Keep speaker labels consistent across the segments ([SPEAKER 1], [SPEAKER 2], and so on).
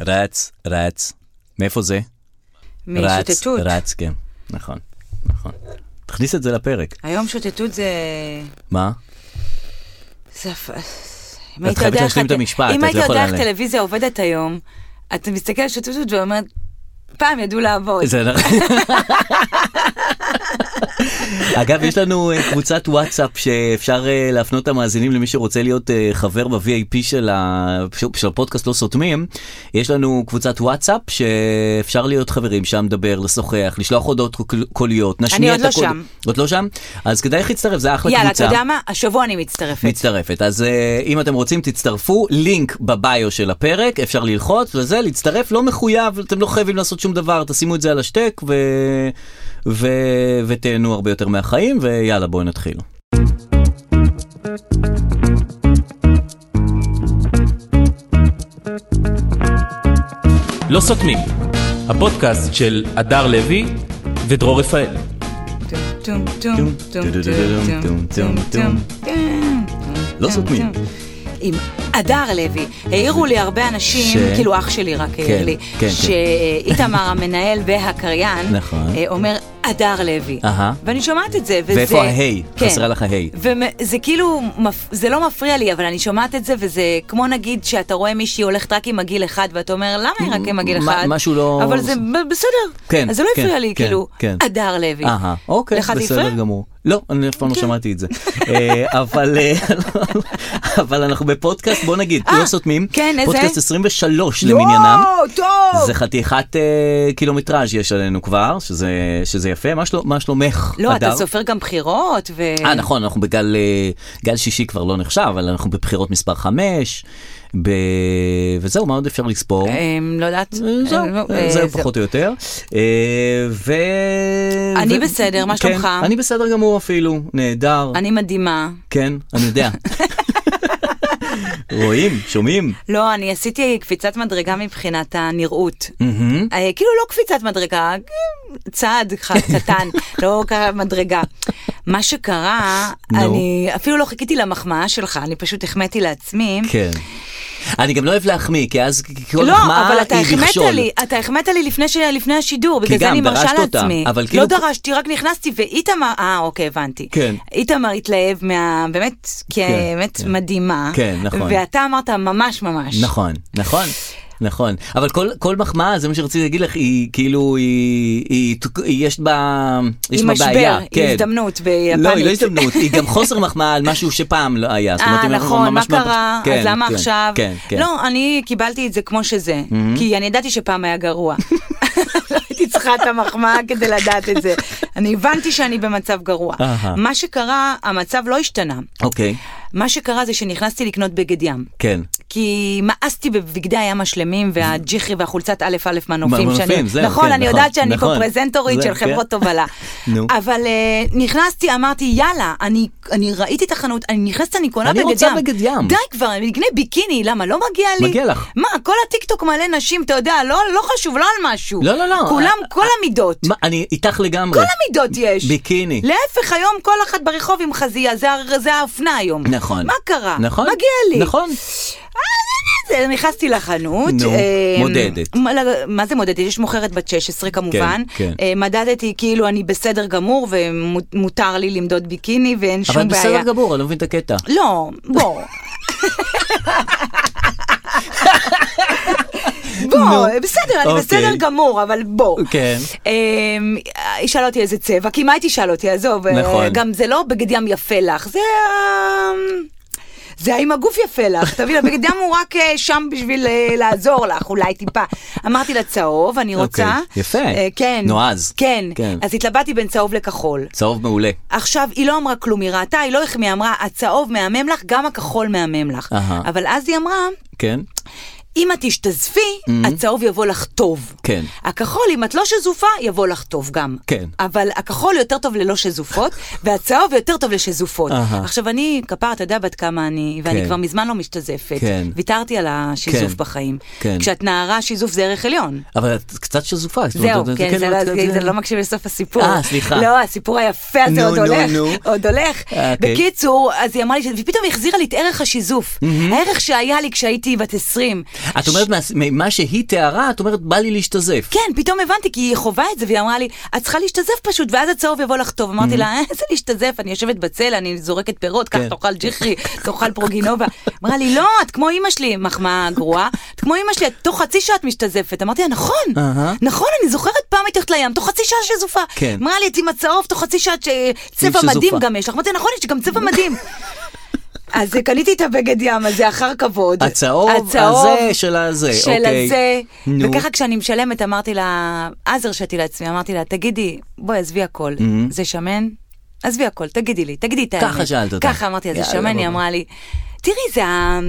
[SPEAKER 1] רץ, רץ. מאיפה זה? רץ,
[SPEAKER 2] משוטטות.
[SPEAKER 1] רץ, כן. נכון, נכון. תכניס את זה לפרק.
[SPEAKER 2] היום שוטטות זה...
[SPEAKER 1] מה?
[SPEAKER 2] זה... הפ- אם
[SPEAKER 1] את
[SPEAKER 2] היית
[SPEAKER 1] חייבת
[SPEAKER 2] יודע
[SPEAKER 1] להשלים
[SPEAKER 2] איך
[SPEAKER 1] את המשפט, את
[SPEAKER 2] אם
[SPEAKER 1] לא
[SPEAKER 2] היית יודע
[SPEAKER 1] יכולה
[SPEAKER 2] איך
[SPEAKER 1] ל-
[SPEAKER 2] טלוויזיה עובדת היום, אתה מסתכל על שוטטות ואומר, פעם ידעו לעבוד.
[SPEAKER 1] זה נכון. אגב, יש לנו אה, קבוצת וואטסאפ שאפשר אה, להפנות את המאזינים למי שרוצה להיות אה, חבר ב-VIP של ה- של הפודקאסט לא סותמים. יש לנו קבוצת וואטסאפ שאפשר להיות חברים שם, לדבר, לשוחח, לשלוח הודעות קול- קוליות, נשמיע
[SPEAKER 2] אני
[SPEAKER 1] את
[SPEAKER 2] עוד
[SPEAKER 1] הקול.
[SPEAKER 2] לא שם.
[SPEAKER 1] עוד לא שם? אז כדאי לך להצטרף, זה אחלה קבוצה.
[SPEAKER 2] יאללה, אתה יודע מה? השבוע אני מצטרפת.
[SPEAKER 1] מצטרפת. אז אה, אם אתם רוצים, תצטרפו, לינק בביו של הפרק, אפשר ללחוץ וזה, להצטרף, לא מחויב, אתם לא חייבים לעשות שום דבר, תשימו את זה על השטק ו... ו... ותהנו הרבה יותר מהחיים, ויאללה, בואו נתחיל.
[SPEAKER 3] לא סותמים, הפודקאסט של הדר לוי ודרור רפאל.
[SPEAKER 2] טום, טום, טום, טום, טום, טום, טום, טום.
[SPEAKER 1] לא סותמים.
[SPEAKER 2] כן, עם הדר לוי, העירו לי הרבה אנשים,
[SPEAKER 1] ש-
[SPEAKER 2] כאילו אח שלי רק
[SPEAKER 1] כן,
[SPEAKER 2] העיר לי,
[SPEAKER 1] כן, כן.
[SPEAKER 2] שאיתמר המנהל והקריין
[SPEAKER 1] נכון.
[SPEAKER 2] אה, אומר הדר לוי.
[SPEAKER 1] אהה.
[SPEAKER 2] ואני שומעת את זה, וזה...
[SPEAKER 1] ואיפה ההיי?
[SPEAKER 2] כן.
[SPEAKER 1] חסרה לך ההיי.
[SPEAKER 2] וזה כאילו, מפ- זה לא מפריע לי, אבל אני שומעת את זה, וזה כמו נגיד שאתה רואה מישהי הולכת רק עם עגיל אחד, ואתה אומר, למה היא רק עם עגיל
[SPEAKER 1] מה-
[SPEAKER 2] אחד?
[SPEAKER 1] משהו לא-
[SPEAKER 2] אבל זה ב- בסדר.
[SPEAKER 1] כן,
[SPEAKER 2] אז זה לא
[SPEAKER 1] כן,
[SPEAKER 2] הפריע לי,
[SPEAKER 1] כן,
[SPEAKER 2] כאילו,
[SPEAKER 1] כן.
[SPEAKER 2] הדר לוי.
[SPEAKER 1] אהה, אוקיי,
[SPEAKER 2] לך אוקיי. זה
[SPEAKER 1] בסדר
[SPEAKER 2] הפריע?
[SPEAKER 1] גמור. לא, אני אף פעם לא שמעתי את זה. אה, אבל אה, אבל אנחנו בפודקאסט, בוא נגיד,
[SPEAKER 2] אה,
[SPEAKER 1] לא סותמים,
[SPEAKER 2] כן, איזה?
[SPEAKER 1] פודקאסט 23 למניינם.
[SPEAKER 2] יואו, טוב!
[SPEAKER 1] זה חתיכת אה, קילומטראז' יש עלינו כבר, שזה, שזה יפה. מה, שלו, מה שלומך,
[SPEAKER 2] לא,
[SPEAKER 1] הדר?
[SPEAKER 2] אתה סופר גם בחירות, ו...
[SPEAKER 1] אה, נכון, אנחנו בגל אה, גל שישי כבר לא נחשב, אבל אנחנו בבחירות מספר 5, ב... וזהו, מה עוד אפשר לספור?
[SPEAKER 2] אמ, לא יודעת.
[SPEAKER 1] אה, זהו,
[SPEAKER 2] אה,
[SPEAKER 1] אה, זהו פחות או יותר. אה, ו...
[SPEAKER 2] אני
[SPEAKER 1] ו-
[SPEAKER 2] בסדר, מה
[SPEAKER 1] כן,
[SPEAKER 2] שלומך?
[SPEAKER 1] אני בסדר גמור אפילו, נהדר.
[SPEAKER 2] אני מדהימה.
[SPEAKER 1] כן, אני יודע. רואים, שומעים.
[SPEAKER 2] לא, אני עשיתי קפיצת מדרגה מבחינת הנראות. אה, כאילו לא קפיצת מדרגה, אה, צעד אחד קטן, לא ככה מדרגה. מה שקרה,
[SPEAKER 1] נו.
[SPEAKER 2] אני אפילו לא חיכיתי למחמאה שלך, אני פשוט החמאתי לעצמי.
[SPEAKER 1] כן. אני גם לא אוהב להחמיא, כי אז כל
[SPEAKER 2] לא,
[SPEAKER 1] מחמאה
[SPEAKER 2] אבל אתה
[SPEAKER 1] היא
[SPEAKER 2] החמאת
[SPEAKER 1] מכשול.
[SPEAKER 2] לי, אתה החמאת לי לפני, ש... לפני השידור, בגלל זה
[SPEAKER 1] גם
[SPEAKER 2] אני מרשה
[SPEAKER 1] דרשת אותה,
[SPEAKER 2] לעצמי.
[SPEAKER 1] אבל
[SPEAKER 2] לא
[SPEAKER 1] כאילו-
[SPEAKER 2] דרשתי, רק נכנסתי, ואיתמר, אה, אוקיי, הבנתי.
[SPEAKER 1] כן.
[SPEAKER 2] איתמר התלהב מה... באמת, כי
[SPEAKER 1] כן,
[SPEAKER 2] האמת
[SPEAKER 1] כן.
[SPEAKER 2] מדהימה.
[SPEAKER 1] כן, נכון.
[SPEAKER 2] ואתה אמרת ממש ממש.
[SPEAKER 1] נכון, נכון. נכון, אבל כל, כל מחמאה, זה מה שרציתי להגיד לך, היא כאילו, היא, היא, היא יש בה, יש
[SPEAKER 2] היא
[SPEAKER 1] בה
[SPEAKER 2] משבר,
[SPEAKER 1] בעיה.
[SPEAKER 2] היא
[SPEAKER 1] כן.
[SPEAKER 2] הזדמנות ביפנית.
[SPEAKER 1] לא, היא לא הזדמנות, היא גם חוסר מחמאה על משהו שפעם לא היה. זאת אומרת,
[SPEAKER 2] אה,
[SPEAKER 1] אם אנחנו
[SPEAKER 2] נכון, מה
[SPEAKER 1] ממש מהפך-
[SPEAKER 2] קרה?
[SPEAKER 1] כן,
[SPEAKER 2] אז למה
[SPEAKER 1] כן,
[SPEAKER 2] עכשיו?
[SPEAKER 1] כן, כן.
[SPEAKER 2] לא, אני קיבלתי את זה כמו שזה, כי אני ידעתי שפעם היה גרוע. לא הייתי צריכה את המחמאה כדי לדעת את זה. אני הבנתי שאני במצב גרוע.
[SPEAKER 1] אהה.
[SPEAKER 2] מה שקרה, המצב לא השתנה.
[SPEAKER 1] אוקיי,
[SPEAKER 2] מה שקרה זה שנכנסתי לקנות בגד ים.
[SPEAKER 1] כן.
[SPEAKER 2] כי מאסתי בבגדי הים השלמים והג'יחי והחולצת א' א' מנופים.
[SPEAKER 1] מנופים,
[SPEAKER 2] שאני-
[SPEAKER 1] זהו,
[SPEAKER 2] נכון,
[SPEAKER 1] כן,
[SPEAKER 2] אני
[SPEAKER 1] נכון,
[SPEAKER 2] יודעת שאני פה
[SPEAKER 1] נכון. זהו,
[SPEAKER 2] פרזנטורית של חברות
[SPEAKER 1] כן.
[SPEAKER 2] תובלה.
[SPEAKER 1] נו.
[SPEAKER 2] אבל אה, נכנסתי, אמרתי, יאללה, אני- אני ראיתי את החנות, אני נכנסת, אני קונה
[SPEAKER 1] אני
[SPEAKER 2] בגד ים.
[SPEAKER 1] רוצה בגד ים.
[SPEAKER 2] די כבר, אני אקנה ביקיני, למה? לא מגיע לי?
[SPEAKER 1] מגיע לך.
[SPEAKER 2] מה, כל הטיקטוק מלא נשים, אתה יודע, לא לא חשוב, לא על משהו.
[SPEAKER 1] לא, לא, לא.
[SPEAKER 2] כולם,
[SPEAKER 1] אה,
[SPEAKER 2] כל המידות.
[SPEAKER 1] מה, אני איתך לגמרי.
[SPEAKER 2] כל המידות יש.
[SPEAKER 1] ביקיני.
[SPEAKER 2] להפך, היום כל אחת ברחוב עם חזייה, זה ה- זה האופנה היום.
[SPEAKER 1] נכון.
[SPEAKER 2] מה קרה?
[SPEAKER 1] נכון.
[SPEAKER 2] מגיע לי.
[SPEAKER 1] נכון.
[SPEAKER 2] זה, נכנסתי לחנות.
[SPEAKER 1] נו,
[SPEAKER 2] אה,
[SPEAKER 1] מודדת.
[SPEAKER 2] מה- מה זה מודדת? יש מוכרת בת 16 כמובן.
[SPEAKER 1] כן, כן.
[SPEAKER 2] אה, מדדתי כאילו אני בסדר גמור ומותר לי למדוד ביקיני ואין שום
[SPEAKER 1] אבל
[SPEAKER 2] בעיה.
[SPEAKER 1] בסדר גמור, אני לא מבין את הקטע.
[SPEAKER 2] לא, בוא. בוא,
[SPEAKER 1] נו,
[SPEAKER 2] בסדר, אני
[SPEAKER 1] אוקיי.
[SPEAKER 2] בסדר גמור, אבל בוא.
[SPEAKER 1] כן.
[SPEAKER 2] אמ, היא שאלה אותי איזה צבע, כי מה היא תשאל אותי, עזוב, אה,
[SPEAKER 1] נכון.
[SPEAKER 2] גם זה לא בגד ים יפה לך, זה... אמ, זה האם הגוף יפה לך, תבין, הבגד ים הוא רק אה, שם בשביל אה, לעזור לך, אולי טיפה. אמרתי לה צהוב, אני רוצה.
[SPEAKER 1] אוקיי, יפה.
[SPEAKER 2] אה, כן.
[SPEAKER 1] נועז.
[SPEAKER 2] כן.
[SPEAKER 1] כן.
[SPEAKER 2] אז התלבטתי בין צהוב לכחול.
[SPEAKER 1] צהוב מעולה.
[SPEAKER 2] עכשיו, היא לא אמרה כלום, היא ראתה, היא לא החמיאה, אמרה, הצהוב מהמם לך, גם הכחול מהמם לך.
[SPEAKER 1] אהה.
[SPEAKER 2] אבל אז היא אמרה,
[SPEAKER 1] כן.
[SPEAKER 2] אם את תשתזפי, הצהוב יבוא לך טוב.
[SPEAKER 1] Mm-hmm. כן.
[SPEAKER 2] הכחול, אם את לא שזופה, יבוא לך טוב גם.
[SPEAKER 1] כן.
[SPEAKER 2] אבל הכחול יותר טוב ללא שזופות, והצהוב יותר טוב לשזופות.
[SPEAKER 1] אהה.
[SPEAKER 2] עכשיו, אני, כפר, אתה יודע בת כמה אני,
[SPEAKER 1] כן.
[SPEAKER 2] ואני כבר מזמן לא משתזפת.
[SPEAKER 1] כן.
[SPEAKER 2] ויתרתי על השזוף
[SPEAKER 1] כן.
[SPEAKER 2] בחיים.
[SPEAKER 1] כן.
[SPEAKER 2] כשאת נערה, שיזוף זה ערך עליון.
[SPEAKER 1] אבל את קצת שזופה. זאת
[SPEAKER 2] זהו,
[SPEAKER 1] אומרת, את-
[SPEAKER 2] כן, זה לא-
[SPEAKER 1] את-
[SPEAKER 2] זה לא מקשיב לסוף הסיפור.
[SPEAKER 1] אה, סליחה.
[SPEAKER 2] לא, הסיפור היפה
[SPEAKER 1] נו,
[SPEAKER 2] הזה עוד
[SPEAKER 1] נו,
[SPEAKER 2] הולך,
[SPEAKER 1] נו.
[SPEAKER 2] עוד הולך.
[SPEAKER 1] אה, אוקיי.
[SPEAKER 2] בקיצור, אז היא אמרה לי, ש- ופתאום היא החזירה לי את ערך השיזוף. הערך שהיה לי כשהייתי בת 20.
[SPEAKER 1] את אומרת, מה- ממה שהיא תיארה, את אומרת, בא לי להשתזף.
[SPEAKER 2] כן, פתאום הבנתי, כי היא חווה את זה, והיא אמרה לי, את צריכה להשתזף פשוט, ואז הצהוב יבוא לחטוב. אמרתי לה, "אה, איזה להשתזף, אני יושבת בצל, אני זורקת פירות, כך
[SPEAKER 1] Mm-hmm. כן.
[SPEAKER 2] תאכל ג'יחרי, תאכל פרוגינובה. אמרה לי, לא, את כמו אימא שלי, מחמאה גרועה, את כמו אימא שלי, את תוך חצי שעה את משתזפת. אמרתי לה, נכון,
[SPEAKER 1] אהה.
[SPEAKER 2] נכון, אני זוכרת פעם הייתי הולכת לים, תוך חצי שעה שזופה.
[SPEAKER 1] כן.
[SPEAKER 2] אמרה לי, את עם הצהוב, תוך חצי שעה, ש- צבע
[SPEAKER 1] שזופה.
[SPEAKER 2] מדהים גם יש לך. אמרתי לה, נכון, יש לי גם צבע מדהים. אז קניתי את הבגד ים הזה אחר כבוד.
[SPEAKER 1] הצהוב, הזה של הזה,
[SPEAKER 2] כן, של
[SPEAKER 1] אוקיי.
[SPEAKER 2] הזה.
[SPEAKER 1] נו.
[SPEAKER 2] וככה כשאני משלמת, אמרתי לה, אז הרשיתי לעצמי, אמרתי לה, תגידי, בואי, עזבי הכל, זה שמן? עזבי הכל, תגידי לי, תגידי את האמת.
[SPEAKER 1] Mm-hmm. ככה שאלת אותה.
[SPEAKER 2] ככה אמרתי לה, זה
[SPEAKER 1] יאללה,
[SPEAKER 2] שמן,
[SPEAKER 1] בוא,
[SPEAKER 2] היא
[SPEAKER 1] בוא.
[SPEAKER 2] אמרה לי, תראי, זה ה...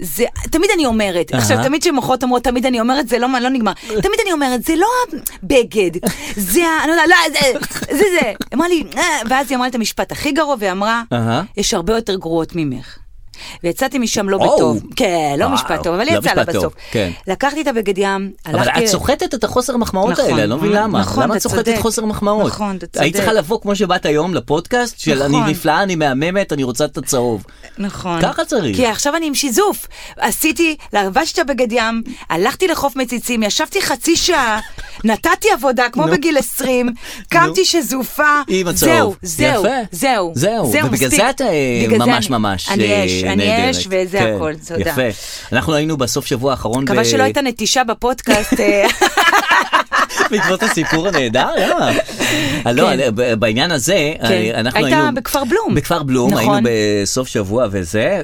[SPEAKER 2] זה, תמיד אני אומרת,
[SPEAKER 1] אהה.
[SPEAKER 2] עכשיו, תמיד כשמוחות אומרות, תמיד אני אומרת, זה לא, מה- לא נגמר. תמיד אני אומרת, זה לא הבגד, זה ה... אני לא יודעת, לא, זה, זה זה. אמרה לי, "אה", ואז היא אמרה לי את המשפט הכי גרוע, והיא אמרה,
[SPEAKER 1] אהה.
[SPEAKER 2] יש הרבה יותר גרועות ממך. ויצאתי משם לא
[SPEAKER 1] או.
[SPEAKER 2] בטוב. כן, לא
[SPEAKER 1] וואו,
[SPEAKER 2] משפט טוב, אבל
[SPEAKER 1] לא
[SPEAKER 2] יצא לה
[SPEAKER 1] משפט טוב,
[SPEAKER 2] בסוף.
[SPEAKER 1] כן.
[SPEAKER 2] לקחתי את הבגד ים,
[SPEAKER 1] אבל
[SPEAKER 2] הלכתי...
[SPEAKER 1] את סוחטת את החוסר מחמאות
[SPEAKER 2] נכון,
[SPEAKER 1] האלה, אני לא מבין למה.
[SPEAKER 2] נכון,
[SPEAKER 1] למה
[SPEAKER 2] אתה
[SPEAKER 1] את סוחטת
[SPEAKER 2] צודק.
[SPEAKER 1] חוסר מחמאות?
[SPEAKER 2] נכון, אתה
[SPEAKER 1] היית
[SPEAKER 2] צודק.
[SPEAKER 1] צריכה לבוא כמו שבאת היום לפודקאסט, של אני
[SPEAKER 2] נכון.
[SPEAKER 1] נפלאה, אני מהממת, אני רוצה את הצהוב.
[SPEAKER 2] נכון.
[SPEAKER 1] ככה צריך.
[SPEAKER 2] כי עכשיו אני עם שיזוף. עשיתי, לבשתי את הבגד ים, הלכתי לחוף מציצים, ישבתי חצי שעה, נתתי עבודה, כמו
[SPEAKER 1] נו.
[SPEAKER 2] בגיל 20, קמתי שזופה,
[SPEAKER 1] עם
[SPEAKER 2] זהו,
[SPEAKER 1] הצהוב.
[SPEAKER 2] זהו,
[SPEAKER 1] יפה.
[SPEAKER 2] זהו,
[SPEAKER 1] זהו, ובגלל
[SPEAKER 2] מספיק.
[SPEAKER 1] זה את אה,
[SPEAKER 2] בגלל זה
[SPEAKER 1] ממש
[SPEAKER 2] אני-
[SPEAKER 1] ממש אה,
[SPEAKER 2] אני אש, אני
[SPEAKER 1] נהדרת.
[SPEAKER 2] אש, וזה
[SPEAKER 1] כן,
[SPEAKER 2] הכל, תודה.
[SPEAKER 1] יפה. אנחנו היינו בסוף שבוע האחרון,
[SPEAKER 2] מקווה
[SPEAKER 1] ב-
[SPEAKER 2] שלא הייתה נטישה בפודקאסט. אה,
[SPEAKER 1] בעקבות הסיפור הנהדר, למה? אה, לא,
[SPEAKER 2] כן.
[SPEAKER 1] אה, ב- בעניין הזה,
[SPEAKER 2] כן.
[SPEAKER 1] אה, אנחנו
[SPEAKER 2] הייתה
[SPEAKER 1] היינו...
[SPEAKER 2] בכפר בלום.
[SPEAKER 1] בכפר בלום,
[SPEAKER 2] נכון.
[SPEAKER 1] היינו בסוף שבוע וזה,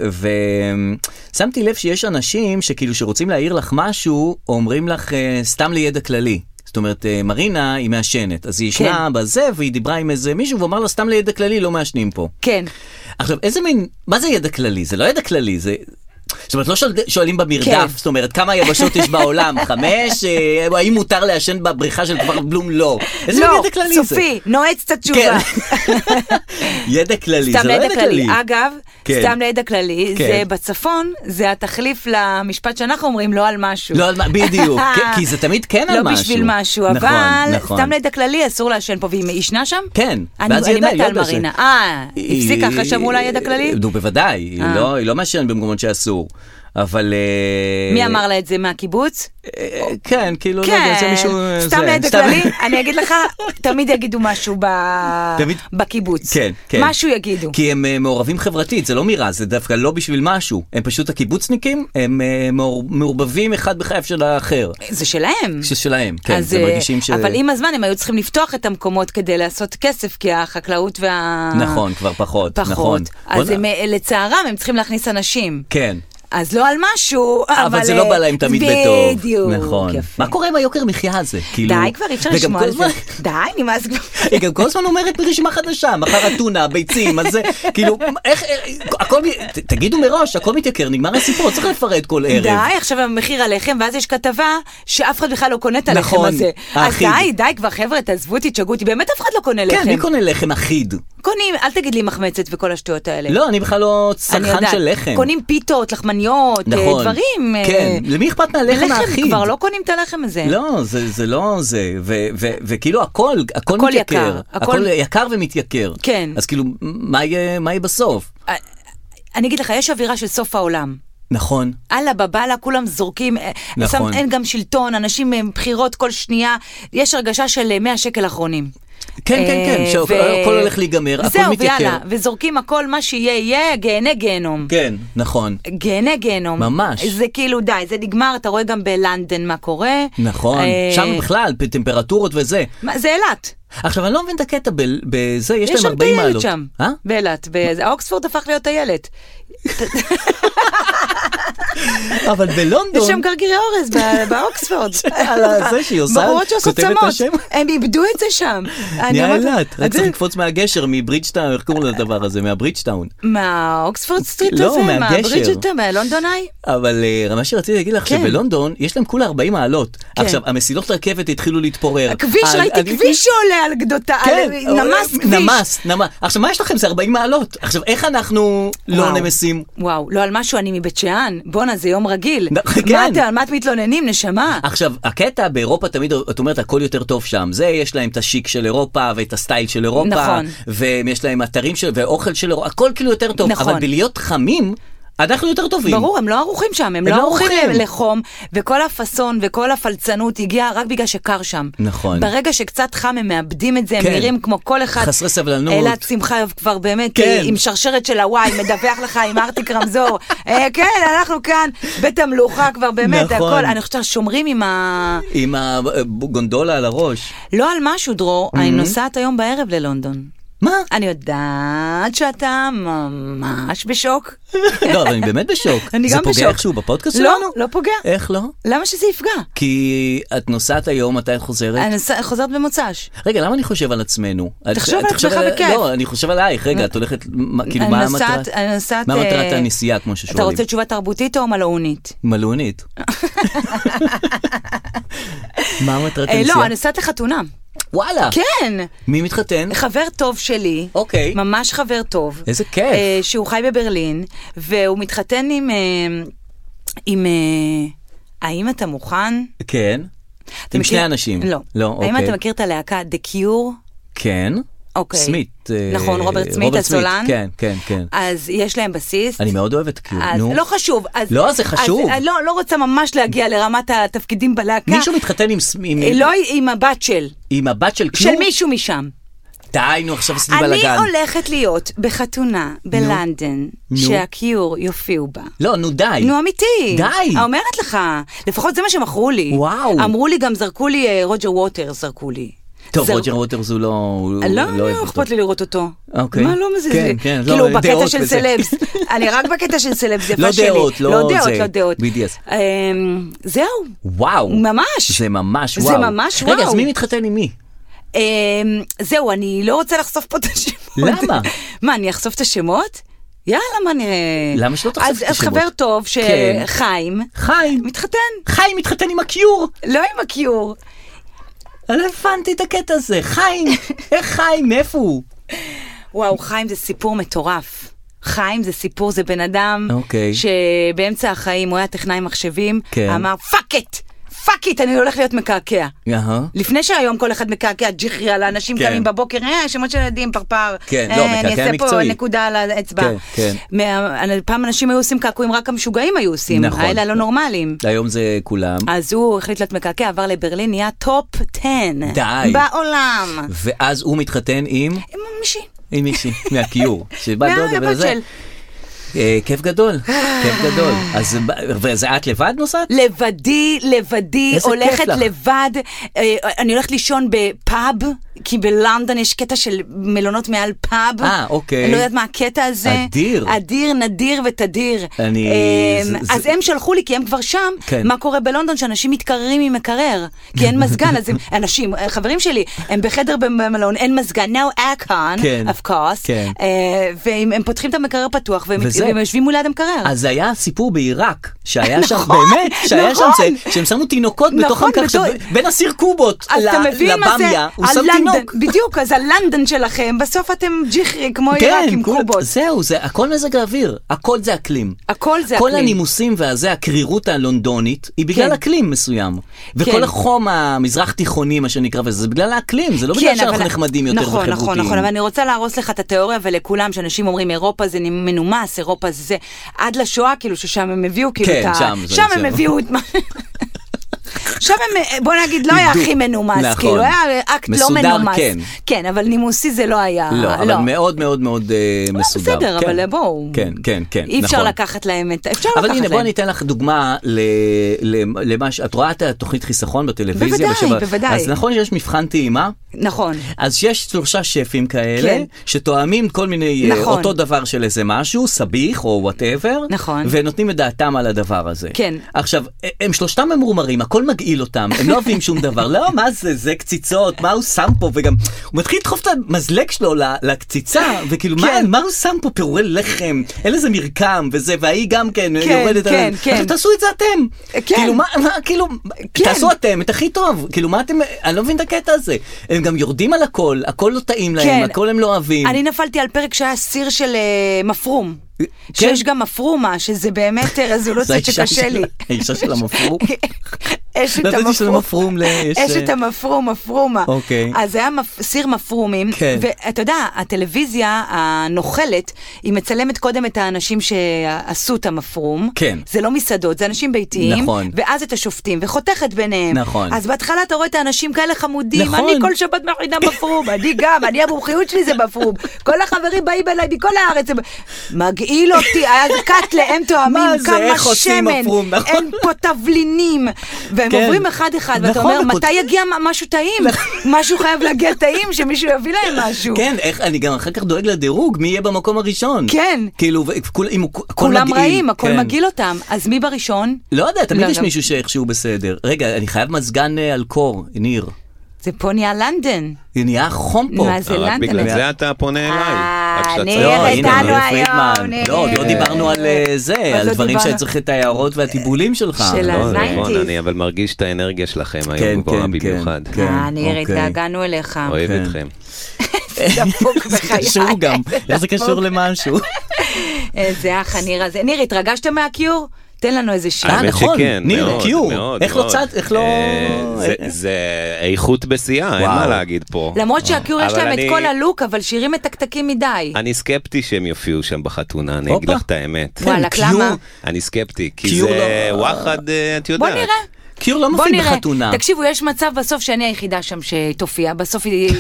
[SPEAKER 1] ושמתי לב שיש אנשים שכאילו שרוצים להעיר לך משהו, אומרים לך אה, סתם לידע כללי. זאת אומרת, אה, מרינה היא מעשנת, אז היא ישנה
[SPEAKER 2] כן.
[SPEAKER 1] בזה, והיא דיברה עם איזה מישהו, ואמר לה, סתם לידע כללי, לא מעשנים פה.
[SPEAKER 2] כן.
[SPEAKER 1] עכשיו, איזה מין, מה זה ידע כללי? זה לא ידע כללי, זה... זאת אומרת, לא שואל, שואלים
[SPEAKER 2] כן.
[SPEAKER 1] במרדף, זאת אומרת, כמה יבשות יש בעולם? חמש? אה, האם מותר לעשן בבריכה של כפר בלום? לא. איזה מין
[SPEAKER 2] לא,
[SPEAKER 1] ידע כללי זה? כן.
[SPEAKER 2] צופי, נועץ את התשובה.
[SPEAKER 1] ידע כללי,
[SPEAKER 2] סתם
[SPEAKER 1] זה לא
[SPEAKER 2] לידע
[SPEAKER 1] ידע כללי.
[SPEAKER 2] אגב,
[SPEAKER 1] כן.
[SPEAKER 2] סתם לידע כללי,
[SPEAKER 1] כן.
[SPEAKER 2] זה בצפון, זה התחליף למשפט שאנחנו אומרים, לא על משהו.
[SPEAKER 1] לא, על מה- בדיוק, כן, כי זה תמיד כן על משהו.
[SPEAKER 2] לא בשביל משהו,
[SPEAKER 1] נכון,
[SPEAKER 2] אבל
[SPEAKER 1] נכון.
[SPEAKER 2] סתם לידע כללי אסור לעשן פה, והיא ישנה שם?
[SPEAKER 1] כן,
[SPEAKER 2] אני
[SPEAKER 1] ואז היא
[SPEAKER 2] אני
[SPEAKER 1] ידעה,
[SPEAKER 2] מתה
[SPEAKER 1] היא
[SPEAKER 2] על
[SPEAKER 1] לא יודעת
[SPEAKER 2] מרינה.
[SPEAKER 1] ש-
[SPEAKER 2] אה,
[SPEAKER 1] היא- אה,
[SPEAKER 2] הפסיקה אחרי שאמרו לה ידע כללי?
[SPEAKER 1] נו, בוודאי, היא
[SPEAKER 2] אה.
[SPEAKER 1] לא- היא לא מעשנת במקומות שאסור. אבל... אה,
[SPEAKER 2] מי אמר לה את זה מהקיבוץ?
[SPEAKER 1] אה, כן, כאילו, לא יודע, זה
[SPEAKER 2] כן,
[SPEAKER 1] מישהו... אה,
[SPEAKER 2] סתם
[SPEAKER 1] זה,
[SPEAKER 2] לידע כללי, אני אגיד לך, תמיד יגידו משהו ב-
[SPEAKER 1] תמיד-
[SPEAKER 2] בקיבוץ.
[SPEAKER 1] כן, כן.
[SPEAKER 2] משהו יגידו.
[SPEAKER 1] כי הם אה, מעורבים חברתית, זה לא מירה, זה דווקא לא בשביל משהו. הם פשוט הקיבוצניקים, הם אה, מעור- מעורבבים אחד בחייו של האחר.
[SPEAKER 2] זה שלהם.
[SPEAKER 1] ש- שלהם, כן,
[SPEAKER 2] אז,
[SPEAKER 1] זה
[SPEAKER 2] אה,
[SPEAKER 1] מרגישים ש...
[SPEAKER 2] אבל עם הזמן הם היו צריכים לפתוח את המקומות כדי לעשות כסף, כי החקלאות וה...
[SPEAKER 1] נכון, כבר פחות,
[SPEAKER 2] פחות.
[SPEAKER 1] נכון.
[SPEAKER 2] אז
[SPEAKER 1] בוא נ-
[SPEAKER 2] הם, אה, לצערם הם צריכים להכניס אנשים.
[SPEAKER 1] כן.
[SPEAKER 2] אז לא על משהו, אבל...
[SPEAKER 1] אבל זה לא
[SPEAKER 2] אה,
[SPEAKER 1] בא להם תמיד בטוב.
[SPEAKER 2] בדיוק.
[SPEAKER 1] נכון.
[SPEAKER 2] יפה.
[SPEAKER 1] מה קורה עם היוקר מחיה הזה? כאילו...
[SPEAKER 2] די כבר, אי אפשר
[SPEAKER 1] וגם
[SPEAKER 2] לשמוע
[SPEAKER 1] כל
[SPEAKER 2] על זה.
[SPEAKER 1] הזמן-
[SPEAKER 2] די, נמאס כבר.
[SPEAKER 1] היא גם כל הזמן אומרת ברשימה חדשה, מחר אתונה, ביצים, אז זה, כאילו, איך, אה, הכל, ת- תגידו מראש, הכל מתייקר, נגמר הסיפור, צריך לפרט כל ערב.
[SPEAKER 2] די, עכשיו המחיר הלחם, ואז יש כתבה שאף אחד בכלל לא קונה את הלחם
[SPEAKER 1] נכון,
[SPEAKER 2] הזה. אז
[SPEAKER 1] האחיד.
[SPEAKER 2] די, די כבר, חבר'ה, תעזבו אותי, תשגעו אותי. באמת אף אחד לא קונה
[SPEAKER 1] כן,
[SPEAKER 2] לחם.
[SPEAKER 1] מי קונה לחם אחיד?
[SPEAKER 2] קונים, אל תגיד לי מחמצת וכל השטויות האלה.
[SPEAKER 1] לא, אני בכלל לא
[SPEAKER 2] אני
[SPEAKER 1] צרכן
[SPEAKER 2] יודעת.
[SPEAKER 1] של לחם.
[SPEAKER 2] קונים פיתות, לחמניות, אה,
[SPEAKER 1] נכון.
[SPEAKER 2] דברים. אה,
[SPEAKER 1] כן, למי אכפת מהלחם האחיד?
[SPEAKER 2] לחם כבר לא קונים את הלחם הזה.
[SPEAKER 1] לא, זה, זה לא זה, ו, ו, וכאילו הכל, הכל,
[SPEAKER 2] הכל
[SPEAKER 1] מתייקר,
[SPEAKER 2] יקר, הכל-
[SPEAKER 1] הכל... יקר ומתייקר.
[SPEAKER 2] כן.
[SPEAKER 1] אז כאילו, מה יהיה, מה יהיה בסוף?
[SPEAKER 2] אה, אני אגיד לך, יש אווירה של סוף העולם.
[SPEAKER 1] נכון.
[SPEAKER 2] אללה בבאללה, כולם זורקים, אה,
[SPEAKER 1] נכון.
[SPEAKER 2] שם, אין גם שלטון, אנשים אה, בחירות כל שנייה, יש הרגשה של אה, 100 שקל אחרונים.
[SPEAKER 1] כן, כן, כן,
[SPEAKER 2] אה,
[SPEAKER 1] שהכל-
[SPEAKER 2] ו-
[SPEAKER 1] הכל הולך להיגמר, הכל
[SPEAKER 2] זהו,
[SPEAKER 1] מתייקר.
[SPEAKER 2] ויאללה, וזורקים הכל, מה שיהיה יהיה, גאיני גיהנום.
[SPEAKER 1] כן, נכון.
[SPEAKER 2] גאיני גיהנום.
[SPEAKER 1] ממש.
[SPEAKER 2] זה כאילו, די, זה נגמר, אתה רואה גם בלנדן מה קורה.
[SPEAKER 1] נכון,
[SPEAKER 2] אה,
[SPEAKER 1] שם בכלל, פ- טמפרטורות וזה.
[SPEAKER 2] מה, זה אילת.
[SPEAKER 1] עכשיו, אני לא מבין את הקטע ב- בזה, יש
[SPEAKER 2] יש
[SPEAKER 1] להם
[SPEAKER 2] שם
[SPEAKER 1] 40 מעלות.
[SPEAKER 2] טיילת שם,
[SPEAKER 1] אה?
[SPEAKER 2] באילת. באיזה- האוקספורד הפך להיות טיילת.
[SPEAKER 1] אבל בלונדון...
[SPEAKER 2] יש שם גרגירי אורז ב- באוקספורד.
[SPEAKER 1] לא. על הזה שהיא עושה,
[SPEAKER 2] בחורות שעושות
[SPEAKER 1] כותבת את השם?
[SPEAKER 2] צמות. הם איבדו את זה שם. אני
[SPEAKER 1] נהיה
[SPEAKER 2] אומרת-
[SPEAKER 1] אילת, רק
[SPEAKER 2] אתה-
[SPEAKER 1] צריך לקפוץ מהגשר, מברידג'טאון, איך קוראים לדבר הזה? מהברידג'טאון.
[SPEAKER 2] מהאוקספורד סטריט הזה?
[SPEAKER 1] לא, מהגשר.
[SPEAKER 2] מהברידג'טון, מהלונדון איי?
[SPEAKER 1] אבל אה, מה שרציתי להגיד לך,
[SPEAKER 2] כן.
[SPEAKER 1] שבלונדון יש להם כולה 40 מעלות.
[SPEAKER 2] כן.
[SPEAKER 1] עכשיו, המסילות רכבת התחילו להתפורר.
[SPEAKER 2] הכביש,
[SPEAKER 1] ה-
[SPEAKER 2] ראיתי
[SPEAKER 1] ה-
[SPEAKER 2] כביש שעולה על גדותה,
[SPEAKER 1] אה, כן,
[SPEAKER 2] על- נמס כביש.
[SPEAKER 1] נמס, נמס. עכשיו, מה יש לכם? זה 40 מעלות. עכשיו, איך אנחנו לא
[SPEAKER 2] וואו.
[SPEAKER 1] נמסים?
[SPEAKER 2] וואו, לא על משהו, אני מבית שאן. בואנה, זה יום רגיל.
[SPEAKER 1] נ-
[SPEAKER 2] מה
[SPEAKER 1] כן.
[SPEAKER 2] אתה, על מה את מתלוננים, נשמה?
[SPEAKER 1] עכשיו, הקטע באירופה תמיד, את אומרת, הכל יותר טוב שם. זה, יש להם את השיק של אירופה, ואת הסטייל של אירופה.
[SPEAKER 2] נכון.
[SPEAKER 1] ויש להם אתרים של, ואוכל של אירופה, הכל כאילו יותר טוב.
[SPEAKER 2] נכון.
[SPEAKER 1] אבל בלהיות חמים... אנחנו יותר טובים.
[SPEAKER 2] ברור, הם לא ערוכים שם, הם לא ערוכים ל- לחום, וכל הפאסון וכל הפלצנות הגיעה רק בגלל שקר שם.
[SPEAKER 1] נכון.
[SPEAKER 2] ברגע שקצת חם הם מאבדים את זה, הם
[SPEAKER 1] כן.
[SPEAKER 2] נראים כמו כל אחד.
[SPEAKER 1] חסרי סבלנות.
[SPEAKER 2] אלעד שמחיוב כבר באמת,
[SPEAKER 1] כן.
[SPEAKER 2] אה, עם שרשרת של הוואי, מדווח לך עם ארטיק רמזור. אה, כן, אנחנו כאן, בית המלוכה כבר באמת,
[SPEAKER 1] נכון.
[SPEAKER 2] הכל. אני חושבת ששומרים עם ה...
[SPEAKER 1] עם הגונדולה על הראש.
[SPEAKER 2] לא על משהו, דרור,
[SPEAKER 1] Mhm.
[SPEAKER 2] אני נוסעת היום בערב ללונדון.
[SPEAKER 1] מה?
[SPEAKER 2] אני יודעת שאתה ממש בשוק.
[SPEAKER 1] לא, אבל אני באמת בשוק.
[SPEAKER 2] אני גם
[SPEAKER 1] זה
[SPEAKER 2] בשוק.
[SPEAKER 1] פוגע איכשהו בפודקאסט
[SPEAKER 2] לא,
[SPEAKER 1] שלנו?
[SPEAKER 2] לא פוגע.
[SPEAKER 1] איך לא?
[SPEAKER 2] למה שזה יפגע?
[SPEAKER 1] כי את נוסעת היום, מתי את חוזרת?
[SPEAKER 2] אני נס- חוזרת במוצ"ש.
[SPEAKER 1] רגע, למה אני חושב על עצמנו? את-
[SPEAKER 2] תחשוב
[SPEAKER 1] את
[SPEAKER 2] על
[SPEAKER 1] חושבת
[SPEAKER 2] עצמך בכיף.
[SPEAKER 1] לא, אני חושב עלייך. רגע, את הולכת, מה- כאילו,
[SPEAKER 2] אני
[SPEAKER 1] מה
[SPEAKER 2] נוסעת-
[SPEAKER 1] המטרה?
[SPEAKER 2] אני נוסעת...
[SPEAKER 1] מה
[SPEAKER 2] אה,
[SPEAKER 1] מטרת הנסיעה, כמו ששואלים?
[SPEAKER 2] אתה רוצה אה. תשובה תרבותית או מלאונית?
[SPEAKER 1] מלאונית. מה מטרת
[SPEAKER 2] אה,
[SPEAKER 1] הנסיעה?
[SPEAKER 2] לא, אני נוסעת לחתונה.
[SPEAKER 1] וואלה.
[SPEAKER 2] כן!
[SPEAKER 1] מי מתחתן?
[SPEAKER 2] חבר טוב שלי,
[SPEAKER 1] אוקיי.
[SPEAKER 2] ממש חבר טוב,
[SPEAKER 1] איזה כיף.
[SPEAKER 2] אה, שהוא חי בברלין, והוא מתחתן עם... אה, עם... אה, האם אתה מוכן?
[SPEAKER 1] כן.
[SPEAKER 2] אתה
[SPEAKER 1] עם
[SPEAKER 2] מכיר-
[SPEAKER 1] שני אנשים.
[SPEAKER 2] לא.
[SPEAKER 1] לא, אוקיי.
[SPEAKER 2] האם אתה מכיר את הלהקה The Cure?
[SPEAKER 1] כן.
[SPEAKER 2] אוקיי.
[SPEAKER 1] סמית. אה,
[SPEAKER 2] נכון, רוברט סמית, הסולן.
[SPEAKER 1] כן, כן, כן.
[SPEAKER 2] אז יש להם בסיסט.
[SPEAKER 1] אני מאוד אוהב את קיור,
[SPEAKER 2] אז
[SPEAKER 1] נו.
[SPEAKER 2] לא חשוב. אז,
[SPEAKER 1] לא, זה חשוב.
[SPEAKER 2] אז, אה, לא, לא רוצה ממש להגיע לרמת התפקידים בלהקה.
[SPEAKER 1] מישהו מתחתן עם ס- עם-
[SPEAKER 2] אה, לא עם הבת של,
[SPEAKER 1] עם הבת של
[SPEAKER 2] של
[SPEAKER 1] קיור?
[SPEAKER 2] מישהו משם.
[SPEAKER 1] די, נו, עכשיו עשיתי
[SPEAKER 2] אני
[SPEAKER 1] בלאגן.
[SPEAKER 2] הולכת להיות בחתונה בלנדון,
[SPEAKER 1] נו.
[SPEAKER 2] שהקיור יופיעו בה.
[SPEAKER 1] לא, נו, די.
[SPEAKER 2] נו אמ- אמיתי. אה,
[SPEAKER 1] די.
[SPEAKER 2] אומרת לך. לפחות זה מה שמכרו לי.
[SPEAKER 1] וואו.
[SPEAKER 2] אמרו לי גם זרקו לי, אה, רוג'ר ווטרס זרקו לי.
[SPEAKER 1] טוב,
[SPEAKER 2] זר-
[SPEAKER 1] רוג'ר ווטרס הוא לא... הוא
[SPEAKER 2] לא,
[SPEAKER 1] אוהב
[SPEAKER 2] לא
[SPEAKER 1] אותו.
[SPEAKER 2] אכפת לי לראות אותו.
[SPEAKER 1] אוקיי.
[SPEAKER 2] מה, לא מזיז
[SPEAKER 1] כן,
[SPEAKER 2] לי.
[SPEAKER 1] כן, לא,
[SPEAKER 2] כאילו, הוא בקטע
[SPEAKER 1] דעות
[SPEAKER 2] של
[SPEAKER 1] וזה.
[SPEAKER 2] סלבס. אני רק בקטע של סלבס, זה
[SPEAKER 1] לא
[SPEAKER 2] יפה שלי.
[SPEAKER 1] דעות, לא זה.
[SPEAKER 2] לא דעות, לא דעות.
[SPEAKER 1] BDS.
[SPEAKER 2] אמ, זהו.
[SPEAKER 1] וואו.
[SPEAKER 2] ממש.
[SPEAKER 1] זה ממש
[SPEAKER 2] זה
[SPEAKER 1] וואו.
[SPEAKER 2] ממש
[SPEAKER 1] רגע,
[SPEAKER 2] וואו.
[SPEAKER 1] אז מי מתחתן עם מי?
[SPEAKER 2] אמ, זהו, אני לא רוצה לחשוף פה את השמות.
[SPEAKER 1] למה?
[SPEAKER 2] מה, אני אחשוף את השמות? יאללה, מה נראה?
[SPEAKER 1] למה שלא תחשוף
[SPEAKER 2] אז-
[SPEAKER 1] את
[SPEAKER 2] אז
[SPEAKER 1] השמות?
[SPEAKER 2] חבר טוב,
[SPEAKER 1] כן.
[SPEAKER 2] שחיים,
[SPEAKER 1] חיים.
[SPEAKER 2] מתחתן,
[SPEAKER 1] חיים מתחתן עם הקיור.
[SPEAKER 2] לא עם הכיור.
[SPEAKER 1] אני לא הבנתי את הקטע הזה. חיים. איך חיים? מאיפה הוא?
[SPEAKER 2] וואו, חיים זה סיפור מטורף. חיים זה סיפור, זה בן אדם
[SPEAKER 1] אוקיי.
[SPEAKER 2] שבאמצע החיים, הוא היה טכנאי מחשבים,
[SPEAKER 1] כן.
[SPEAKER 2] אמר פאק את, פאק את, אני הולך להיות מקעקע.
[SPEAKER 1] אהה.
[SPEAKER 2] לפני שהיום כל אחד מקעקע ג'יחרי על האנשים
[SPEAKER 1] כן.
[SPEAKER 2] קמים בבוקר, אה, שמות של ילדים, פרפר.
[SPEAKER 1] כן,
[SPEAKER 2] אה,
[SPEAKER 1] לא, מקעקע
[SPEAKER 2] אני אעשה
[SPEAKER 1] מקצועי.
[SPEAKER 2] פה נקודה על האצבע.
[SPEAKER 1] כן, כן.
[SPEAKER 2] מה- פעם אנשים היו עושים קעקועים, רק המשוגעים היו עושים.
[SPEAKER 1] נכון.
[SPEAKER 2] האלה לא נורמלים.
[SPEAKER 1] היום זה כולם.
[SPEAKER 2] אז הוא החליט להיות מקעקע, עבר לברלין, נהיה טופ 10.
[SPEAKER 1] די.
[SPEAKER 2] בעולם.
[SPEAKER 1] ואז הוא מתחתן עם...
[SPEAKER 2] עם מישהי.
[SPEAKER 1] עם מישהי, מהכיור. שבא דודה
[SPEAKER 2] מהבת
[SPEAKER 1] וזה.
[SPEAKER 2] של. אה.
[SPEAKER 1] אה, כיף גדול, כיף גדול. אז ב- וזה את לבד נוסעת?
[SPEAKER 2] לבדי, לבדי,
[SPEAKER 1] איזה כיף
[SPEAKER 2] הולכת
[SPEAKER 1] לך.
[SPEAKER 2] לבד, אה, אני הולכת לישון בפאב, כי בלונדון יש קטע של מלונות מעל פאב.
[SPEAKER 1] אה, אוקיי.
[SPEAKER 2] אני לא יודעת מה הקטע הזה.
[SPEAKER 1] אדיר.
[SPEAKER 2] אדיר, נדיר ותדיר.
[SPEAKER 1] אני-
[SPEAKER 2] אה,
[SPEAKER 1] זה-
[SPEAKER 2] אז
[SPEAKER 1] זה-
[SPEAKER 2] הם שלחו לי, כי הם כבר שם,
[SPEAKER 1] כן.
[SPEAKER 2] מה קורה בלונדון, שאנשים מתקררים עם מקרר, כי אין מזגן, אז הם, אנשים, אה, חברים שלי, הם בחדר במלון, אין מזגן, now aircon,
[SPEAKER 1] כן.
[SPEAKER 2] of course,
[SPEAKER 1] כן.
[SPEAKER 2] אה, והם הם פותחים את המקרר פתוח, והם
[SPEAKER 1] וזה-
[SPEAKER 2] והם יושבים מול יד המקרר.
[SPEAKER 1] אז זה היה סיפור בעיראק, שהיה שם,
[SPEAKER 2] נכון,
[SPEAKER 1] באמת, שהיה שם,
[SPEAKER 2] נכון.
[SPEAKER 1] זה- שהם שמו תינוקות בתוך
[SPEAKER 2] נכון,
[SPEAKER 1] המקרר,
[SPEAKER 2] בתור-
[SPEAKER 1] שב- בין הסיר קובות
[SPEAKER 2] אז אתה
[SPEAKER 1] ל-
[SPEAKER 2] מבין מה זה?
[SPEAKER 1] לבמיה, הוא שם
[SPEAKER 2] הלנדון-
[SPEAKER 1] תינוק.
[SPEAKER 2] בדיוק, אז הלנדון שלכם, בסוף אתם ג'יחרי כמו
[SPEAKER 1] כן,
[SPEAKER 2] עיראק עם
[SPEAKER 1] כולם-
[SPEAKER 2] קובות.
[SPEAKER 1] זהו, זה הכל מזג האוויר, הכל זה אקלים.
[SPEAKER 2] הכל זה
[SPEAKER 1] כל
[SPEAKER 2] אקלים.
[SPEAKER 1] הנימוסים והזה, הקרירות הלונדונית, היא בגלל
[SPEAKER 2] כן.
[SPEAKER 1] אקלים מסוים. וכל
[SPEAKER 2] כן. החום
[SPEAKER 1] החום המזרח תיכוני, מה שנקרא, וזה בגלל האקלים, זה לא בגלל שאנחנו
[SPEAKER 2] כן, אבל-
[SPEAKER 1] נחמדים יותר
[SPEAKER 2] נכון,
[SPEAKER 1] וחברותיים.
[SPEAKER 2] נכון, נכון, אבל אני רוצה להרוס לך את התיאוריה ולכולם, שאנשים אומרים אירופה זה מנומס, אירופה זה זה, עד לשואה, כאילו ששם הם הביאו, כאילו
[SPEAKER 1] כן,
[SPEAKER 2] את ה...
[SPEAKER 1] שם זה-
[SPEAKER 2] הם
[SPEAKER 1] שם.
[SPEAKER 2] הביאו את מה... שם הם, בוא נגיד, לא היה
[SPEAKER 1] עידוד.
[SPEAKER 2] הכי מנומס,
[SPEAKER 1] נכון.
[SPEAKER 2] כאילו, היה אקט לא
[SPEAKER 1] מסודר,
[SPEAKER 2] מנומס.
[SPEAKER 1] כן.
[SPEAKER 2] כן, אבל נימוסי זה לא היה.
[SPEAKER 1] לא, אבל מאוד מאוד מאוד אה, מסודר.
[SPEAKER 2] בסדר,
[SPEAKER 1] כן.
[SPEAKER 2] אבל בואו.
[SPEAKER 1] כן, כן, כן.
[SPEAKER 2] אי אפשר
[SPEAKER 1] נכון.
[SPEAKER 2] לקחת להם את... אפשר לקחת
[SPEAKER 1] אבל
[SPEAKER 2] להם.
[SPEAKER 1] הנה, בוא אני אתן לך דוגמה ל- ל- למה ש... את רואה את התוכנית חיסכון בטלוויזיה?
[SPEAKER 2] בוודאי,
[SPEAKER 1] בשבע-
[SPEAKER 2] בוודאי.
[SPEAKER 1] אז נכון שיש מבחן טעימה?
[SPEAKER 2] נכון.
[SPEAKER 1] אז יש שלושה שפים כאלה,
[SPEAKER 2] כן.
[SPEAKER 1] כן. שתואמים כל מיני,
[SPEAKER 2] נכון.
[SPEAKER 1] נכון. אותו דבר של איזה משהו, סביח או וואטאבר,
[SPEAKER 2] נכון.
[SPEAKER 1] ונותנים את דעתם על הדבר הזה.
[SPEAKER 2] כן.
[SPEAKER 1] עכשיו, הם שלושתם ממורמרים, הכל מגעיל אותם, הם לא אוהבים שום דבר. לא, מה זה, זה קציצות, מה הוא שם פה, וגם, הוא מתחיל לדחוף את המזלג שלו ל- לקציצה, וכאילו,
[SPEAKER 2] כן.
[SPEAKER 1] מה, מה הוא שם פה, פירורי לחם, אין לזה מרקם, וזה, והיא גם כן,
[SPEAKER 2] כן,
[SPEAKER 1] יורדת
[SPEAKER 2] כן,
[SPEAKER 1] עליהם.
[SPEAKER 2] כן.
[SPEAKER 1] עכשיו, תעשו את זה אתם.
[SPEAKER 2] כן.
[SPEAKER 1] כאילו, מה, מה, כאילו,
[SPEAKER 2] כן.
[SPEAKER 1] תעשו אתם את הכי טוב. כאילו, מה אתם, אני לא מבין את הקטע הזה. הם גם יורדים על הכל, הכל לא טעים להם,
[SPEAKER 2] כן.
[SPEAKER 1] הכל הם לא אוהבים.
[SPEAKER 2] אני נפלתי על פרק שהיה סיר של אה, מפרום. שיש גם מפרומה, שזה באמת אה,
[SPEAKER 1] זה
[SPEAKER 2] רזולוציות
[SPEAKER 1] האישה
[SPEAKER 2] שקשה
[SPEAKER 1] של-
[SPEAKER 2] לי. כן.
[SPEAKER 1] האישה של המפרום.
[SPEAKER 2] יש את
[SPEAKER 1] לא ידעתי שזה
[SPEAKER 2] המפרום.
[SPEAKER 1] מפרום ל... יש,
[SPEAKER 2] יש
[SPEAKER 1] אה,
[SPEAKER 2] את המפרום, מפרומה.
[SPEAKER 1] אוקיי.
[SPEAKER 2] אז היה מפ- סיר מפרומים,
[SPEAKER 1] כן.
[SPEAKER 2] ואתה יודע, הטלוויזיה הנוכלת, היא מצלמת קודם את האנשים שעשו את המפרום.
[SPEAKER 1] כן.
[SPEAKER 2] זה לא מסעדות, זה אנשים ביתיים.
[SPEAKER 1] נכון.
[SPEAKER 2] ואז את השופטים, וחותכת ביניהם.
[SPEAKER 1] נכון.
[SPEAKER 2] אז בהתחלה אתה רואה את האנשים כאלה חמודים,
[SPEAKER 1] נכון.
[SPEAKER 2] אני כל שבת מכינה מפרום, אני גם, אני המומחיות שלי זה מפרום. כל החברים באים אליי מכל הארץ, הם- מגעיל אותי, היה זה קאט להם תואמים,
[SPEAKER 1] מה זה,
[SPEAKER 2] כמה
[SPEAKER 1] איך עושים
[SPEAKER 2] שמן,
[SPEAKER 1] מפרום, נכון.
[SPEAKER 2] אין פה תבלינים. והם
[SPEAKER 1] כן.
[SPEAKER 2] עוברים אחד-אחד, ואתה
[SPEAKER 1] נכון,
[SPEAKER 2] אומר,
[SPEAKER 1] וכות-
[SPEAKER 2] מתי יגיע מ- משהו טעים? משהו חייב להגיע טעים, שמישהו יביא להם משהו.
[SPEAKER 1] כן, איך, אני גם אחר כך דואג לדירוג, מי יהיה במקום הראשון.
[SPEAKER 2] כן.
[SPEAKER 1] כאילו, ו- כול- אם הוא- הכל
[SPEAKER 2] כולם
[SPEAKER 1] מגעיל.
[SPEAKER 2] רעים, הכל
[SPEAKER 1] כן.
[SPEAKER 2] מגעיל אותם. אז מי בראשון?
[SPEAKER 1] לא יודע, תמיד
[SPEAKER 2] לא,
[SPEAKER 1] יש
[SPEAKER 2] לא.
[SPEAKER 1] מישהו שאיכשהו בסדר. רגע, אני חייב מזגן אה, על קור, ניר.
[SPEAKER 2] זה פה נהיה לנדן.
[SPEAKER 1] זה נהיה חום פה.
[SPEAKER 2] מה זה
[SPEAKER 4] רק
[SPEAKER 2] לנדן?
[SPEAKER 4] בגלל
[SPEAKER 2] אבל-
[SPEAKER 4] זה אתה פונה אליי.
[SPEAKER 2] אה,
[SPEAKER 4] רק שאתה
[SPEAKER 2] אני
[SPEAKER 4] צריך-
[SPEAKER 2] ניר
[SPEAKER 1] לא, הנה,
[SPEAKER 2] איתנו
[SPEAKER 1] ניר
[SPEAKER 2] היום,
[SPEAKER 1] פרידמן.
[SPEAKER 2] ניר.
[SPEAKER 1] לא, עוד לא דיברנו על אה, זה,
[SPEAKER 2] עוד
[SPEAKER 1] על
[SPEAKER 2] לא
[SPEAKER 1] דברים
[SPEAKER 2] דיברנו.
[SPEAKER 1] שצריך את ההערות והטיבולים שלך.
[SPEAKER 2] של
[SPEAKER 4] לא,
[SPEAKER 2] ה-
[SPEAKER 4] נכון,
[SPEAKER 2] 90s.
[SPEAKER 4] אני אבל מרגיש את האנרגיה שלכם
[SPEAKER 1] כן,
[SPEAKER 4] היום פה
[SPEAKER 1] כן, כן.
[SPEAKER 4] במיוחד.
[SPEAKER 1] כן,
[SPEAKER 2] אה, ניר,
[SPEAKER 1] אוקיי.
[SPEAKER 2] התגעגענו אליך.
[SPEAKER 4] אוהב
[SPEAKER 1] כן.
[SPEAKER 4] אתכם.
[SPEAKER 2] דפוק
[SPEAKER 1] זה
[SPEAKER 2] בחיי.
[SPEAKER 1] קשור גם, איך זה קשור למשהו?
[SPEAKER 2] איזה אח הניר הזה. ניר, התרגשת מהקיור? תן לנו איזה שיר.
[SPEAKER 1] אה,
[SPEAKER 4] האמת
[SPEAKER 1] נכון,
[SPEAKER 4] שכן,
[SPEAKER 1] ניר,
[SPEAKER 4] מאוד,
[SPEAKER 1] קיור.
[SPEAKER 4] מאוד,
[SPEAKER 1] איך לא
[SPEAKER 4] מאוד.
[SPEAKER 1] צד- איך לא-
[SPEAKER 4] אה, זה- זה איכות בשיאה, אין
[SPEAKER 1] וואו.
[SPEAKER 4] מה להגיד פה.
[SPEAKER 2] למרות שהקיור יש
[SPEAKER 4] אבל
[SPEAKER 2] להם את
[SPEAKER 4] אני-
[SPEAKER 2] כל הלוק, אבל שירים מתקתקים מדי.
[SPEAKER 4] אני סקפטי שהם יופיעו שם בחתונה, אני אגיד
[SPEAKER 1] הופה.
[SPEAKER 4] לך את האמת.
[SPEAKER 2] וואלה,
[SPEAKER 1] קיור-
[SPEAKER 2] למה?
[SPEAKER 4] אני סקפטי, כי
[SPEAKER 1] קיור
[SPEAKER 4] זה
[SPEAKER 1] לא-
[SPEAKER 4] וואחד, אה, את יודעת.
[SPEAKER 2] בוא נראה.
[SPEAKER 1] קיור לא
[SPEAKER 2] בוא
[SPEAKER 1] מופיעים
[SPEAKER 2] נראה.
[SPEAKER 1] בחתונה.
[SPEAKER 2] תקשיבו, יש מצב בסוף שאני היחידה שם שתופיע, בסוף היא-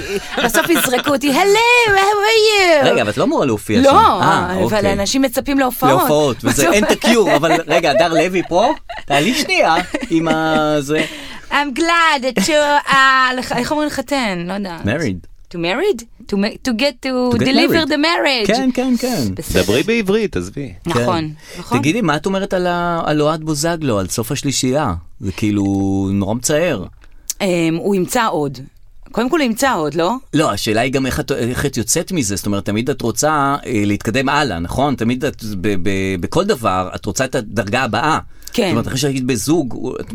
[SPEAKER 2] בסוף יזרקו אותי, הלו, how are you?
[SPEAKER 1] רגע, אבל את לא אמורה להופיע שם.
[SPEAKER 2] לא,
[SPEAKER 1] אה,
[SPEAKER 2] אבל
[SPEAKER 1] אוקיי.
[SPEAKER 2] אנשים מצפים להופעות.
[SPEAKER 1] להופעות, וזה
[SPEAKER 2] בסוף-
[SPEAKER 1] אין את הקיור, אבל רגע, הדר לוי פה? תעלי שנייה עם ה... זה...
[SPEAKER 2] I'm glad that you are, איך אומרים לחתן? לא יודעת.
[SPEAKER 1] married.
[SPEAKER 2] To married? To ma- to get to
[SPEAKER 1] To get
[SPEAKER 2] deliver
[SPEAKER 1] married.
[SPEAKER 2] the marriage.
[SPEAKER 1] כן, כן, כן.
[SPEAKER 2] בסדר.
[SPEAKER 4] דברי בעברית, עזבי.
[SPEAKER 2] נכון,
[SPEAKER 1] כן.
[SPEAKER 2] נכון.
[SPEAKER 1] תגידי, מה את אומרת על ה- על אוהד בוזגלו, על סוף השלישייה? זה כאילו נורא מצער.
[SPEAKER 2] אמ, הוא ימצא עוד. קודם כל הוא ימצא עוד, לא?
[SPEAKER 1] לא, השאלה היא גם איך את, איך את יוצאת מזה, זאת אומרת, תמיד את רוצה אה, להתקדם הלאה, נכון? תמיד את, ב, ב, בכל דבר, את רוצה את הדרגה הבאה.
[SPEAKER 2] כן.
[SPEAKER 1] זאת אומרת, אחרי שהיית בזוג, את,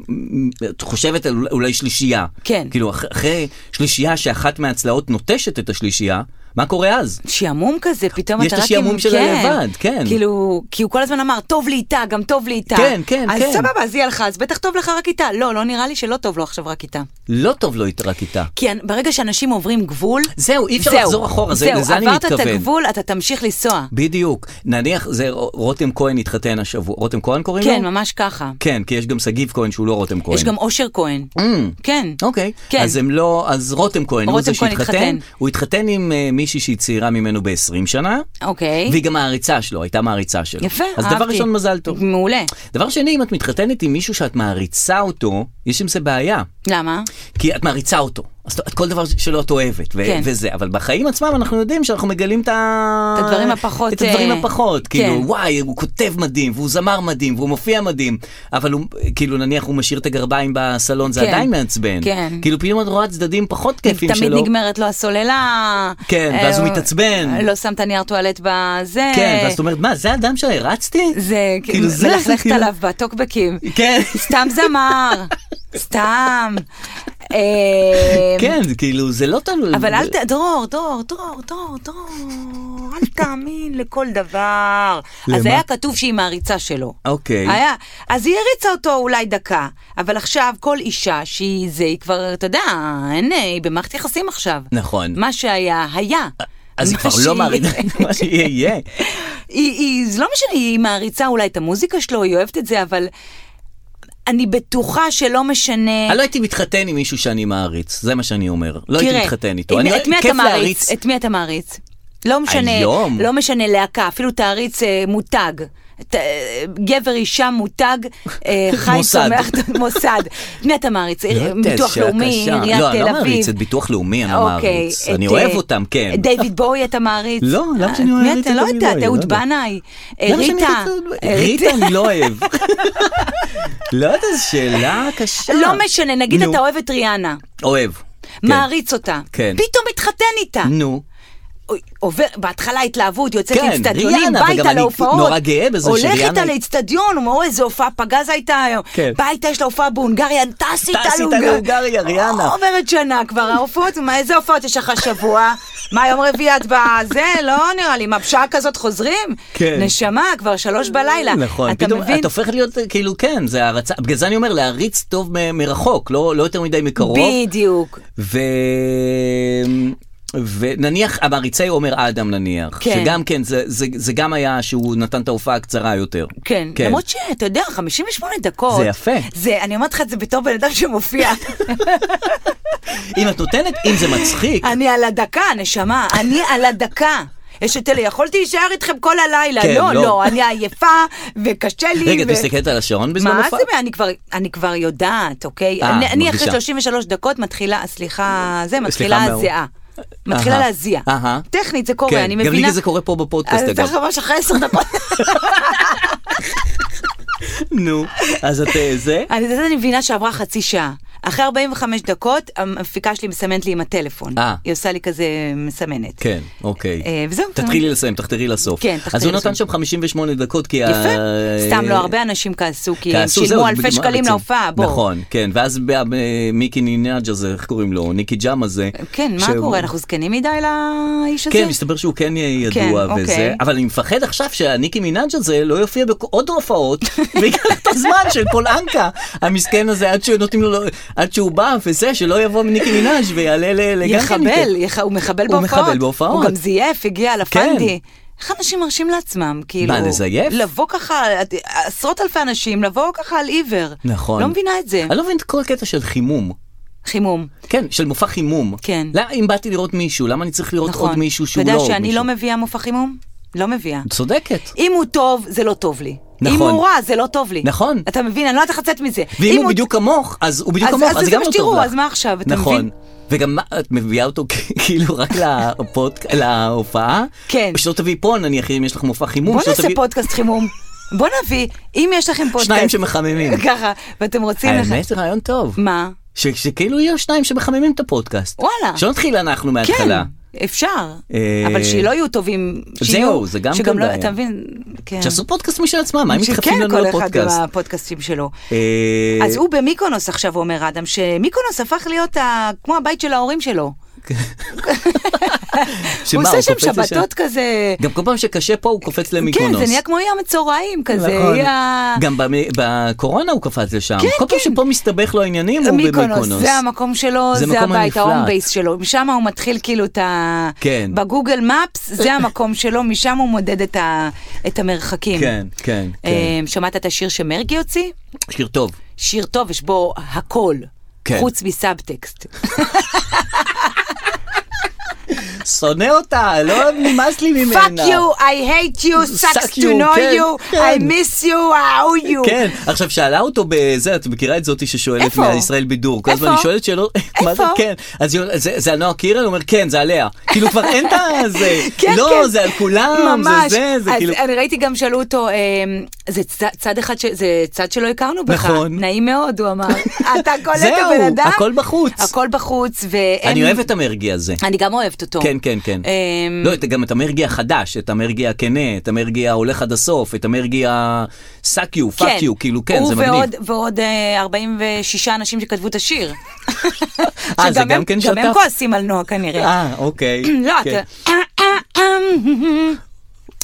[SPEAKER 1] את חושבת על אולי שלישייה.
[SPEAKER 2] כן.
[SPEAKER 1] כאילו, אח, אחרי שלישייה שאחת מהצלעות נוטשת את השלישייה, מה קורה אז?
[SPEAKER 2] שעמום כזה, פתאום
[SPEAKER 1] יש
[SPEAKER 2] אתה
[SPEAKER 1] את
[SPEAKER 2] רק...
[SPEAKER 1] השעמום
[SPEAKER 2] עם-
[SPEAKER 1] של הלבד, כן.
[SPEAKER 2] כאילו, כי הוא כל הזמן אמר, טוב לי איתה, גם טוב לי איתה.
[SPEAKER 1] כן, כן,
[SPEAKER 2] אז
[SPEAKER 1] כן.
[SPEAKER 2] סבבה, אז יהיה לך, אז בטח טוב לך רק איתה. לא, לא נראה לי שלא טוב לו עכשיו רק איתה.
[SPEAKER 1] לא טוב לו רק איתה.
[SPEAKER 2] כי אנ- ברגע שאנשים עוברים גבול...
[SPEAKER 1] זהו, אי אפשר
[SPEAKER 2] זהו,
[SPEAKER 1] לחזור אחורה, זה-
[SPEAKER 2] זהו,
[SPEAKER 1] לזה אני
[SPEAKER 2] עברת את
[SPEAKER 1] מתכוון.
[SPEAKER 2] הגבול, אתה תמשיך לנסוע.
[SPEAKER 1] בדיוק. נניח, זה רותם כהן התחתן השבוע, רותם כהן קוראים לו?
[SPEAKER 2] כן, ממש ככה.
[SPEAKER 1] כן, כי יש גם שגיב כהן שהוא לא רותם לא. כהן. Mm.
[SPEAKER 2] יש גם אושר כהן. כן.
[SPEAKER 1] אוקיי,
[SPEAKER 2] כן.
[SPEAKER 1] אז הם לא, אז רותם כהן הוא
[SPEAKER 2] רותם
[SPEAKER 1] זה
[SPEAKER 2] כהן
[SPEAKER 1] שהתחתן,
[SPEAKER 2] התחתן.
[SPEAKER 1] הוא התחתן עם אה, מישהי שהיא צעירה ממנו ב-20 שנה,
[SPEAKER 2] אוקיי.
[SPEAKER 1] והיא גם מעריצה שלו, הייתה מעריצה שלו.
[SPEAKER 2] יפה,
[SPEAKER 1] אז
[SPEAKER 2] אהבתי.
[SPEAKER 1] דבר ראשון, מזל טוב.
[SPEAKER 2] מעולה.
[SPEAKER 1] דבר שני, אם את מתחתנת עם מישהו שאת מעריצה אותו, יש עם זה בעיה,
[SPEAKER 2] למה?
[SPEAKER 1] כי את מעריצה אותו. אז את כל דבר שלא את אוהבת, ו-
[SPEAKER 2] כן.
[SPEAKER 1] וזה, אבל בחיים עצמם אנחנו יודעים שאנחנו מגלים את ה...
[SPEAKER 2] את הדברים הפחות,
[SPEAKER 1] את הדברים
[SPEAKER 2] אה,
[SPEAKER 1] הפחות, כאילו,
[SPEAKER 2] כן.
[SPEAKER 1] וואי, הוא כותב מדהים, והוא זמר מדהים, והוא מופיע מדהים, אבל הוא, כאילו, נניח הוא משאיר את הגרביים בסלון, זה
[SPEAKER 2] כן.
[SPEAKER 1] עדיין מעצבן.
[SPEAKER 2] כן.
[SPEAKER 1] כאילו, פתאום את רואה צדדים פחות כיפים
[SPEAKER 2] תמיד
[SPEAKER 1] שלו.
[SPEAKER 2] נגמרת לו הסוללה.
[SPEAKER 1] כן,
[SPEAKER 2] אה,
[SPEAKER 1] ואז הוא מתעצבן.
[SPEAKER 2] לא שם את הנייר טואלט בזה.
[SPEAKER 1] כן, ואז את אומרת, מה, זה האדם שהרצתי?
[SPEAKER 2] זה
[SPEAKER 1] כאילו,
[SPEAKER 2] כאילו
[SPEAKER 1] זה,
[SPEAKER 2] מלכלכת
[SPEAKER 1] כאילו-
[SPEAKER 2] עליו בטוקבקים.
[SPEAKER 1] כן.
[SPEAKER 2] סתם זמר, סתם. אה,
[SPEAKER 1] כן, זה כאילו, זה לא תלוי.
[SPEAKER 2] אבל אל ת... דרור, דרור, דרור, דרור, דרור, אל תאמין לכל דבר. אז
[SPEAKER 1] למה?
[SPEAKER 2] היה כתוב שהיא מעריצה שלו.
[SPEAKER 1] אוקיי.
[SPEAKER 2] היה. אז היא הריצה אותו אולי דקה, אבל עכשיו כל אישה שהיא זה, היא כבר, אתה יודע, אין, אה, היא במערכת יחסים עכשיו.
[SPEAKER 1] נכון.
[SPEAKER 2] מה שהיה, היה.
[SPEAKER 1] אז היא
[SPEAKER 2] מה
[SPEAKER 1] כבר לא
[SPEAKER 2] שהיא-
[SPEAKER 1] מעריצה, מה שיהיה, יהיה.
[SPEAKER 2] היא, היא, זה לא משנה, היא מעריצה אולי את המוזיקה שלו, היא אוהבת את זה, אבל אני בטוחה שלא משנה.
[SPEAKER 1] אני לא הייתי מתחתן עם מישהו שאני מעריץ, זה מה שאני אומר. לא הייתי
[SPEAKER 2] תראה,
[SPEAKER 1] מתחתן איתו.
[SPEAKER 2] את-
[SPEAKER 1] אני-
[SPEAKER 2] את מי אתה
[SPEAKER 1] כיף
[SPEAKER 2] מעריץ?
[SPEAKER 1] להעריץ.
[SPEAKER 2] את מי אתה מעריץ? לא משנה,
[SPEAKER 1] היום.
[SPEAKER 2] לא משנה להקה, אפילו תעריץ אה, מותג. ת- אה, גבר, אישה, מותג, אה, חי,
[SPEAKER 1] מוסד.
[SPEAKER 2] צומח, מוסד. את מי אתה מעריץ?
[SPEAKER 1] לא יודע,
[SPEAKER 2] אה, ביטוח
[SPEAKER 1] שאלה
[SPEAKER 2] לאומי,
[SPEAKER 1] קשה.
[SPEAKER 2] עיריית תל
[SPEAKER 1] לא,
[SPEAKER 2] אביב.
[SPEAKER 1] אני לא מעריץ את ביטוח לאומי, אני לא
[SPEAKER 2] אוקיי,
[SPEAKER 1] מעריץ.
[SPEAKER 2] את,
[SPEAKER 1] אני
[SPEAKER 2] אה,
[SPEAKER 1] אוהב אותם, כן.
[SPEAKER 2] דיוויד בואי אתה מעריץ?
[SPEAKER 1] לא, למה שאני
[SPEAKER 2] אה,
[SPEAKER 1] אוהב
[SPEAKER 2] מי
[SPEAKER 1] את
[SPEAKER 2] אתה? לא
[SPEAKER 1] דיוויד
[SPEAKER 2] יודעת,
[SPEAKER 1] בואי?
[SPEAKER 2] אהוד
[SPEAKER 1] לא יודע.
[SPEAKER 2] בנאי, אה,
[SPEAKER 1] למה שאני
[SPEAKER 2] ריטה. אה,
[SPEAKER 1] אוהב את- ריטה אני לא אוהב. לא יודע, זו שאלה קשה.
[SPEAKER 2] לא משנה, נגיד
[SPEAKER 1] נו.
[SPEAKER 2] אתה אוהב את ריאנה,
[SPEAKER 1] אוהב. כן.
[SPEAKER 2] מעריץ אותה,
[SPEAKER 1] כן.
[SPEAKER 2] פתאום מתחתן איתה.
[SPEAKER 1] נו.
[SPEAKER 2] אוי, עובר, בהתחלה התלהבות, יוצאת
[SPEAKER 1] כן,
[SPEAKER 2] לאצטדיונים,
[SPEAKER 1] ריאנה,
[SPEAKER 2] בא
[SPEAKER 1] וגם
[SPEAKER 2] איתה
[SPEAKER 1] אני
[SPEAKER 2] להופעות.
[SPEAKER 1] נורא גאה בזה
[SPEAKER 2] הולך
[SPEAKER 1] שריאנה-
[SPEAKER 2] איתה לאצטדיון, הוא אומר, איזה הופעה פגזה איתה היום.
[SPEAKER 1] כן.
[SPEAKER 2] בא איתה, יש לה הופעה בהונגריה, טס איתה
[SPEAKER 1] איתה
[SPEAKER 2] להונגריה. אה,
[SPEAKER 1] להונגריה, ריאנה.
[SPEAKER 2] עוברת שנה כבר, ההופעות, מה, איזה הופעות יש לך השבוע? מה, יום רביעי את בזה? לא נראה לי. מה, בשעה כזאת חוזרים?
[SPEAKER 1] כן.
[SPEAKER 2] נשמה, כבר שלוש בלילה.
[SPEAKER 1] נכון,
[SPEAKER 2] אתה
[SPEAKER 1] פתאום
[SPEAKER 2] מבין?
[SPEAKER 1] את הופכת להיות אה, כאילו כן, זה הערצה, בגלל זה אני אומר להעריץ טוב מ- מרחוק, לא לא יותר מדי מקרוב.
[SPEAKER 2] בדיוק.
[SPEAKER 1] ו... ונניח המעריצי עומר אדם נניח,
[SPEAKER 2] כן.
[SPEAKER 1] שגם כן, זה, זה, זה גם היה שהוא נתן את ההופעה הקצרה יותר.
[SPEAKER 2] כן, כן, למרות שאתה יודע, 58 דקות.
[SPEAKER 1] זה יפה.
[SPEAKER 2] זה, אני אומרת לך את זה בתור בן אדם שמופיע.
[SPEAKER 1] אם את נותנת, אם זה מצחיק,
[SPEAKER 2] אני על הדקה, נשמה, אני על הדקה. יש את אלה, יכולתי להישאר איתכם כל הלילה.
[SPEAKER 1] כן,
[SPEAKER 2] לא,
[SPEAKER 1] לא.
[SPEAKER 2] לא, אני עייפה וקשה לי.
[SPEAKER 1] רגע, את
[SPEAKER 2] ו-
[SPEAKER 1] מסתכלת על השעון בזמן
[SPEAKER 2] מה
[SPEAKER 1] הופעה?
[SPEAKER 2] זה, מה? אני כבר, אני כבר יודעת, אוקיי?
[SPEAKER 1] אה,
[SPEAKER 2] אני, אני
[SPEAKER 1] מרגישה.
[SPEAKER 2] אחרי 33 דקות מתחילה, סליחה, זה, מתחילה
[SPEAKER 1] מה הוא?
[SPEAKER 2] הזיעה. מתחילה
[SPEAKER 1] אהה,
[SPEAKER 2] להזיע.
[SPEAKER 1] אהה.
[SPEAKER 2] טכנית, זה קורה,
[SPEAKER 1] כן,
[SPEAKER 2] אני
[SPEAKER 1] גם לי
[SPEAKER 2] מבינה.
[SPEAKER 1] זה קורה פה בפודקאסט,
[SPEAKER 2] אז
[SPEAKER 1] אגב.
[SPEAKER 2] זה ממש אחרי עשר דקות.
[SPEAKER 1] נו, אז את אה, זה?
[SPEAKER 2] אני, זה אני מבינה שעברה חצי שעה. אחרי 45 דקות, המפיקה שלי מסמנת לי עם הטלפון.
[SPEAKER 1] אה.
[SPEAKER 2] היא עושה לי כזה מסמנת.
[SPEAKER 1] כן, אוקיי.
[SPEAKER 2] אה, וזהו.
[SPEAKER 1] תתחילי לסיים, תחתרי לסוף.
[SPEAKER 2] כן, תחתרי
[SPEAKER 1] אז הוא
[SPEAKER 2] לסוף.
[SPEAKER 1] נתן שם 58 דקות, כי...
[SPEAKER 2] יפה.
[SPEAKER 1] ה-
[SPEAKER 2] סתם לא, הרבה אנשים כעסו, כי הם
[SPEAKER 1] אה, כעסו, זהו,
[SPEAKER 2] שילמו אלפי
[SPEAKER 1] בדיוק, מה
[SPEAKER 2] שקלים
[SPEAKER 1] רצים?
[SPEAKER 2] להופעה, בואו.
[SPEAKER 1] נכון, כן, ואז ב- ב- מיקי נינג' הזה, איך קוראים לו? ניקי ג'אם הזה.
[SPEAKER 2] כן, מה
[SPEAKER 1] שהוא-
[SPEAKER 2] קורה? אנחנו זקנים מדי לאיש הזה?
[SPEAKER 1] כן, מסתבר שהוא כן יהיה
[SPEAKER 2] כן,
[SPEAKER 1] ידוע וזה,
[SPEAKER 2] אוקיי.
[SPEAKER 1] אבל אני מפחד עכשיו שהניקי מנאג' הזה לא יופיע בעוד הופעות, ויקח את הזמן של פולנקה, המסכן הזה, עד שנותנים לו, עד שהוא בא וזה, שלא יבוא ניקי מנאג' ויעלה ל- לגן.
[SPEAKER 2] יחבל, יח- הוא מחבל
[SPEAKER 1] כן הוא
[SPEAKER 2] בהופעות.
[SPEAKER 1] מחבל בהופעות. כן.
[SPEAKER 2] הוא גם זייף, הגיע לפנדי. איך אנשים מרשים לעצמם, כאילו...
[SPEAKER 1] מה, לזייף?
[SPEAKER 2] לבוא ככה, את- עשרות אלפי אנשים, לבוא ככה על עיוור.
[SPEAKER 1] נכון.
[SPEAKER 2] לא מבינה את זה.
[SPEAKER 1] אני לא מבין את כל הקטע של חימום.
[SPEAKER 2] חימום.
[SPEAKER 1] כן, של מופע חימום.
[SPEAKER 2] כן.
[SPEAKER 1] למה, אם באתי לראות מישהו, למה אני צריך לראות
[SPEAKER 2] נכון.
[SPEAKER 1] עוד מישהו שהוא
[SPEAKER 2] אתה
[SPEAKER 1] לא
[SPEAKER 2] יודע
[SPEAKER 1] עוד
[SPEAKER 2] שאני
[SPEAKER 1] מישהו?
[SPEAKER 2] לא מביאה מופע חימום? לא מביאה.
[SPEAKER 1] צודקת.
[SPEAKER 2] אם הוא טוב, זה לא טוב לי.
[SPEAKER 1] נכון.
[SPEAKER 2] אם הוא רע, זה לא טוב לי.
[SPEAKER 1] נכון.
[SPEAKER 2] אתה מבין? אני לא יודעת איך לצאת מזה.
[SPEAKER 1] ואם הוא בדיוק כמוך, אז הוא בדיוק
[SPEAKER 2] אז-
[SPEAKER 1] כמוך,
[SPEAKER 2] אז
[SPEAKER 1] אז
[SPEAKER 2] זה
[SPEAKER 1] גם
[SPEAKER 2] מה
[SPEAKER 1] לא
[SPEAKER 2] שתראו,
[SPEAKER 1] טוב לך.
[SPEAKER 2] אז מה עכשיו, אתה
[SPEAKER 1] נכון.
[SPEAKER 2] מבין?
[SPEAKER 1] וגם מה, את מביאה אותו כאילו רק לפודק- להופעה?
[SPEAKER 2] כן.
[SPEAKER 1] שלא תביא פה נניח, אם יש לך מופע חימום,
[SPEAKER 2] בוא
[SPEAKER 1] שלא
[SPEAKER 2] נעשה
[SPEAKER 1] תביא
[SPEAKER 2] פודקאסט חימום. בוא נביא, אם יש לכם פודקאסט.
[SPEAKER 1] שניים שמחממים.
[SPEAKER 2] ככה, ואתם רוצים לך...
[SPEAKER 1] האמת זה רעיון טוב.
[SPEAKER 2] מה?
[SPEAKER 1] ש- שכאילו יהיו שניים שמחממים את הפודקאסט.
[SPEAKER 2] וואלה.
[SPEAKER 1] שלא נתחיל אנחנו מההתחלה.
[SPEAKER 2] כן, אפשר.
[SPEAKER 1] אה,
[SPEAKER 2] אבל שלא יהיו טובים. שיהיו-
[SPEAKER 1] זהו, זה גם
[SPEAKER 2] שגם
[SPEAKER 1] כן
[SPEAKER 2] לא,
[SPEAKER 1] בעיה.
[SPEAKER 2] אתה מבין? כן.
[SPEAKER 1] שעשו פודקאסט משל עצמם, מה הם מתחפים
[SPEAKER 2] שכן,
[SPEAKER 1] לנו
[SPEAKER 2] כל אחד עם
[SPEAKER 1] לפודקאסט?
[SPEAKER 2] הפודקאסטים שלו.
[SPEAKER 1] אה,
[SPEAKER 2] אז הוא במיקונוס עכשיו, אומר אדם, שמיקונוס הפך להיות ה- כמו הבית של ההורים שלו.
[SPEAKER 1] שמה,
[SPEAKER 2] הוא עושה שם
[SPEAKER 1] קופץ לשם?
[SPEAKER 2] שבתות כזה.
[SPEAKER 1] גם כל פעם שקשה פה הוא קופץ
[SPEAKER 2] כן,
[SPEAKER 1] למיקרונוס.
[SPEAKER 2] זה נהיה כמו ים הצהריים כזה.
[SPEAKER 1] נכון.
[SPEAKER 2] אי ה-
[SPEAKER 1] גם במ- בקורונה הוא קפץ לשם.
[SPEAKER 2] כן,
[SPEAKER 1] כל פעם
[SPEAKER 2] כן.
[SPEAKER 1] שפה מסתבך לו העניינים הוא
[SPEAKER 2] מיקונוס,
[SPEAKER 1] במיקרונוס.
[SPEAKER 2] זה המקום שלו,
[SPEAKER 1] זה
[SPEAKER 2] זה,
[SPEAKER 1] מקום הנפלט.
[SPEAKER 2] הבית, ההום בייס שלו, משם הוא מתחיל כאילו את ה...
[SPEAKER 1] כן.
[SPEAKER 2] בגוגל מפס, זה המקום שלו, משם הוא מודד את, ה... את המרחקים.
[SPEAKER 1] כן, כן, כן.
[SPEAKER 2] אמ, שמעת את השיר שמרגי הוציא?
[SPEAKER 1] שיר טוב.
[SPEAKER 2] שיר טוב, יש בו הכל.
[SPEAKER 1] כן.
[SPEAKER 2] חוץ מסאבטקסט.
[SPEAKER 1] שונא אותה, לא נמאס לי ממנה.
[SPEAKER 2] Fuck you, I hate you, sucks
[SPEAKER 1] Suck
[SPEAKER 2] to
[SPEAKER 1] you,
[SPEAKER 2] know
[SPEAKER 1] כן,
[SPEAKER 2] you, I
[SPEAKER 1] כן.
[SPEAKER 2] miss you, I owe you.
[SPEAKER 1] כן, עכשיו שאלה אותו בזה, את מכירה את זאתי ששואלת
[SPEAKER 2] איפה?
[SPEAKER 1] מישראל בידור, כל הזמן
[SPEAKER 2] איפה?
[SPEAKER 1] היא שואלת שאלות, מה זה
[SPEAKER 2] איפה?
[SPEAKER 1] כן, אז היא אומרת, "זה- זה על נועה קירל? הוא אומר, כן, זה עליה. כאילו כבר אין את הזה,
[SPEAKER 2] כן,
[SPEAKER 1] לא,
[SPEAKER 2] כן.
[SPEAKER 1] זה על כולם, זה
[SPEAKER 2] ממש.
[SPEAKER 1] זה, זה
[SPEAKER 2] אז
[SPEAKER 1] כאילו,
[SPEAKER 2] אני ראיתי גם שאלו אותו, אמ, זה צ- צד אחד, ש- זה צד שלא הכרנו בך.
[SPEAKER 1] נכון.
[SPEAKER 2] נעים מאוד, הוא אמר. אתה קולט את
[SPEAKER 1] זהו,
[SPEAKER 2] הבן אדם?
[SPEAKER 1] הכל בחוץ.
[SPEAKER 2] הכל אה. בחוץ, ואין...
[SPEAKER 1] אני אוהב את המרגי הזה.
[SPEAKER 2] אני גם אוהבת אותו.
[SPEAKER 1] כן, כן, כן.
[SPEAKER 2] אמ,
[SPEAKER 1] לא, את- גם את המרגי החדש, את המרגי הכנה, את המרגי ההולך עד הסוף, את המרגי ה-suck you, fuck you, כאילו, כן,
[SPEAKER 2] הוא
[SPEAKER 1] זה מגניב.
[SPEAKER 2] ועוד- ועוד אה, 46 אנשים שכתבו את השיר.
[SPEAKER 1] אה, זה
[SPEAKER 2] שגם
[SPEAKER 1] גם
[SPEAKER 2] הם-
[SPEAKER 1] כן
[SPEAKER 2] גם הם
[SPEAKER 1] שותף?
[SPEAKER 2] כועסים על נועה כנראה.
[SPEAKER 1] אה, אוקיי.
[SPEAKER 2] לא,
[SPEAKER 1] כן.
[SPEAKER 2] אתה...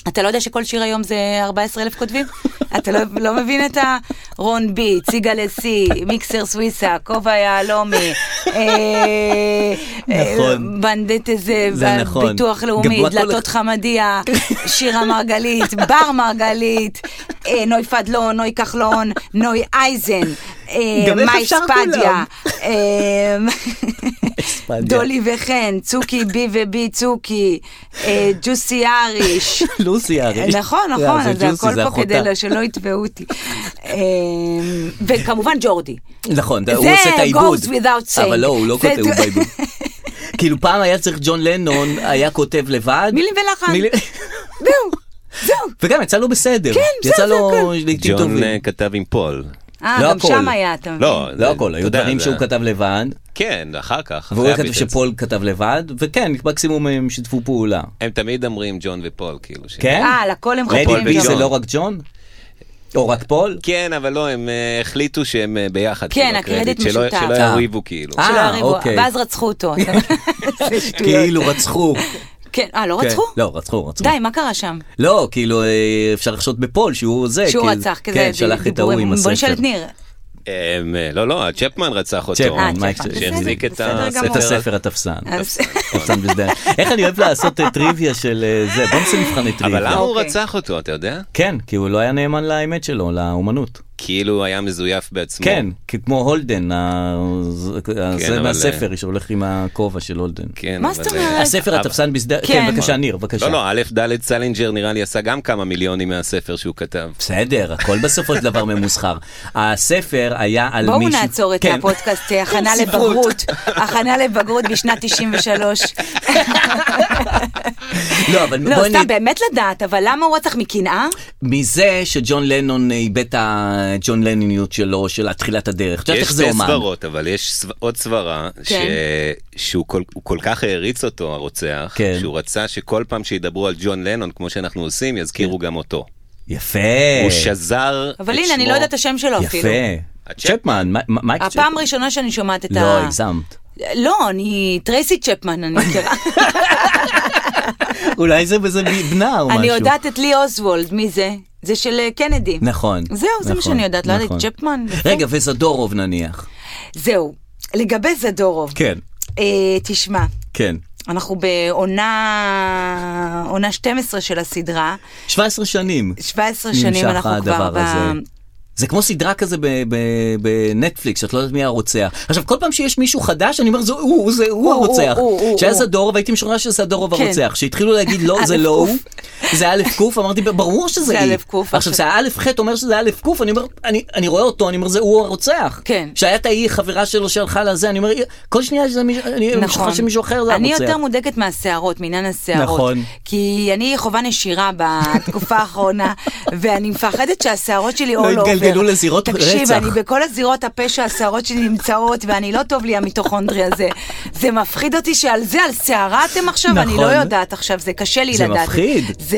[SPEAKER 2] אתה לא יודע שכל שיר היום זה 14 אלף כותבים? אתה לא, לא מבין את ה... רון ביץ, יגאל אסי, מיקסר סוויסה, כובע יהלומי, אה, אה,
[SPEAKER 1] נכון.
[SPEAKER 2] בנדט איזה,
[SPEAKER 1] זה
[SPEAKER 2] ב-
[SPEAKER 1] נכון.
[SPEAKER 2] ביטוח
[SPEAKER 1] גם
[SPEAKER 2] לאומי,
[SPEAKER 1] הוא הכל-
[SPEAKER 2] דלתות חמדיה, שירה מרגלית, בר מרגלית, אה, נוי פדלון, נוי כחלון, נוי אייזן, אה,
[SPEAKER 1] גם איך
[SPEAKER 2] מאי
[SPEAKER 1] אפשר
[SPEAKER 2] ספדיה,
[SPEAKER 1] כולם?
[SPEAKER 2] אה,
[SPEAKER 1] אספדיה.
[SPEAKER 2] דולי וחן, צוקי בי ובי צוקי, אה, ג'וסי אריש.
[SPEAKER 1] לוסי הרי.
[SPEAKER 2] נכון,
[SPEAKER 1] אה,
[SPEAKER 2] נכון, אז
[SPEAKER 1] ג'וסי,
[SPEAKER 2] הכל פה
[SPEAKER 1] אחותה.
[SPEAKER 2] כדי לא- שלא יתבעו אותי. אה, וכמובן ג'ורדי.
[SPEAKER 1] נכון,
[SPEAKER 2] זה
[SPEAKER 1] הוא עושה את העיבוד.
[SPEAKER 2] goes without saying.
[SPEAKER 1] אבל לא, הוא לא
[SPEAKER 2] זה-
[SPEAKER 1] כותב, הוא בעיבוד. כאילו פעם היה צריך ג'ון לנון, היה כותב לבד.
[SPEAKER 2] מילים ולחן.
[SPEAKER 1] מילים-
[SPEAKER 2] זהו, זהו.
[SPEAKER 1] וגם יצא לו בסדר.
[SPEAKER 2] כן,
[SPEAKER 1] יצא
[SPEAKER 2] בסדר,
[SPEAKER 1] לו
[SPEAKER 2] הכל.
[SPEAKER 1] לעיתים
[SPEAKER 4] ג'ון אה,
[SPEAKER 1] טובים.
[SPEAKER 4] כתב עם פול.
[SPEAKER 2] אה,
[SPEAKER 1] לא
[SPEAKER 2] גם
[SPEAKER 1] הכל.
[SPEAKER 2] שם היה, אתה מבין.
[SPEAKER 4] לא,
[SPEAKER 1] לא הכל, היו
[SPEAKER 4] אתה יודע,
[SPEAKER 1] דברים
[SPEAKER 4] זה-
[SPEAKER 1] שהוא כתב לבד,
[SPEAKER 4] כן, אחר כך.
[SPEAKER 1] והוא
[SPEAKER 4] אחרי
[SPEAKER 1] כתב
[SPEAKER 4] הביטלס.
[SPEAKER 1] שפול כתב לבד, וכן, מקסימום הם שיתפו פעולה.
[SPEAKER 4] הם תמיד אומרים ג'ון ופול, כאילו. ש-
[SPEAKER 1] כן?
[SPEAKER 2] אה, על הכל הם
[SPEAKER 1] ליידי
[SPEAKER 2] חותמים
[SPEAKER 1] בי
[SPEAKER 2] ג'ון.
[SPEAKER 1] זה לא רק ג'ון? או רק פול?
[SPEAKER 4] כן, אבל לא, הם אה, החליטו שהם אה, ביחד.
[SPEAKER 2] כן,
[SPEAKER 4] כאילו,
[SPEAKER 2] הקרדיט
[SPEAKER 4] שלא-
[SPEAKER 2] משותף.
[SPEAKER 4] שלא
[SPEAKER 1] אה.
[SPEAKER 4] יריבו כאילו.
[SPEAKER 1] אה,
[SPEAKER 2] שלא יריבו,
[SPEAKER 1] אוקיי.
[SPEAKER 2] ואז רצחו אותו. אתה- זה שטויות.
[SPEAKER 1] כאילו רצחו.
[SPEAKER 2] כן, אה, לא רצחו?
[SPEAKER 1] כן, לא, רצחו, רצחו.
[SPEAKER 2] די, מה קרה שם?
[SPEAKER 1] לא, כאילו אה, אפשר לחשוד בפול שהוא זה.
[SPEAKER 2] שהוא
[SPEAKER 1] כאילו,
[SPEAKER 2] רצח כזה.
[SPEAKER 1] כן, שלח את ההוא
[SPEAKER 2] דיבורים.
[SPEAKER 1] עם הספר.
[SPEAKER 2] בוא נשאל את ניר.
[SPEAKER 4] אה, הם, אה, לא, לא, צ'פמן רצח אותו.
[SPEAKER 1] צ'פמן,
[SPEAKER 2] אה,
[SPEAKER 1] מייק
[SPEAKER 2] צ'פמן,
[SPEAKER 1] צ'פמן.
[SPEAKER 2] בסדר,
[SPEAKER 4] שהחזיק את
[SPEAKER 2] בסדר
[SPEAKER 4] הספר
[SPEAKER 1] את
[SPEAKER 2] גמור.
[SPEAKER 1] הספר התפסן.
[SPEAKER 2] אז-
[SPEAKER 1] תפסן בשדה. איך אני אוהב לעשות אה, טריוויה של אה, זה, בוא נעשה מבחני
[SPEAKER 4] אבל למה
[SPEAKER 1] טריוויה.
[SPEAKER 4] הוא
[SPEAKER 2] אוקיי.
[SPEAKER 4] רצח אותו, אתה יודע?
[SPEAKER 1] כן, כי הוא לא היה נאמן לאמת שלו, לאומנות.
[SPEAKER 4] כאילו היה מזויף בעצמו.
[SPEAKER 1] כן, כי כמו הולדן, ה- ה-
[SPEAKER 4] כן,
[SPEAKER 1] זה
[SPEAKER 4] אבל,
[SPEAKER 1] מהספר שהולך עם הכובע של הולדן.
[SPEAKER 4] כן,
[SPEAKER 2] מה זאת
[SPEAKER 4] אבל, אה,
[SPEAKER 2] אומרת?
[SPEAKER 1] הספר התפסן בשדה, כן,
[SPEAKER 2] כן.
[SPEAKER 1] בבקשה, ניר, בבקשה.
[SPEAKER 4] לא, לא, א' ד' סלינג'ר נראה לי עשה גם כמה מיליונים מהספר שהוא כתב.
[SPEAKER 1] בסדר, הכל בסופו של דבר ממוסחר. הספר היה על מישהו...
[SPEAKER 2] בואו נעצור את
[SPEAKER 1] כן.
[SPEAKER 2] הפודקאסט אה, הכנה
[SPEAKER 1] ספרות.
[SPEAKER 2] לבגרות, הכנה לבגרות בשנת 93.
[SPEAKER 1] לא, אבל
[SPEAKER 2] לא,
[SPEAKER 1] בואי נ...
[SPEAKER 2] סתם באמת לדעת, אבל למה הוא רצח מקנאה?
[SPEAKER 1] מזה שג'ון לנון אה, איבד את הג'ון לניניות שלו, של תחילת הדרך. את יודעת
[SPEAKER 4] יש
[SPEAKER 1] איך זה
[SPEAKER 4] שתי
[SPEAKER 1] אומן.
[SPEAKER 4] סברות, אבל יש סב- עוד סברה,
[SPEAKER 2] כן.
[SPEAKER 4] ש- שהוא כל- הוא כל כך העריץ אותו, הרוצח,
[SPEAKER 1] כן.
[SPEAKER 4] שהוא רצה שכל פעם שידברו על ג'ון לנון, כמו שאנחנו עושים, יזכירו
[SPEAKER 1] כן.
[SPEAKER 4] גם אותו.
[SPEAKER 1] יפה.
[SPEAKER 4] הוא שזר את שמו.
[SPEAKER 2] אבל הנה, אני לא יודעת את השם שלו אפילו.
[SPEAKER 1] יפה. צ'פמן, מי- מי- מייק צ'פמן.
[SPEAKER 2] הפעם הראשונה שאני שומעת את ה...
[SPEAKER 1] לא, הגזמת.
[SPEAKER 2] לא, אני טרייסי צ'פמן, אני מכירה.
[SPEAKER 1] אולי זה בזה בנה או משהו.
[SPEAKER 2] אני יודעת את לי אוזוולד, מי זה? זה של אה, קנדי.
[SPEAKER 1] נכון.
[SPEAKER 2] זהו, זה מה
[SPEAKER 1] נכון,
[SPEAKER 2] שאני יודעת, לא יודעת,
[SPEAKER 1] נכון.
[SPEAKER 2] צ'פמן. יפה.
[SPEAKER 1] רגע, וזדורוב נניח.
[SPEAKER 2] זהו. לגבי זדורוב,
[SPEAKER 1] כן,
[SPEAKER 2] אה, תשמע,
[SPEAKER 1] כן.
[SPEAKER 2] אנחנו בעונה עונה 12 של הסדרה,
[SPEAKER 1] 17 שנים.
[SPEAKER 2] 17 שנים
[SPEAKER 1] נמשך
[SPEAKER 2] אנחנו
[SPEAKER 1] הדבר
[SPEAKER 2] כבר ב...
[SPEAKER 1] הזה. זה כמו סדרה כזה ב- ב- בנטפליקס, שאת לא יודעת מי הרוצח. עכשיו, כל פעם שיש מישהו חדש, אני אומר, זה הוא, זה הוא
[SPEAKER 2] הוא, הוא,
[SPEAKER 1] הרוצח.
[SPEAKER 2] הוא, הוא,
[SPEAKER 1] שהיה
[SPEAKER 2] הוא.
[SPEAKER 1] זדורוב, הייתי משוכנע שזה זדורוב
[SPEAKER 2] כן.
[SPEAKER 1] הרוצח. כשהתחילו להגיד, לא, זה
[SPEAKER 2] א',
[SPEAKER 1] לא
[SPEAKER 2] ק'.
[SPEAKER 1] הוא, זה א' ק', אמרתי, ברור שזה
[SPEAKER 2] זה
[SPEAKER 1] היא.
[SPEAKER 2] א', ק',
[SPEAKER 1] עכשיו,
[SPEAKER 2] עכשיו-
[SPEAKER 1] זה א' ח' אומר שזה א' ק', אני אומר, "אני- אני רואה אותו, אני אומר, זה הוא הרוצח.
[SPEAKER 2] כן.
[SPEAKER 1] שהיה את ההיא, חברה שלו שהלכה לזה, אני אומר, כל שנייה שזה מישהו, אני משוכנע שמישהו אחר זה
[SPEAKER 2] נכון. אני
[SPEAKER 1] הרוצח.
[SPEAKER 2] יותר מודאגת מהשערות, מעניין השערות.
[SPEAKER 1] נכון.
[SPEAKER 2] כי אני חווה נשירה בתקופה האחרונה, ואני מפחדת שהשערות שלי all over.
[SPEAKER 1] יתגלגלו לא לזירות
[SPEAKER 2] תקשיב,
[SPEAKER 1] רצח.
[SPEAKER 2] אני בכל הזירות הפשע, השערות שלי נמצאות, ואני לא טוב לי המיטוכונדרי הזה. זה מפחיד אותי שעל זה, על שערה אתם עכשיו, אני
[SPEAKER 1] נכון.
[SPEAKER 2] לא יודעת עכשיו, זה קשה לי
[SPEAKER 1] זה
[SPEAKER 2] לדעת.
[SPEAKER 1] מפחיד.
[SPEAKER 2] זה...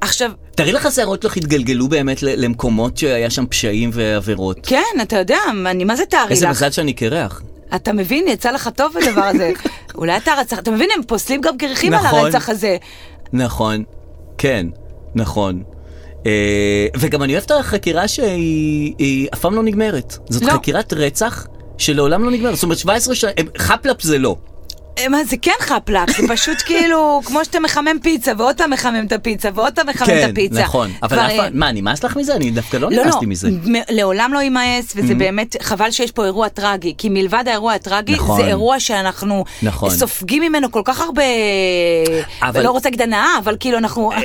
[SPEAKER 2] עכשיו,
[SPEAKER 1] תארי לך השערות שלך התגלגלו באמת ל- למקומות שהיה שם פשעים ועבירות.
[SPEAKER 2] כן, אתה יודע, אני, מה זה תארי
[SPEAKER 1] איזה
[SPEAKER 2] לך?
[SPEAKER 1] מזל שאני קרח.
[SPEAKER 2] אתה מבין, יצא לך טוב הדבר הזה. אולי אתה רצח, אתה מבין, הם פוסלים גם קרחים על
[SPEAKER 1] נכון.
[SPEAKER 2] הרצח הזה.
[SPEAKER 1] נכון, כן, נכון. אה, וגם אני אוהב את החקירה שהיא היא אף פעם לא נגמרת. זאת
[SPEAKER 2] לא.
[SPEAKER 1] חקירת רצח שלעולם לא נגמרת. זאת אומרת, 17 שנים, חפלפ זה לא.
[SPEAKER 2] אה, מה זה כן חפלק, זה פשוט כאילו, כמו שאתה מחמם פיצה, ועוד פעם מחמם את הפיצה, ועוד פעם מחמם את הפיצה.
[SPEAKER 1] נכון. אבל
[SPEAKER 2] כבר,
[SPEAKER 1] אף
[SPEAKER 2] אה,
[SPEAKER 1] פעם, מה, נמאס לך מזה? אני דווקא לא
[SPEAKER 2] לא, לא,
[SPEAKER 1] נמאסתי מזה. Mm-hmm.
[SPEAKER 2] מ- לעולם לא יימאס, וזה באמת, חבל שיש פה אירוע טרגי, כי מלבד האירוע הטרגי,
[SPEAKER 1] נכון.
[SPEAKER 2] זה אירוע שאנחנו
[SPEAKER 1] נכון.
[SPEAKER 2] סופגים ממנו כל כך הרבה,
[SPEAKER 1] אבל-
[SPEAKER 2] לא רוצה להגיד הנאה, אבל כאילו אנחנו,
[SPEAKER 1] אה,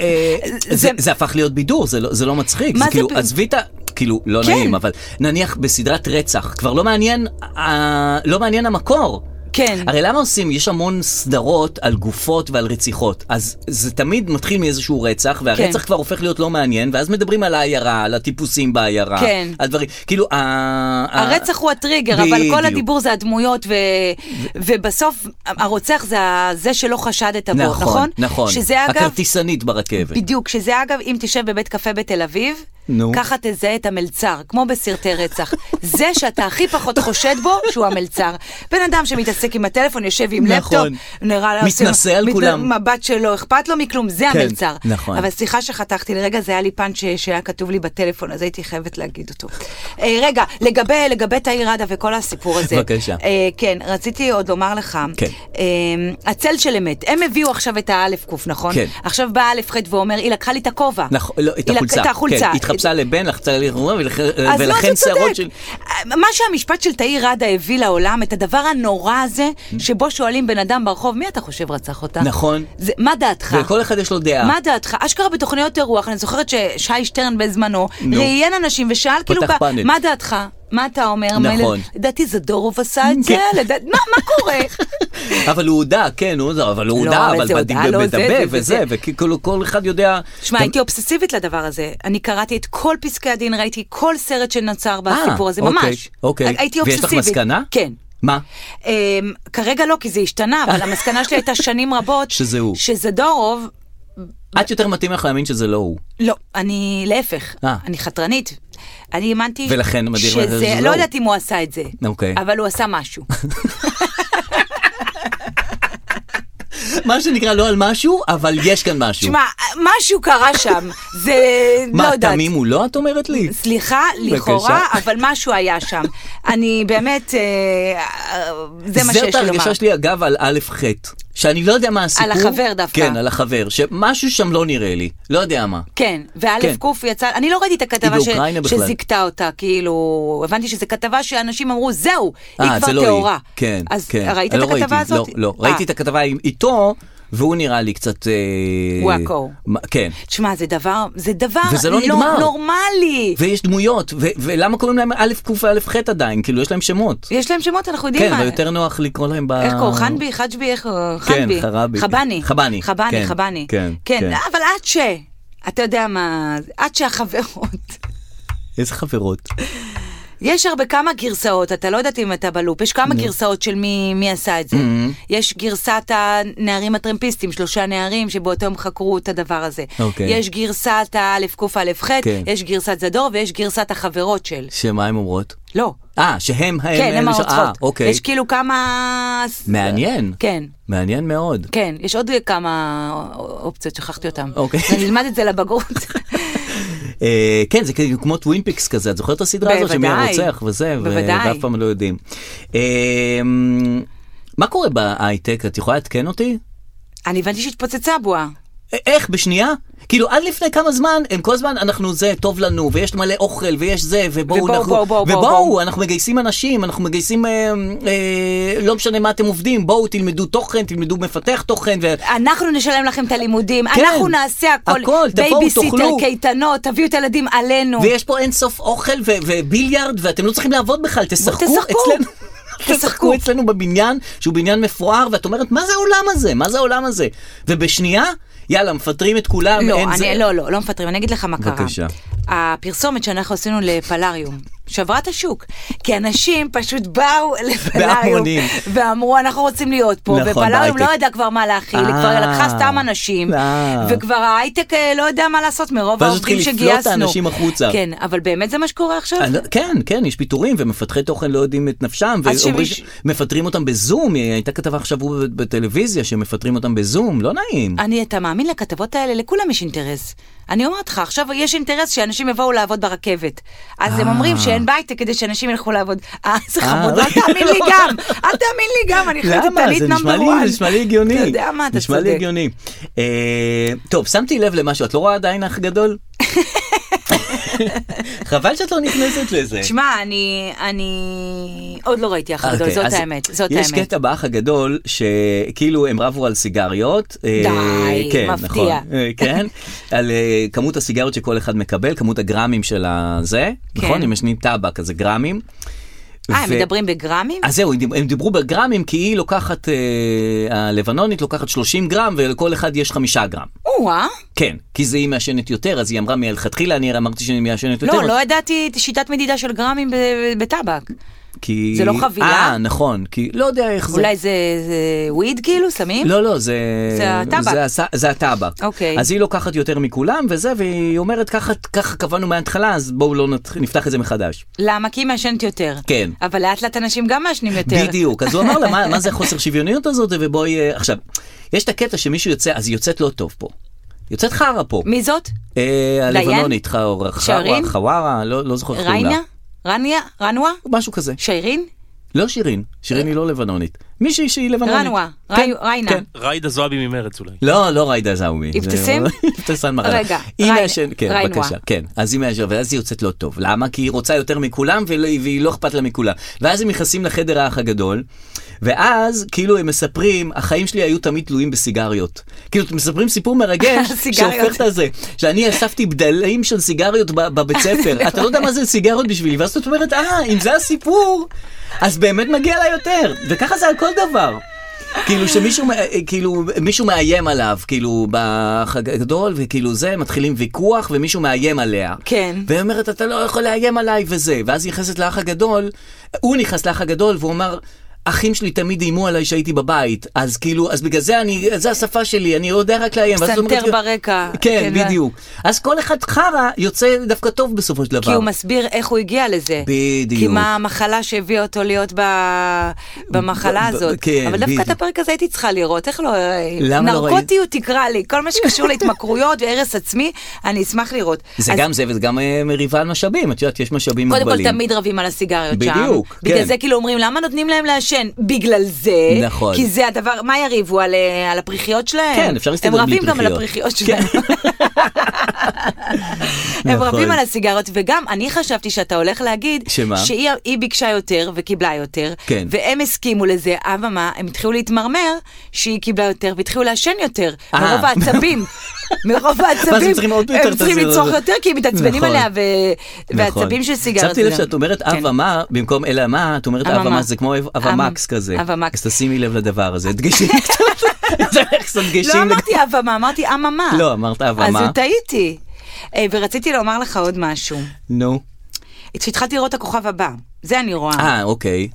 [SPEAKER 2] זה-
[SPEAKER 1] זה- זה הפך להיות בידור, זה לא- זה לא מצחיק.
[SPEAKER 2] מה
[SPEAKER 1] זה
[SPEAKER 2] זה
[SPEAKER 1] כאילו,
[SPEAKER 2] ב-
[SPEAKER 1] עזבי את ה... כאילו, לא
[SPEAKER 2] כן.
[SPEAKER 1] נעים, אבל נניח בסדרת רצח, כבר לא מעניין, אה, לא מעניין המקור.
[SPEAKER 2] כן.
[SPEAKER 1] הרי למה עושים? יש המון סדרות על גופות ועל רציחות. אז זה תמיד מתחיל מאיזשהו רצח, והרצח
[SPEAKER 2] כן.
[SPEAKER 1] כבר הופך להיות לא מעניין, ואז מדברים על העיירה, על הטיפוסים בעיירה.
[SPEAKER 2] כן.
[SPEAKER 1] על דברים, כאילו, ה- ה-
[SPEAKER 2] הרצח הוא הטריגר, אבל
[SPEAKER 1] בדיוק.
[SPEAKER 2] כל הדיבור זה הדמויות, ו... ובסוף הרוצח זה ה- זה שלא חשדת בו, נכון?
[SPEAKER 1] נכון, נכון.
[SPEAKER 2] שזה אגב,
[SPEAKER 1] הכרטיסנית ברכבת.
[SPEAKER 2] בדיוק, שזה אגב, אם תשב בבית קפה בתל אביב,
[SPEAKER 1] נו.
[SPEAKER 2] ככה תזהה את המלצר, כמו בסרטי רצח. זה שאתה הכי פחות חושד בו, שהוא המלצר. בן אדם שמתעסק עם הטלפון, יושב עם
[SPEAKER 1] נכון.
[SPEAKER 2] לפטופ, נראה לו...
[SPEAKER 1] מתנשא
[SPEAKER 2] עושה-
[SPEAKER 1] על
[SPEAKER 2] מת-
[SPEAKER 1] כולם.
[SPEAKER 2] מבט שלא אכפת לו מכלום, זה
[SPEAKER 1] כן,
[SPEAKER 2] המלצר.
[SPEAKER 1] נכון.
[SPEAKER 2] אבל סליחה שחתכתי לרגע, זה היה לי פאנץ' שהיה כתוב לי בטלפון, אז הייתי חייבת להגיד אותו. אה, רגע, לגבי, לגבי תאיר ראדה וכל הסיפור הזה.
[SPEAKER 1] בבקשה.
[SPEAKER 2] אה, כן, רציתי עוד לומר לך.
[SPEAKER 1] כן.
[SPEAKER 2] אה, הצל של אמת, הם הביאו עכשיו את האלף קוף, נכון?
[SPEAKER 1] כן.
[SPEAKER 2] עכשיו בא א' ח' ואומר, היא לקחה לי את הכובע.
[SPEAKER 1] נכון, לא, את
[SPEAKER 2] היא לק-
[SPEAKER 1] החולצה.
[SPEAKER 2] את החולצה.
[SPEAKER 1] כן, התחפשה לבן, לחצה לרוע,
[SPEAKER 2] אז לא,
[SPEAKER 1] ולכן
[SPEAKER 2] אתה צודק. אה,
[SPEAKER 1] שערות של...
[SPEAKER 2] מה שהמשפט של תאיר ראדה הביא לעולם, את הדבר הנורא הזה, שבו שואלים בן אדם ברחוב, מי אתה חושב רצח אותה?
[SPEAKER 1] Mm-hmm. נכון.
[SPEAKER 2] זה, מה דעתך?
[SPEAKER 1] ולכל אחד יש לו דעה.
[SPEAKER 2] מה דעתך? אשכרה בתוכניות אירוח, אני זוכרת ששי שטרן בזמנו
[SPEAKER 1] נו.
[SPEAKER 2] ראיין אנשים ושאל כאילו,
[SPEAKER 1] פתח
[SPEAKER 2] ב-
[SPEAKER 1] פאנל.
[SPEAKER 2] מה דעתך? מה אתה אומר? מה-
[SPEAKER 1] נכון.
[SPEAKER 2] לדעתי זדורוב עשה את זה,
[SPEAKER 1] כן.
[SPEAKER 2] לדע- מה מה קורה?
[SPEAKER 1] אבל הוא הודה, כן, הוא הודה, אבל הוא
[SPEAKER 2] לא,
[SPEAKER 1] הודה,
[SPEAKER 2] אבל
[SPEAKER 1] אבל
[SPEAKER 2] זה הודה,
[SPEAKER 1] בדיוק
[SPEAKER 2] לא זה,
[SPEAKER 1] מדבב
[SPEAKER 2] זה,
[SPEAKER 1] וזה,
[SPEAKER 2] זה,
[SPEAKER 1] וכאילו כל אחד יודע...
[SPEAKER 2] תשמע,
[SPEAKER 1] גם-
[SPEAKER 2] הייתי אובססיבית לדבר הזה. אני קראתי את כל פסקי הדין, ראיתי כל סרט שנוצר בסיפור הזה,
[SPEAKER 1] אוקיי,
[SPEAKER 2] ממש.
[SPEAKER 1] אוקיי.
[SPEAKER 2] הייתי
[SPEAKER 1] ויש לך
[SPEAKER 2] אובססיבית.
[SPEAKER 1] מסקנה?
[SPEAKER 2] כן.
[SPEAKER 1] מה?
[SPEAKER 2] אמ, כרגע לא, כי זה השתנה, אבל המסקנה שלי הייתה שנים רבות,
[SPEAKER 1] שזה הוא.
[SPEAKER 2] שזדורוב
[SPEAKER 1] את יותר מתאים לך להאמין שזה לא הוא.
[SPEAKER 2] לא, אני להפך,
[SPEAKER 1] אה.
[SPEAKER 2] אני חתרנית. אני האמנתי
[SPEAKER 1] ולכן מדהים לדעת שזה
[SPEAKER 2] שזה,
[SPEAKER 1] לא
[SPEAKER 2] לא
[SPEAKER 1] הוא.
[SPEAKER 2] יודעת אם הוא עשה את זה,
[SPEAKER 1] אוקיי.
[SPEAKER 2] אבל הוא עשה משהו.
[SPEAKER 1] מה שנקרא לא על משהו, אבל יש כאן משהו.
[SPEAKER 2] תשמע, משהו קרה שם, זה לא
[SPEAKER 1] מה,
[SPEAKER 2] יודעת.
[SPEAKER 1] תמים הוא לא? את אומרת לי?
[SPEAKER 2] סליחה,
[SPEAKER 1] בבקשה.
[SPEAKER 2] לכאורה, אבל משהו היה שם. אני באמת, אה, אה, זה מה שיש
[SPEAKER 1] זאת
[SPEAKER 2] לי לומר.
[SPEAKER 1] ההרגשה שלי, אגב, על א' ח', שאני לא יודע מה הסיפור.
[SPEAKER 2] החבר דווקא.
[SPEAKER 1] כן, על החבר, שמשהו שם לא נראה לי, לא יודע מה.
[SPEAKER 2] כן,
[SPEAKER 1] כן.
[SPEAKER 2] ואלף קוף יצא, אני לא ראיתי את הכתבה
[SPEAKER 1] היא
[SPEAKER 2] ש-
[SPEAKER 1] באוקראינה בכלל.
[SPEAKER 2] שזיכתה אותה, כאילו, הבנתי שזו כתבה שאנשים אמרו, זהו, היא
[SPEAKER 1] אה, זה
[SPEAKER 2] כבר
[SPEAKER 1] לא
[SPEAKER 2] טהורה.
[SPEAKER 1] כן,
[SPEAKER 2] אז
[SPEAKER 1] כן.
[SPEAKER 2] ראית
[SPEAKER 1] לא
[SPEAKER 2] את הכתבה
[SPEAKER 1] ראיתי,
[SPEAKER 2] הזאת?
[SPEAKER 1] לא, לא.
[SPEAKER 2] אה.
[SPEAKER 1] ראיתי את הכתבה עם- איתו, והוא נראה לי קצת... אה,
[SPEAKER 2] הוא הקור.
[SPEAKER 1] מה- כן.
[SPEAKER 2] תשמע, זה דבר, זה דבר
[SPEAKER 1] וזה לא נגמר.
[SPEAKER 2] נורמלי.
[SPEAKER 1] ויש דמויות, ו- ולמה קוראים להם א' ק' וא' ח' עדיין? כאילו, יש להם שמות.
[SPEAKER 2] יש להם שמות, אנחנו יודעים
[SPEAKER 1] כן,
[SPEAKER 2] מה.
[SPEAKER 1] אבל יותר נוח לקרוא להם ב...
[SPEAKER 2] איך קוראים? חנבי, חג'בי, איך קוראים?
[SPEAKER 1] אמ, כן,
[SPEAKER 2] חנבי.
[SPEAKER 1] חרבי.
[SPEAKER 2] חבני.
[SPEAKER 1] חבני, כן,
[SPEAKER 2] חבני, חבני.
[SPEAKER 1] כן, כן.
[SPEAKER 2] כן, אבל עד ש... אתה יודע מה... עד שהחברות...
[SPEAKER 1] איזה חברות.
[SPEAKER 2] יש הרבה כמה גרסאות, אתה לא יודעת אם אתה בלופ, יש כמה גרסאות של מי, מי עשה את זה.
[SPEAKER 1] Mm-hmm.
[SPEAKER 2] יש גרסת הנערים הטרמפיסטים, שלושה נערים שבאותו יום חקרו את הדבר הזה.
[SPEAKER 1] אוקיי.
[SPEAKER 2] יש גרסת האלף קוף אלף ח',
[SPEAKER 1] כן.
[SPEAKER 2] יש גרסת זדור ויש גרסת החברות של.
[SPEAKER 1] שמה הן אומרות?
[SPEAKER 2] לא.
[SPEAKER 1] אה, שהם...
[SPEAKER 2] כן, הם
[SPEAKER 1] אלה ש- אה,
[SPEAKER 2] הרוצחות.
[SPEAKER 1] אוקיי.
[SPEAKER 2] יש כאילו כמה...
[SPEAKER 1] מעניין.
[SPEAKER 2] כן.
[SPEAKER 1] מעניין מאוד.
[SPEAKER 2] כן, יש עוד כמה אופציות, שכחתי אותן.
[SPEAKER 1] אוקיי.
[SPEAKER 2] אני אלמד את זה לבגרות.
[SPEAKER 1] אה, כן, זה כאילו כמו טווין פיקס כזה, את זוכרת את הסדרה הזאת? שמי
[SPEAKER 2] בוודאי.
[SPEAKER 1] הרוצח וזה, ו-
[SPEAKER 2] בוודאי.
[SPEAKER 1] ואף פעם לא יודעים. אה, מ, מה קורה בהייטק? את יכולה לעדכן אותי?
[SPEAKER 2] אני הבנתי שהתפוצצה הבועה.
[SPEAKER 1] א- איך, בשנייה? כאילו, עד לפני כמה זמן, הם כל הזמן, אנחנו זה, טוב לנו, ויש מלא אוכל, ויש זה, ובואו,
[SPEAKER 2] ובואו,
[SPEAKER 1] אנחנו...
[SPEAKER 2] בואו, בואו, בואו,
[SPEAKER 1] ובואו,
[SPEAKER 2] בואו.
[SPEAKER 1] אנחנו מגייסים אנשים, אנחנו מגייסים, אה, אה, לא משנה מה אתם עובדים, בואו, תלמדו תוכן, תלמדו מפתח תוכן, ו...
[SPEAKER 2] אנחנו נשלם לכם את הלימודים,
[SPEAKER 1] כן.
[SPEAKER 2] אנחנו נעשה הכל.
[SPEAKER 1] הכל, תבואו,
[SPEAKER 2] בייביסיטר,
[SPEAKER 1] תאכלו.
[SPEAKER 2] קייטנות, תביאו את הילדים עלינו.
[SPEAKER 1] ויש פה אין סוף אוכל ו- וביליארד, ואתם לא צריכים לעבוד בכלל, תשחקו
[SPEAKER 2] תשחקו.
[SPEAKER 1] אצלנו.
[SPEAKER 2] תשחקו.
[SPEAKER 1] תשחקו אצלנו בבניין, שהוא בניין מפואר, ואת אומרת, מה זה העולם הזה? מה זה העולם הזה? ובשנייה, יאללה, מפטרים את כולם,
[SPEAKER 2] לא,
[SPEAKER 1] אין
[SPEAKER 2] אני-
[SPEAKER 1] זה.
[SPEAKER 2] לא, לא, לא מפטרים, אני אגיד לך מה קרה.
[SPEAKER 1] בבקשה.
[SPEAKER 2] הפרסומת שאנחנו עשינו לפלאריום שברה את השוק, כי אנשים פשוט באו לפלאריום
[SPEAKER 1] בהמונים.
[SPEAKER 2] ואמרו אנחנו רוצים להיות פה,
[SPEAKER 1] נכון,
[SPEAKER 2] ופלאריום
[SPEAKER 1] בהייטק.
[SPEAKER 2] לא ידע כבר מה להכיל, היא
[SPEAKER 1] אה.
[SPEAKER 2] כבר לקחה סתם אנשים,
[SPEAKER 1] אה.
[SPEAKER 2] וכבר ההייטק אה, לא יודע מה לעשות מרוב
[SPEAKER 1] ואז
[SPEAKER 2] העובדים
[SPEAKER 1] התחיל
[SPEAKER 2] שגייסנו.
[SPEAKER 1] לפלוט את האנשים החוצה.
[SPEAKER 2] כן, אבל באמת זה מה שקורה עכשיו?
[SPEAKER 1] אני לא- כן, כן, יש פיטורים, ומפתחי תוכן לא יודעים את נפשם,
[SPEAKER 2] אז
[SPEAKER 1] ואומרים,
[SPEAKER 2] שמיש-
[SPEAKER 1] מפטרים אותם בזום, הייתה כתבה עכשיו בטלוויזיה שמפטרים אותם בזום, לא נעים.
[SPEAKER 2] אני, אתה מאמין לכתבות האלה? לכולם יש אינטרס. אני אומרת לך, עכשיו יש אינטרס שאנשים יבואו לעבוד ברכבת. אז
[SPEAKER 1] אה.
[SPEAKER 2] הם אומרים שאין בהייטק כדי שאנשים ילכו לעבוד. אה, איזה חמוד, אל תאמין לי גם, אל תאמין לי גם, אני
[SPEAKER 1] לא. למה?
[SPEAKER 2] חייבת
[SPEAKER 1] זה
[SPEAKER 2] את
[SPEAKER 1] נשמע
[SPEAKER 2] נאמבר
[SPEAKER 1] לי,
[SPEAKER 2] וואן.
[SPEAKER 1] זה נשמע לי הגיוני.
[SPEAKER 2] אתה יודע מה, אתה
[SPEAKER 1] נשמע לי
[SPEAKER 2] צודק.
[SPEAKER 1] הגיוני. אה, טוב, שמתי לב למשהו, את לא רואה עדיין אח גדול? חבל שאת לא נכנסת לזה.
[SPEAKER 2] תשמע, אני, אני עוד לא ראיתי אח גדול,
[SPEAKER 1] אוקיי,
[SPEAKER 2] זאת
[SPEAKER 1] אז
[SPEAKER 2] האמת, זאת
[SPEAKER 1] יש
[SPEAKER 2] האמת.
[SPEAKER 1] קטע באח הגדול שכאילו הם רבו על סיגריות. אה,
[SPEAKER 2] די,
[SPEAKER 1] כן,
[SPEAKER 2] מפתיע.
[SPEAKER 1] נכון, אה, כן, על אה, כמות הסיגריות שכל אחד מקבל, כמות הגרמים של הזה,
[SPEAKER 2] כן.
[SPEAKER 1] נכון? הם משנים טבק, אז זה גרמים.
[SPEAKER 2] אה, הם
[SPEAKER 1] ו- אה,
[SPEAKER 2] מדברים בגרמים?
[SPEAKER 1] אז זהו, הם דיב- הם דיברו בגרמים, כי היא לוקחת, אה, הלבנונית לוקחת 30 גרם ולכל אחד יש חמישה גרם.
[SPEAKER 2] או-אה.
[SPEAKER 1] כן, כי זה היא מעשנת יותר, אז היא אמרה מלכתחילה, אני אמרתי שאני מעשנת יותר.
[SPEAKER 2] לא, לא ידעתי את שיטת מדידה של גרמים ב- ב- בטבק.
[SPEAKER 1] כי...
[SPEAKER 2] זה לא חבילה?
[SPEAKER 1] אה, נכון, כי לא יודע איך זה.
[SPEAKER 2] אולי זה זה וויד כאילו, סמים?
[SPEAKER 1] לא, לא, זה...
[SPEAKER 2] זה הטבק.
[SPEAKER 1] זה, הס- זה הטבק.
[SPEAKER 2] אוקיי.
[SPEAKER 1] אז היא לוקחת יותר מכולם וזה, והיא אומרת, ככה, ככה קבענו מההתחלה, אז בואו לא נת... נפתח את זה מחדש.
[SPEAKER 2] למה? כי היא מעשנת יותר.
[SPEAKER 1] כן.
[SPEAKER 2] אבל לאט לאט אנשים גם מעשנים יותר.
[SPEAKER 1] בדיוק, אז הוא אמר לה, מה, מה זה החוסר שוויוניות הזאת, ובואי... אה, עכשיו, יש את הקטע שמישהו יוצא, אז היא יוצאת לא טוב פה. יוצאת חרא פה.
[SPEAKER 2] מי זאת?
[SPEAKER 1] אה,
[SPEAKER 2] דיין?
[SPEAKER 1] הלבנונית, חאורה,
[SPEAKER 2] שיירין?
[SPEAKER 1] חווארה, לא לא זוכר איך קוראים לה.
[SPEAKER 2] ריינה? רניה? רנווה?
[SPEAKER 1] משהו כזה.
[SPEAKER 2] שיירין?
[SPEAKER 1] לא שירין, שירין היא לא לבנונית. מישהי שהיא לבנונית.
[SPEAKER 2] רנווה.
[SPEAKER 1] כן,
[SPEAKER 2] רי- ריינה.
[SPEAKER 1] כן.
[SPEAKER 3] ראידה זועבי ממרץ אולי.
[SPEAKER 1] לא, לא ריידה זאומי.
[SPEAKER 2] אבתיסאם?
[SPEAKER 1] אבתיסאם מראענה.
[SPEAKER 2] רגע,
[SPEAKER 1] היא
[SPEAKER 2] ריינ-
[SPEAKER 1] מעשנת, כן,
[SPEAKER 2] ריינווה.
[SPEAKER 1] בבקשה. כן, אז היא מעשנת, ואז היא יוצאת לא טוב. למה? כי היא רוצה יותר מכולם, ולא- והיא לא אכפת לה מכולם. ואז הם נכנסים לחדר האח הגדול, ואז כאילו הם מספרים, החיים שלי היו תמיד תלויים בסיגריות. כאילו, אתם מספרים סיפור מרגש,
[SPEAKER 2] סיגריות.
[SPEAKER 1] שהופך את הזה. שאני אספתי בדלים של סיגריות ב- בבית ספר. אתה לא יודע מה זה סיגריות בשבילי, ואז את אומרת, אה, אם זה הסיפור, אז באמת מגיע לה יותר. וככה זה על כל דבר. כאילו שמישהו מא- כאילו מישהו מאיים עליו כאילו בחג הגדול וכאילו זה מתחילים ויכוח ומישהו מאיים עליה.
[SPEAKER 2] כן.
[SPEAKER 1] והיא אומרת אתה לא יכול לאיים עליי וזה ואז היא נכנסת לאח הגדול הוא נכנס לאח הגדול והוא אמר. אחים שלי תמיד איימו עליי שהייתי בבית, אז כאילו, אז בגלל זה אני, זה השפה שלי, אני לא יודע רק לאיים. ואז את אומרת,
[SPEAKER 2] פסנתר ברקע.
[SPEAKER 1] כן,
[SPEAKER 2] כן,
[SPEAKER 1] בדיוק. אז כל אחד חרא יוצא דווקא טוב בסופו של דבר.
[SPEAKER 2] כי הוא מסביר איך הוא הגיע לזה.
[SPEAKER 1] בדיוק.
[SPEAKER 2] כי מה המחלה שהביאה אותו להיות ב... במחלה
[SPEAKER 1] ב- ב-
[SPEAKER 2] הזאת.
[SPEAKER 1] כן,
[SPEAKER 2] אבל דווקא
[SPEAKER 1] בדיוק.
[SPEAKER 2] את הפרק הזה הייתי צריכה לראות, איך לא...
[SPEAKER 1] למה לא ראית?
[SPEAKER 2] נרקוטיות תקרא לי, כל מה שקשור להתמכרויות והרס עצמי, אני אשמח לראות.
[SPEAKER 1] זה
[SPEAKER 2] אז
[SPEAKER 1] גם זה וזה גם אה, מריבה על משאבים, את יודעת, יש משאבים
[SPEAKER 2] קודם
[SPEAKER 1] מוגבלים.
[SPEAKER 2] כל תמיד רבים על הסיגריות שם.
[SPEAKER 1] בדיוק,
[SPEAKER 2] בגלל
[SPEAKER 1] כן.
[SPEAKER 2] זה כאילו אומרים למה נותנים להם לעשן? בגלל זה.
[SPEAKER 1] נכון.
[SPEAKER 2] כי זה הדבר, מה יריבו על, אה, על הפריחיות שלהם?
[SPEAKER 1] כן, אפשר להסתדר
[SPEAKER 2] הם
[SPEAKER 1] בלי
[SPEAKER 2] רבים גם על
[SPEAKER 1] פריחיות. כן.
[SPEAKER 2] הפריחיות שלהם. הם
[SPEAKER 1] נכון.
[SPEAKER 2] רבים על הסיגריות, וגם אני חשבתי שאתה הולך להגיד,
[SPEAKER 1] שמה?
[SPEAKER 2] שהיא היא ביקשה יותר וקיבלה יותר,
[SPEAKER 1] כן.
[SPEAKER 2] והם הסכימו לזה, אבל מה, הם התחילו להתמרמר שהיא קיבלה יותר והתחילו לעשן יותר,
[SPEAKER 1] אה.
[SPEAKER 2] מרוב העצבים. מרוב העצבים,
[SPEAKER 1] ואז הם צריכים עוד יותר
[SPEAKER 2] הם
[SPEAKER 1] את
[SPEAKER 2] צריכים
[SPEAKER 1] הזיר
[SPEAKER 2] לצרוך
[SPEAKER 1] הזה.
[SPEAKER 2] יותר כי הם מתעצבנים
[SPEAKER 1] נכון.
[SPEAKER 2] עליה, ו- והעצבים של
[SPEAKER 1] נכון.
[SPEAKER 2] סיגריות.
[SPEAKER 1] שמתי לב
[SPEAKER 2] זה-
[SPEAKER 1] שאת אומרת
[SPEAKER 2] כן.
[SPEAKER 1] אב אמה במקום אלא מה, את אומרת
[SPEAKER 2] אב
[SPEAKER 1] אב
[SPEAKER 2] אמה.
[SPEAKER 1] אמה זה כמו אב- אב
[SPEAKER 2] אב-
[SPEAKER 1] המקס כזה.
[SPEAKER 2] אב המקס.
[SPEAKER 1] אז תשימי לב לדבר הזה, דגשים קצת. זה איך קצת
[SPEAKER 2] לא
[SPEAKER 1] דגשים.
[SPEAKER 2] אמרתי אבמה, אמרתי אממה.
[SPEAKER 1] לא, אמרת
[SPEAKER 2] אז
[SPEAKER 1] אבמה.
[SPEAKER 2] טעיתי. אה, ורציתי לומר לך עוד משהו.
[SPEAKER 1] נו.
[SPEAKER 2] כשהתחלתי לראות את הכוכב הבא, זה אני רואה.
[SPEAKER 1] אה, אוקיי.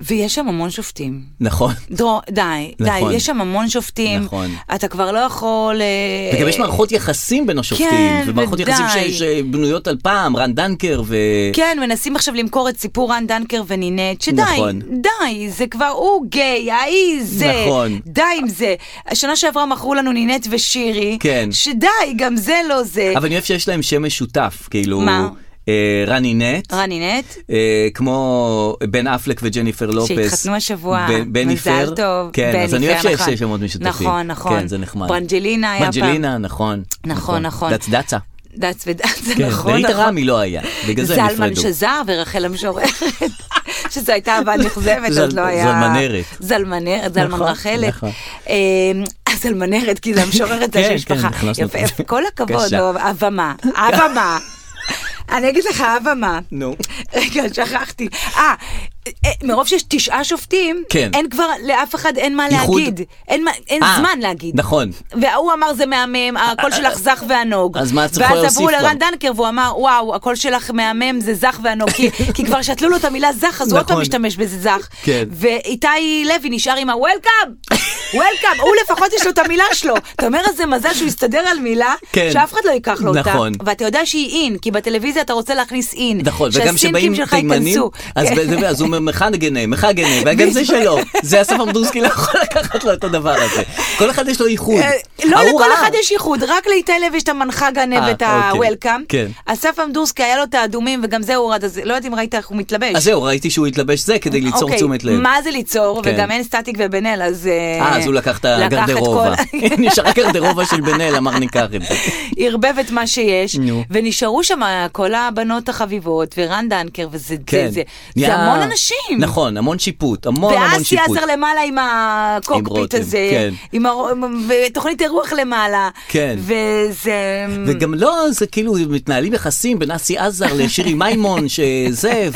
[SPEAKER 2] ויש שם המון שופטים.
[SPEAKER 1] נכון.
[SPEAKER 2] דרור, די, די,
[SPEAKER 1] נכון.
[SPEAKER 2] יש שם המון שופטים.
[SPEAKER 1] נכון.
[SPEAKER 2] אתה כבר לא יכול... אה,
[SPEAKER 1] וגם יש מערכות יחסים בין השופטים,
[SPEAKER 2] כן,
[SPEAKER 1] ומערכות
[SPEAKER 2] ודי.
[SPEAKER 1] יחסים ש- שבנויות על פעם, רן דנקר ו...
[SPEAKER 2] כן, מנסים עכשיו למכור את סיפור רן דנקר ונינט, שדי,
[SPEAKER 1] נכון.
[SPEAKER 2] די, זה כבר הוא גיי, ההיא זה,
[SPEAKER 1] נכון.
[SPEAKER 2] די עם זה. השנה שעברה מכרו לנו נינט ושירי,
[SPEAKER 1] כן.
[SPEAKER 2] שדי, גם זה לא זה.
[SPEAKER 1] אבל אני אוהב שיש להם שם משותף, כאילו...
[SPEAKER 2] מה?
[SPEAKER 1] אה, רני נט.
[SPEAKER 2] רן נינט,
[SPEAKER 1] אה, כמו בן אפלק וג'ניפר לופס.
[SPEAKER 2] שהתחתנו השבוע,
[SPEAKER 1] בן-
[SPEAKER 2] מזל
[SPEAKER 1] בניפר.
[SPEAKER 2] טוב,
[SPEAKER 1] כן, אז
[SPEAKER 2] בניפר,
[SPEAKER 1] אני אוהב שיש
[SPEAKER 2] נכון.
[SPEAKER 1] שיש שמות משותפים.
[SPEAKER 2] נכון, נכון.
[SPEAKER 1] כן, זה נחמד.
[SPEAKER 2] ברנג'לינה היה פעם.
[SPEAKER 1] ברנג'לינה, נכון.
[SPEAKER 2] נכון, נכון.
[SPEAKER 1] דץ דצה.
[SPEAKER 2] דץ ודץ, זה
[SPEAKER 1] כן,
[SPEAKER 2] נכון,
[SPEAKER 1] דרית
[SPEAKER 2] נכון.
[SPEAKER 1] רמי לא היה, בגלל זה הם
[SPEAKER 2] זלמן
[SPEAKER 1] נפרדו.
[SPEAKER 2] שזר ורחל המשוררת, שזו הייתה הבאה נכזבת,
[SPEAKER 1] זל-
[SPEAKER 2] עוד לא היה...
[SPEAKER 1] זלמנרת.
[SPEAKER 2] זלמנרת, זלמן
[SPEAKER 1] נכון,
[SPEAKER 2] רחלת.
[SPEAKER 1] נכון.
[SPEAKER 2] אמ, זלמנרת, כי זה המשוררת זה
[SPEAKER 1] כן,
[SPEAKER 2] של
[SPEAKER 1] כן,
[SPEAKER 2] משפחה.
[SPEAKER 1] הכנסנו
[SPEAKER 2] יפה,
[SPEAKER 1] את זה.
[SPEAKER 2] כל הכבוד,
[SPEAKER 1] בבקשה.
[SPEAKER 2] לא, אבמה, אבמה. אני אגיד לך אבמה.
[SPEAKER 1] נו.
[SPEAKER 2] רגע, שכחתי. אה, אה, מרוב שיש תשעה שופטים,
[SPEAKER 1] כן.
[SPEAKER 2] אין כבר, לאף אחד אין מה
[SPEAKER 1] ייחוד.
[SPEAKER 2] להגיד. אין מה- אין
[SPEAKER 1] אה,
[SPEAKER 2] זמן להגיד.
[SPEAKER 1] נכון.
[SPEAKER 2] וההוא אמר זה מהמם, הקול שלך זך והנוג.
[SPEAKER 1] אה, אז מה את יכולה
[SPEAKER 2] ואז
[SPEAKER 1] להוסיף
[SPEAKER 2] עברו לרן
[SPEAKER 1] לנו?
[SPEAKER 2] דנקר והוא אמר, וואו, הקול שלך מהמם, זה זך והנוג. כי- כי כבר שתלו לו את המילה זך, אז הוא עוד פעם
[SPEAKER 1] נכון.
[SPEAKER 2] משתמש בזה זך.
[SPEAKER 1] כן.
[SPEAKER 2] ואיתי לוי נשאר עם ה-Welcome! Welcome! הוא לפחות יש לו את המילה שלו. אתה אומר איזה מזל שהוא הסתדר על מילה,
[SPEAKER 1] כן.
[SPEAKER 2] שאף אחד לא ייקח לו אותה.
[SPEAKER 1] נכון.
[SPEAKER 2] ואתה יודע שהיא אין, כי בטלוויזיה אתה רוצה להכניס אין.
[SPEAKER 1] נכון, וגם
[SPEAKER 2] שהסינקים
[SPEAKER 1] שבאים
[SPEAKER 2] שלך
[SPEAKER 1] תימנים,
[SPEAKER 2] ייכנסו.
[SPEAKER 1] אז
[SPEAKER 2] כן.
[SPEAKER 1] בזה- אז הוא אומר מחגנה, מחגנה, וגם זה שלו, זה אסף עמדורסקי לא יכול לקחת לו את הדבר הזה. כל אחד יש לו ייחוד.
[SPEAKER 2] אה, לא
[SPEAKER 1] ההוא
[SPEAKER 2] לכל
[SPEAKER 1] ראה.
[SPEAKER 2] אחד יש ייחוד, רק לאיתי לב יש את המנחה גנב
[SPEAKER 1] אה,
[SPEAKER 2] ואת ה-Welcome.
[SPEAKER 1] אוקיי, כן.
[SPEAKER 2] אסף עמדורסקי היה לו את האדומים וגם זה הורד, אז לא יודעת אם ראית איך הוא מתלבש.
[SPEAKER 1] אז זהו, ראיתי שהוא התלבש זה כדי ליצור
[SPEAKER 2] אוקיי,
[SPEAKER 1] תשומת לב.
[SPEAKER 2] מה זה ליצור,
[SPEAKER 1] כן.
[SPEAKER 2] וגם אין סטטיק ובן אל, אז...
[SPEAKER 1] אה, אז הוא לקח את הגרדרובה.
[SPEAKER 2] לקח את כל-
[SPEAKER 1] נשארה גרדרובה של בן אל, אמר ניקח את זה.
[SPEAKER 2] ערבב את מה שיש,
[SPEAKER 1] נו.
[SPEAKER 2] ונשארו שם כל הבנות החביבות, ורן דנקר, וזה
[SPEAKER 1] כן.
[SPEAKER 2] זה- זה- זה
[SPEAKER 1] נהיה-
[SPEAKER 2] המון אנשים.
[SPEAKER 1] נכון, המון שיפוט, המון המון
[SPEAKER 2] ואז
[SPEAKER 1] שיפוט.
[SPEAKER 2] יעזר למעלה עם
[SPEAKER 1] עם
[SPEAKER 2] הקוקפיט
[SPEAKER 1] רותם,
[SPEAKER 2] הזה,
[SPEAKER 1] כן.
[SPEAKER 2] עם הר- עם- ותוכנית אירוח למעלה,
[SPEAKER 1] כן.
[SPEAKER 2] וזה...
[SPEAKER 1] וגם לא, זה כאילו, מתנהלים יחסים בין אסי עזר לשירי מימון, שזה,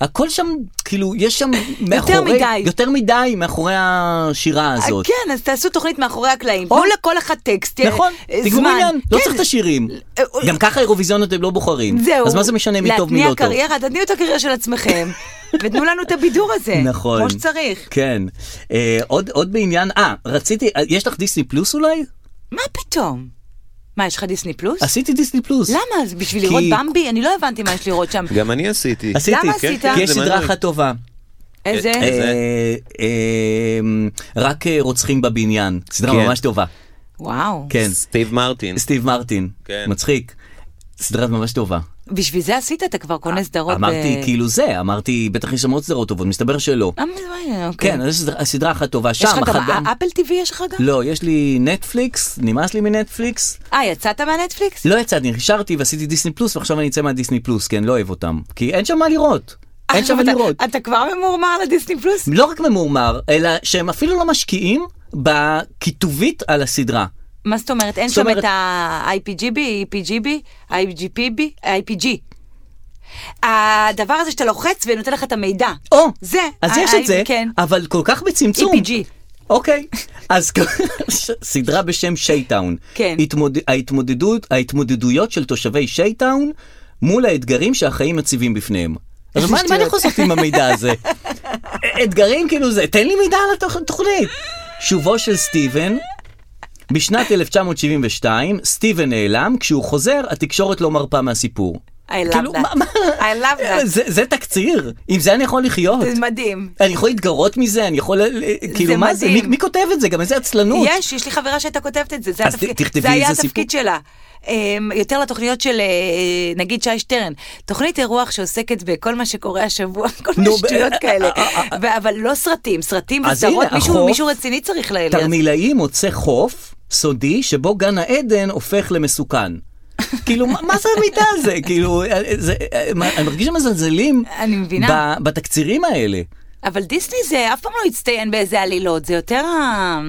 [SPEAKER 1] והכל שם, כאילו, יש שם מאחורי...
[SPEAKER 2] מדי.
[SPEAKER 1] יותר מדי מאחורי השירה הזאת.
[SPEAKER 2] כן, אז תעשו תוכנית מאחורי הקלעים.
[SPEAKER 1] או-
[SPEAKER 2] תנו לכל אחד טקסט. יהיה-
[SPEAKER 1] נכון,
[SPEAKER 2] אה,
[SPEAKER 1] תגמור
[SPEAKER 2] זמן.
[SPEAKER 1] עניין, לא
[SPEAKER 2] כן,
[SPEAKER 1] צריך את השירים.
[SPEAKER 2] אה,
[SPEAKER 1] גם ככה אירוויזיון אתם לא בוחרים.
[SPEAKER 2] זהו.
[SPEAKER 1] אז מה זה משנה מי טוב מי לא
[SPEAKER 2] להתניע
[SPEAKER 1] טוב?
[SPEAKER 2] קריירה, תתניעו את הקריירה של עצמכם, ותנו לנו את הבידור הזה.
[SPEAKER 1] נכון.
[SPEAKER 2] כן, כמו שצריך.
[SPEAKER 1] כן. אה, עוד עוד בעניין, אה, רציתי, אה, יש לך דיסני פלוס אולי?
[SPEAKER 2] מה פתאום? מה, יש לך דיסני פלוס?
[SPEAKER 1] עשיתי דיסני פלוס.
[SPEAKER 2] למה? אז
[SPEAKER 1] כי-
[SPEAKER 2] בשביל לראות במבי? אני לא הבנתי מה יש לראות שם.
[SPEAKER 4] גם אני עשיתי.
[SPEAKER 1] עשיתי,
[SPEAKER 2] למה
[SPEAKER 1] כן,
[SPEAKER 2] עשית?
[SPEAKER 1] כי יש
[SPEAKER 4] זה
[SPEAKER 1] סדרה
[SPEAKER 4] מעניין.
[SPEAKER 1] אחת טובה.
[SPEAKER 2] איזה?
[SPEAKER 4] איזה?
[SPEAKER 1] אה, אה, רק אה, רוצחים בבניין, סדרה
[SPEAKER 4] כן.
[SPEAKER 1] ממש טובה.
[SPEAKER 2] וואו.
[SPEAKER 1] כן,
[SPEAKER 4] סטיב מרטין.
[SPEAKER 1] סטיב מרטין,
[SPEAKER 4] כן.
[SPEAKER 1] מצחיק. סדרה ממש טובה.
[SPEAKER 2] בשביל זה עשית? אתה כבר קונה סדרות אה, ב...
[SPEAKER 1] אה, אמרתי כאילו זה, אמרתי בטח יש שם עוד סדרות טובות, מסתבר שלא.
[SPEAKER 2] אה, מה, אוקיי.
[SPEAKER 1] כן, אז יש סדרה- סדרה אחת טובה שם,
[SPEAKER 2] יש לך
[SPEAKER 1] אחת
[SPEAKER 2] גם
[SPEAKER 1] גם-
[SPEAKER 2] אפל TV יש לך גם?
[SPEAKER 1] לא, יש לי נטפליקס, נמאס לי מנטפליקס.
[SPEAKER 2] אה, יצאת מהנטפליקס?
[SPEAKER 1] לא יצאתי, נשארתי ועשיתי דיסני פלוס, ועכשיו אני אצא מהדיסני פלוס, כי אני לא אוהב אותם. כי אין שם מה לראות. אין שם מה
[SPEAKER 2] אה, אתה-
[SPEAKER 1] לראות.
[SPEAKER 2] אתה כבר ממורמר לדיסני פלוס?
[SPEAKER 1] לא רק ממורמר, אלא שהם אפילו לא משקיעים בכיתובית על הסדרה.
[SPEAKER 2] מה זאת אומרת? אין
[SPEAKER 1] זאת
[SPEAKER 2] שם
[SPEAKER 1] אומרת-
[SPEAKER 2] את ה-IPGB, EPGB, IGPB, IPG. הדבר הזה שאתה לוחץ ונותן לך את המידע.
[SPEAKER 1] או,
[SPEAKER 2] זה.
[SPEAKER 1] אז
[SPEAKER 2] ה-
[SPEAKER 1] יש
[SPEAKER 2] ה-
[SPEAKER 1] את זה,
[SPEAKER 2] כן. E
[SPEAKER 1] אבל כל כך בצמצום.
[SPEAKER 2] EPG.
[SPEAKER 1] אוקיי, אז ש- סדרה בשם שייטאון.
[SPEAKER 2] כן.
[SPEAKER 1] התמוד... ההתמודדות, ההתמודדויות של תושבי שייטאון מול האתגרים שהחיים מציבים בפניהם. אז מה, מה אני
[SPEAKER 2] שטויות.
[SPEAKER 1] יכול לעשות עם המידע הזה? אתגרים כאילו זה, תן לי מידע על התוכ- התוכנית. שובו של סטיבן. בשנת 1972, סטיבן נעלם, כשהוא חוזר, התקשורת לא מרפה מהסיפור.
[SPEAKER 2] I love
[SPEAKER 1] כאילו,
[SPEAKER 2] that.
[SPEAKER 1] מה- מה-
[SPEAKER 2] I love that.
[SPEAKER 1] זה- זה תקציר, עם זה אני יכול לחיות.
[SPEAKER 2] זה מדהים.
[SPEAKER 1] אני יכול להתגרות מזה, אני יכול... ל- ל- כאילו, מה זה? מי-
[SPEAKER 2] מדהים.
[SPEAKER 1] מי כותב את זה? גם איזה עצלנות.
[SPEAKER 2] יש, יש לי חברה שהייתה כותבת את זה, זה
[SPEAKER 1] אז ת-
[SPEAKER 2] התפקיד,
[SPEAKER 1] תכתבי
[SPEAKER 2] זה היה
[SPEAKER 1] איזה
[SPEAKER 2] התפקיד שלה. אמ, יותר לתוכניות של אה, נגיד שי שטרן, תוכנית אירוח שעוסקת בכל מה שקורה השבוע, כל מיני
[SPEAKER 1] נו, ב-
[SPEAKER 2] שטויות
[SPEAKER 1] אה,
[SPEAKER 2] כאלה,
[SPEAKER 1] אה, אה, אה.
[SPEAKER 2] ו- אבל לא סרטים, סרטים
[SPEAKER 1] אז הנה,
[SPEAKER 2] וסדרות, מישהו-
[SPEAKER 1] החוף,
[SPEAKER 2] מישהו רציני צריך ל- לעשות.
[SPEAKER 1] תרמילאי מוצא חוף סודי שבו גן העדן הופך למסוכן. כאילו, מה מה זה המידע הזה? כאילו, אה, זה, אה, מה, אני מרגיש שמזלזלים
[SPEAKER 2] אני מבינה.
[SPEAKER 1] ב- בתקצירים האלה.
[SPEAKER 2] אבל דיסני זה אף פעם לא הצטיין באיזה עלילות, זה יותר ה...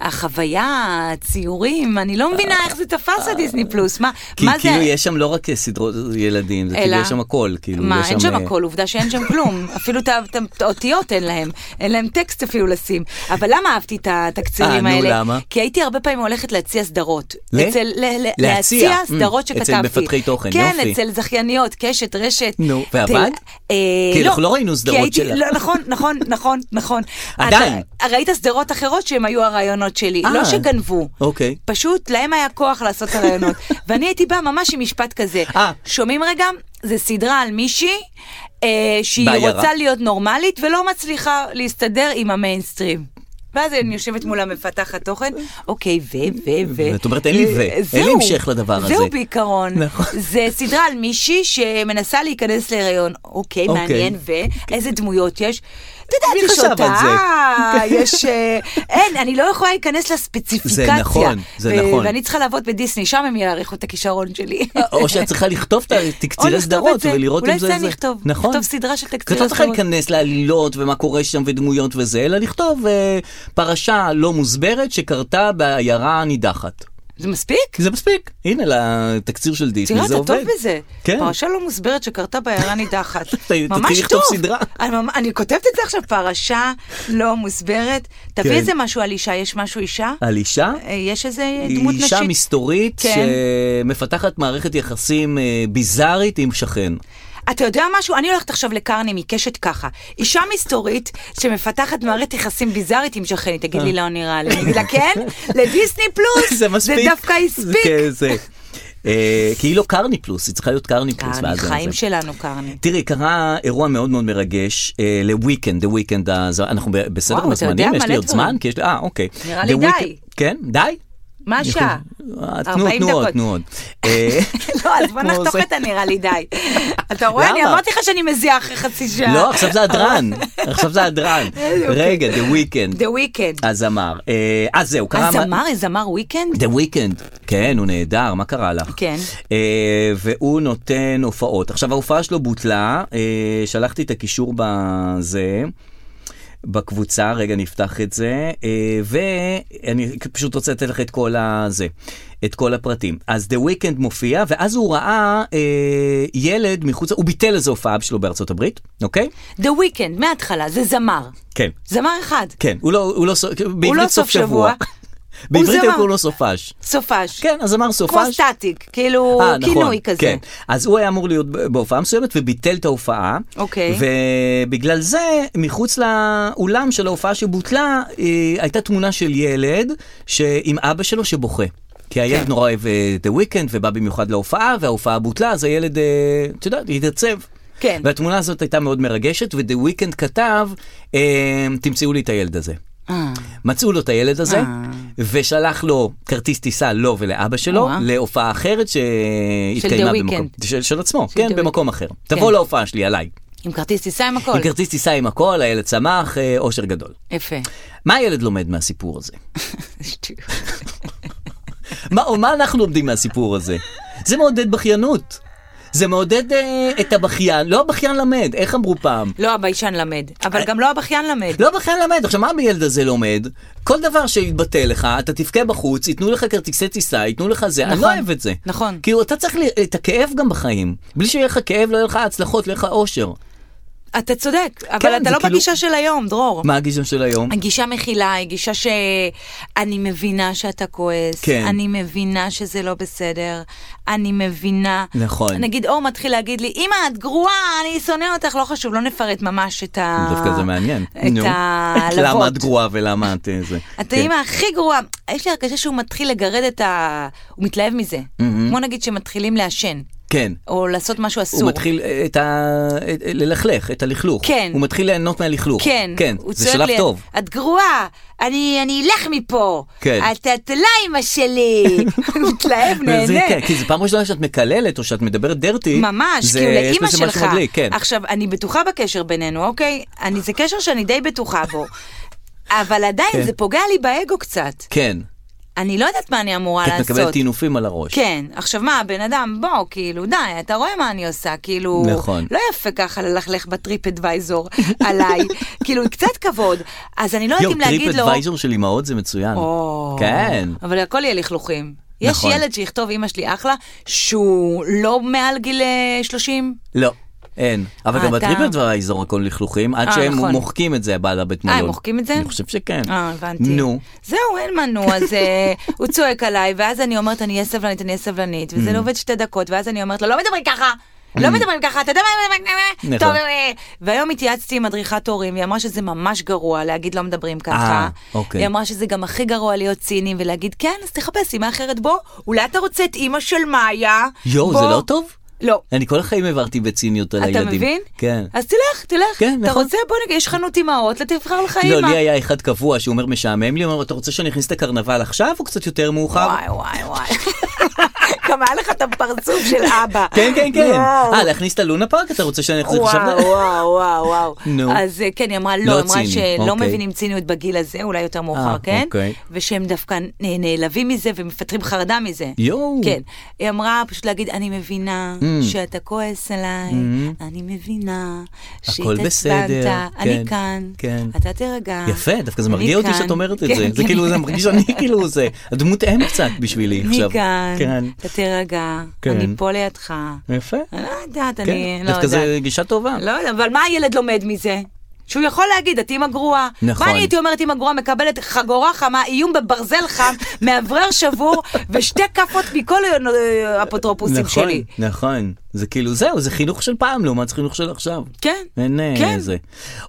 [SPEAKER 2] החוויה, הציורים, אני לא מבינה איך זה תפס הדיסני פלוס, מה,
[SPEAKER 1] כי
[SPEAKER 2] מה
[SPEAKER 1] כאילו
[SPEAKER 2] זה?
[SPEAKER 1] יש שם לא רק סדרות ילדים, זה
[SPEAKER 2] אלא-
[SPEAKER 1] כאילו יש שם הכל. כאילו,
[SPEAKER 2] מה,
[SPEAKER 1] יש
[SPEAKER 2] אין שם
[SPEAKER 1] אה,
[SPEAKER 2] הכל, עובדה שאין שם כלום. אפילו את ה- את ה- את האותיות אין להם, אין להם טקסט אפילו לשים. אבל למה אהבתי את
[SPEAKER 1] אה,
[SPEAKER 2] התקצירים
[SPEAKER 1] נו,
[SPEAKER 2] האלה?
[SPEAKER 1] למה?
[SPEAKER 2] כי הייתי הרבה פעמים הולכת להציע סדרות.
[SPEAKER 1] ל?
[SPEAKER 2] אצל- ל- ל-
[SPEAKER 1] להציע,
[SPEAKER 2] להציע
[SPEAKER 1] אמ,
[SPEAKER 2] סדרות
[SPEAKER 1] אצל
[SPEAKER 2] שכתבתי.
[SPEAKER 1] מפתחי תוכן,
[SPEAKER 2] כן,
[SPEAKER 1] יופי.
[SPEAKER 2] אצל זכייניות, קשת, רשת.
[SPEAKER 1] נו, ועבד?
[SPEAKER 2] תל- אה,
[SPEAKER 1] כי אנחנו לא ראינו סדרות
[SPEAKER 2] כי הייתי-
[SPEAKER 1] שלה.
[SPEAKER 2] לא, נכון, נכון, נכון, נכון.
[SPEAKER 1] עדיין.
[SPEAKER 2] אתה- ראית סדרות אחרות שהם היו הרעיונות שלי,
[SPEAKER 1] אה.
[SPEAKER 2] לא שגנבו.
[SPEAKER 1] אוקיי.
[SPEAKER 2] פשוט להם היה כוח לעשות את הרעיונות. ואני הייתי באה ממש עם משפט כזה.
[SPEAKER 1] אה.
[SPEAKER 2] שומעים רגע? זה סדרה על מישהי אה, שהיא
[SPEAKER 1] בעיירה.
[SPEAKER 2] רוצה להיות נורמלית ולא מצליחה להסתדר עם המיינסטרים. ואז אני יושבת מול המפתחת תוכן, אוקיי, ו, ו, ו.
[SPEAKER 1] ואת אומרת, אין לי ו, אין לי
[SPEAKER 2] זהו,
[SPEAKER 1] המשך לדבר הזה.
[SPEAKER 2] זהו בעיקרון.
[SPEAKER 1] נכון.
[SPEAKER 2] זה סדרה על מישהי שמנסה להיכנס להיריון. אוקיי,
[SPEAKER 1] אוקיי.
[SPEAKER 2] מעניין, ו, איזה דמויות יש. אתה
[SPEAKER 1] מי
[SPEAKER 2] יודע, יש
[SPEAKER 1] חשב על
[SPEAKER 2] אותה,
[SPEAKER 1] זה?
[SPEAKER 2] יש... אה, אין, אני לא יכולה להיכנס לספציפיקציה.
[SPEAKER 1] זה נכון, זה
[SPEAKER 2] ו-
[SPEAKER 1] נכון. אה,
[SPEAKER 2] ואני צריכה לעבוד בדיסני, שם הם יעריכו את הכישרון שלי.
[SPEAKER 1] או שאת צריכה לכתוב את
[SPEAKER 2] או
[SPEAKER 1] התקצירי
[SPEAKER 2] לכתוב את
[SPEAKER 1] סדרות
[SPEAKER 2] זה.
[SPEAKER 1] ולראות
[SPEAKER 2] אולי
[SPEAKER 1] אם זה...
[SPEAKER 2] זה אני
[SPEAKER 1] זה.
[SPEAKER 2] אכתוב.
[SPEAKER 1] נכון.
[SPEAKER 2] אכתוב סדרה של תקצירי
[SPEAKER 1] כי את לא צריכה
[SPEAKER 2] סדרות.
[SPEAKER 1] להיכנס לעלילות ומה קורה שם ודמויות וזה, אלא לכתוב אה, פרשה לא מוסברת שקרתה בעיירה נידחת.
[SPEAKER 2] זה מספיק?
[SPEAKER 1] כי זה מספיק. הנה, לתקציר של
[SPEAKER 2] תראה,
[SPEAKER 1] דיסני זה
[SPEAKER 2] אתה
[SPEAKER 1] עובד.
[SPEAKER 2] טוב בזה.
[SPEAKER 1] כן.
[SPEAKER 2] פרשה לא מוסברת שקרתה בעיירה נידחת.
[SPEAKER 1] תתחיל
[SPEAKER 2] ממש
[SPEAKER 1] לכתוב
[SPEAKER 2] טוב.
[SPEAKER 1] סדרה.
[SPEAKER 2] אני ממ- אני כותבת את זה עכשיו, פרשה לא מוסברת.
[SPEAKER 1] כן.
[SPEAKER 2] תביא איזה משהו על אישה, יש משהו אישה?
[SPEAKER 1] על אישה?
[SPEAKER 2] אה, יש איזה
[SPEAKER 1] היא
[SPEAKER 2] דמות
[SPEAKER 1] אישה
[SPEAKER 2] נשית?
[SPEAKER 1] מסתורית
[SPEAKER 2] כן.
[SPEAKER 1] שמפתחת מערכת יחסים אה, ביזארית עם שכן.
[SPEAKER 2] אתה יודע משהו? אני הולכת עכשיו לקרני מקשת ככה. אישה מסתורית שמפתחת מערכת יחסים ביזארית עם שכנית, תגיד לי לא נראה לי. אני אגיד לה כן? לדיסני פלוס!
[SPEAKER 1] אה. זה מספיק.
[SPEAKER 2] זה דווקא הספיק.
[SPEAKER 1] כן, זה. אה, כי היא לא קרני פלוס, היא צריכה להיות קרני פלוס.
[SPEAKER 2] קרני,
[SPEAKER 1] ואז זה-
[SPEAKER 2] חיים
[SPEAKER 1] זה-
[SPEAKER 2] שלנו קרני.
[SPEAKER 1] תראי, קרה אירוע מאוד מאוד מרגש אה, ל-weekend, the weekend, הזה, אנחנו ב- בסדר
[SPEAKER 2] וואו, אתה
[SPEAKER 1] בזמנים,
[SPEAKER 2] יודע
[SPEAKER 1] יש לי
[SPEAKER 2] מלא
[SPEAKER 1] עוד
[SPEAKER 2] דברים.
[SPEAKER 1] זמן, כי יש לי, אה, אוקיי.
[SPEAKER 2] נראה לי
[SPEAKER 1] The
[SPEAKER 2] די.
[SPEAKER 1] Weeknd- כן, די?
[SPEAKER 2] מה השעה?
[SPEAKER 1] אה, תנו,
[SPEAKER 2] 40
[SPEAKER 1] תנו עוד,
[SPEAKER 2] דקות.
[SPEAKER 1] תנו עוד. אה,
[SPEAKER 2] לא, אז בוא
[SPEAKER 1] כמו
[SPEAKER 2] נחתוך
[SPEAKER 1] זה.
[SPEAKER 2] את הנראה לי די. אתה רואה? אני
[SPEAKER 1] למה?
[SPEAKER 2] אמרתי לך שאני מזיעה אחרי חצי שעה.
[SPEAKER 1] לא, עכשיו זה הדרן, עכשיו זה הדרן.
[SPEAKER 2] אוקיי.
[SPEAKER 1] רגע, the weekend.
[SPEAKER 2] The Weeknd.
[SPEAKER 1] הזמר. אה, אז זהו, קרה... מה-
[SPEAKER 2] הזמר, זמר weekend?
[SPEAKER 1] The Weeknd, כן, הוא נהדר, מה קרה לך?
[SPEAKER 2] כן.
[SPEAKER 1] אה, והוא נותן הופעות. עכשיו, ההופעה שלו בוטלה, אה, שלחתי את הקישור בזה, בקבוצה, רגע נפתח את זה, אה, ואני פשוט רוצה לתת לך את כל הזה, את כל הפרטים. אז The Weeknd מופיע, ואז הוא ראה אה, ילד מחוץ, הוא ביטל איזו הופעה שלו בארצות הברית, אוקיי?
[SPEAKER 2] The Weeknd, מההתחלה, זה זמר.
[SPEAKER 1] כן.
[SPEAKER 2] זמר אחד.
[SPEAKER 1] כן, הוא לא, הוא לא, ס- בעברית סוף
[SPEAKER 2] סוף
[SPEAKER 1] שבוע.
[SPEAKER 2] שבוע.
[SPEAKER 1] בעברית
[SPEAKER 2] זמר.
[SPEAKER 1] הוא קוראים לו סופש.
[SPEAKER 2] סופש.
[SPEAKER 1] כן, אז אמר סופש.
[SPEAKER 2] כמו סטטיק, כאילו
[SPEAKER 1] אה, נכון,
[SPEAKER 2] כינוי כזה.
[SPEAKER 1] כן. אז הוא היה אמור להיות ב- בהופעה מסוימת וביטל את ההופעה.
[SPEAKER 2] אוקיי.
[SPEAKER 1] ובגלל זה, מחוץ לאולם של ההופעה שבוטלה, אה, הייתה תמונה של ילד ש... עם אבא שלו שבוכה. כי הילד
[SPEAKER 2] כן.
[SPEAKER 1] נורא אוהב אה, The Weeknd ובא במיוחד להופעה, וההופעה בוטלה, אז הילד, אה, את יודעת, התעצב.
[SPEAKER 2] כן.
[SPEAKER 1] והתמונה הזאת הייתה מאוד מרגשת, ו-The Weeknd כתב, אה, תמצאו לי את הילד הזה.
[SPEAKER 2] אה,
[SPEAKER 1] מצאו לו את הילד הזה,
[SPEAKER 2] אה.
[SPEAKER 1] ושלח לו כרטיס טיסה, לו ולאבא שלו,
[SPEAKER 2] או-אה.
[SPEAKER 1] להופעה אחרת שהתקיימה
[SPEAKER 2] The
[SPEAKER 1] במקום, של, של עצמו,
[SPEAKER 2] של
[SPEAKER 1] כן,
[SPEAKER 2] The כן.
[SPEAKER 1] במקום אחר. תבוא להופעה שלי, עליי.
[SPEAKER 2] עם כרטיס טיסה עם הכל.
[SPEAKER 1] עם כרטיס טיסה עם הכל, הילד שמח, אה, אושר גדול.
[SPEAKER 2] יפה.
[SPEAKER 1] מה הילד לומד מהסיפור הזה? מה, או מה אנחנו לומדים מהסיפור הזה? זה מעודד בכיינות. זה מעודד אה, את הבכיין, לא הבכיין למד, איך אמרו פעם?
[SPEAKER 2] לא הביישן למד, אבל גם לא הבכיין למד.
[SPEAKER 1] אה, לא בכלל למד. עכשיו, מה הילד הזה לומד? כל דבר שיתבטא לך, אתה תבכה בחוץ, ייתנו לך כרטיסי טיסה, ייתנו לך זה, אני
[SPEAKER 2] נכון.
[SPEAKER 1] לא אוהב את זה.
[SPEAKER 2] נכון.
[SPEAKER 1] כאילו, אתה צריך ל- את הכאב גם בחיים. בלי שיהיה לך כאב, לא יהיה לך הצלחות, לא יהיה לך אושר.
[SPEAKER 2] אתה צודק, אבל
[SPEAKER 1] כן,
[SPEAKER 2] אתה
[SPEAKER 1] זה
[SPEAKER 2] לא
[SPEAKER 1] כאילו-
[SPEAKER 2] בגישה של היום, דרור.
[SPEAKER 1] מה הגישה של היום?
[SPEAKER 2] הגישה מכילה היא גישה שאני מבינה שאתה כועס,
[SPEAKER 1] כן.
[SPEAKER 2] אני מבינה שזה לא בסדר, אני מבינה.
[SPEAKER 1] נכון.
[SPEAKER 2] נגיד אור מתחיל להגיד לי, אמא את גרועה, אני שונא אותך, לא חשוב, לא נפרט ממש את ה...
[SPEAKER 1] דווקא זה מעניין. נו.
[SPEAKER 2] את
[SPEAKER 1] למה
[SPEAKER 2] העלבות.
[SPEAKER 1] את גרועה ולמה את אה, זה.
[SPEAKER 2] את
[SPEAKER 1] כן.
[SPEAKER 2] האמא הכי גרועה. יש לי הרגשה שהוא מתחיל לגרד את ה... הוא מתלהב מזה. כמו נגיד שמתחילים לעשן,
[SPEAKER 1] כן.
[SPEAKER 2] או לעשות משהו אסור.
[SPEAKER 1] הוא מתחיל אה, את ה... את- אה, ללכלך, את הלכלוך.
[SPEAKER 2] כן.
[SPEAKER 1] הוא מתחיל ליהנות מהלכלוך.
[SPEAKER 2] כן,
[SPEAKER 1] כן,
[SPEAKER 2] הוא
[SPEAKER 1] זה
[SPEAKER 2] צועק
[SPEAKER 1] שלב
[SPEAKER 2] לי,
[SPEAKER 1] טוב.
[SPEAKER 2] את גרועה, אני, אני אלך מפה.
[SPEAKER 1] כן.
[SPEAKER 2] את, את לא אמא שלי. מתלהב,
[SPEAKER 1] וזה-
[SPEAKER 2] נהנה.
[SPEAKER 1] כן, כי זו פעם ראשונה שאת מקללת או שאת מדברת דרטי.
[SPEAKER 2] ממש,
[SPEAKER 1] זה-
[SPEAKER 2] כאילו
[SPEAKER 1] יש
[SPEAKER 2] לאימא
[SPEAKER 1] בזה
[SPEAKER 2] שלך.
[SPEAKER 1] משהו מדליק, כן.
[SPEAKER 2] עכשיו, אני בטוחה בקשר בינינו, אוקיי? אני, זה קשר שאני די בטוחה בו. אבל עדיין
[SPEAKER 1] כן.
[SPEAKER 2] זה פוגע לי באגו קצת.
[SPEAKER 1] כן.
[SPEAKER 2] אני לא יודעת מה אני אמורה
[SPEAKER 1] כי את
[SPEAKER 2] לעשות.
[SPEAKER 1] מקבלת טינופים על הראש.
[SPEAKER 2] כן, עכשיו מה, הבן אדם, בוא, כאילו, די, אתה רואה מה אני עושה, כאילו,
[SPEAKER 1] נכון.
[SPEAKER 2] לא יפה ככה ללכלך בטריפ אדוויזור עליי, כאילו, קצת כבוד, אז אני לא יודעת אם להגיד לו,
[SPEAKER 1] טריפ אדוויז'ר של אמהות זה מצוין.
[SPEAKER 2] או,
[SPEAKER 1] כן.
[SPEAKER 2] אבל הכל יהיה לכלוכים. יש
[SPEAKER 1] נכון.
[SPEAKER 2] ילד שיכתוב אמא שלי אחלה, שהוא לא מעל גיל אה, 30?
[SPEAKER 1] לא. אין, אבל גם
[SPEAKER 2] אתה-
[SPEAKER 1] בטריפ אדוויזור הכל לכלוכים, עד
[SPEAKER 2] אה,
[SPEAKER 1] שהם
[SPEAKER 2] נכון.
[SPEAKER 1] מוחקים את זה, בעל הבית
[SPEAKER 2] אה,
[SPEAKER 1] מלון.
[SPEAKER 2] הם מוחקים את זה?
[SPEAKER 1] אני חושב שכן.
[SPEAKER 2] אה, הבנתי.
[SPEAKER 1] נו,
[SPEAKER 2] זהו, אין מה נו, אז אה, הוא צועק עליי, ואז אני אומרת, אני אהיה סבלנית, אני אהיה סבלנית,
[SPEAKER 1] Mm.
[SPEAKER 2] וזה לא עובד שתי דקות, ואז אני אומרת לו, לא מדברים ככה! לא מדברים ככה, אתה יודע מה...
[SPEAKER 1] נכון.
[SPEAKER 2] טוב, אה, והיום התייעצתי עם מדריכת הורים, היא אמרה שזה ממש גרוע להגיד לא מדברים ככה.
[SPEAKER 1] אה, אוקיי.
[SPEAKER 2] היא אמרה שזה גם הכי גרוע להיות ציני ולהגיד, כן, אז תחפש אמא אחרת, בוא, אולי אתה רוצה את אמא של מאיה.
[SPEAKER 1] יואו,
[SPEAKER 2] בוא."
[SPEAKER 1] זה לא טוב?
[SPEAKER 2] לא.
[SPEAKER 1] אני כל החיים העברתי בציניות על
[SPEAKER 2] אתה
[SPEAKER 1] הילדים.
[SPEAKER 2] מבין?
[SPEAKER 1] כן.
[SPEAKER 2] אז תלך, תלך.
[SPEAKER 1] כן,
[SPEAKER 2] אתה
[SPEAKER 1] נכון.
[SPEAKER 2] רוצה, בוא נגיד, יש חנות אמהות, תבחר לך אמא.
[SPEAKER 1] לא, לי היה אחד קבוע שהוא אומר משעמם לי, הוא אומר, אתה רוצה שאני אכניס את הקרנבל עכשיו או קצת יותר מאוחר?
[SPEAKER 2] וואי וואי וואי. גם היה לך את הפרצוף של אבא.
[SPEAKER 1] כן, כן, כן.
[SPEAKER 2] וואו.
[SPEAKER 1] אה, להכניס את הלונה פארק? אתה רוצה שאני אחזיר עכשיו?
[SPEAKER 2] וואו, וואו, וואו, וואו.
[SPEAKER 1] נו.
[SPEAKER 2] אז אה, כן, היא אמרה
[SPEAKER 1] לא
[SPEAKER 2] לא, אמרה
[SPEAKER 1] ציני,
[SPEAKER 2] שלא
[SPEAKER 1] אוקיי.
[SPEAKER 2] מבינים ציניות בגיל הזה, אולי יותר מאוחר,
[SPEAKER 1] אה,
[SPEAKER 2] כן?
[SPEAKER 1] אוקיי.
[SPEAKER 2] ושהם דווקא נ- נעלבים מזה ומפתחים חרדה מזה.
[SPEAKER 1] יואו. Mm.
[SPEAKER 2] כן. היא אמרה פשוט להגיד, אני מבינה שאתה כועס עליי, אני מבינה שהתעצבנת,
[SPEAKER 1] בסדר,
[SPEAKER 2] אני
[SPEAKER 1] כן,
[SPEAKER 2] כאן,
[SPEAKER 1] כן.
[SPEAKER 2] אתה תירגע.
[SPEAKER 1] יפה, דווקא זה
[SPEAKER 2] אני
[SPEAKER 1] מרגיע אותי
[SPEAKER 2] כאן."
[SPEAKER 1] שאת אומרת את
[SPEAKER 2] כן,
[SPEAKER 1] זה. זה
[SPEAKER 2] כן,
[SPEAKER 1] כאילו, זה
[SPEAKER 2] כן.
[SPEAKER 1] מרגיש שאני כאילו, זה הדמות אם קצת בשבילי עכשיו.
[SPEAKER 2] אני כאן,
[SPEAKER 1] כן.
[SPEAKER 2] אתה תירגע,
[SPEAKER 1] כן.
[SPEAKER 2] אני פה לידך.
[SPEAKER 1] יפה.
[SPEAKER 2] אני לא יודעת, אני
[SPEAKER 1] כן,
[SPEAKER 2] לא
[SPEAKER 1] דווקא
[SPEAKER 2] יודעת.
[SPEAKER 1] זה גישה טובה.
[SPEAKER 2] לא, יודעת, אבל מה הילד לומד מזה? שהוא יכול להגיד, את אימא גרועה.
[SPEAKER 1] נכון.
[SPEAKER 2] מה אני הייתי אומרת, אימא גרועה מקבלת חגורה חמה, איום בברזל חם, מאוורר שבור, ושתי כאפות מכל אה, האפוטרופוסים
[SPEAKER 1] נכון,
[SPEAKER 2] שלי.
[SPEAKER 1] נכון. זה כאילו, זהו, זה חינוך של פעם לעומת חינוך של עכשיו.
[SPEAKER 2] כן,
[SPEAKER 1] אין אה,
[SPEAKER 2] כן.
[SPEAKER 1] זה.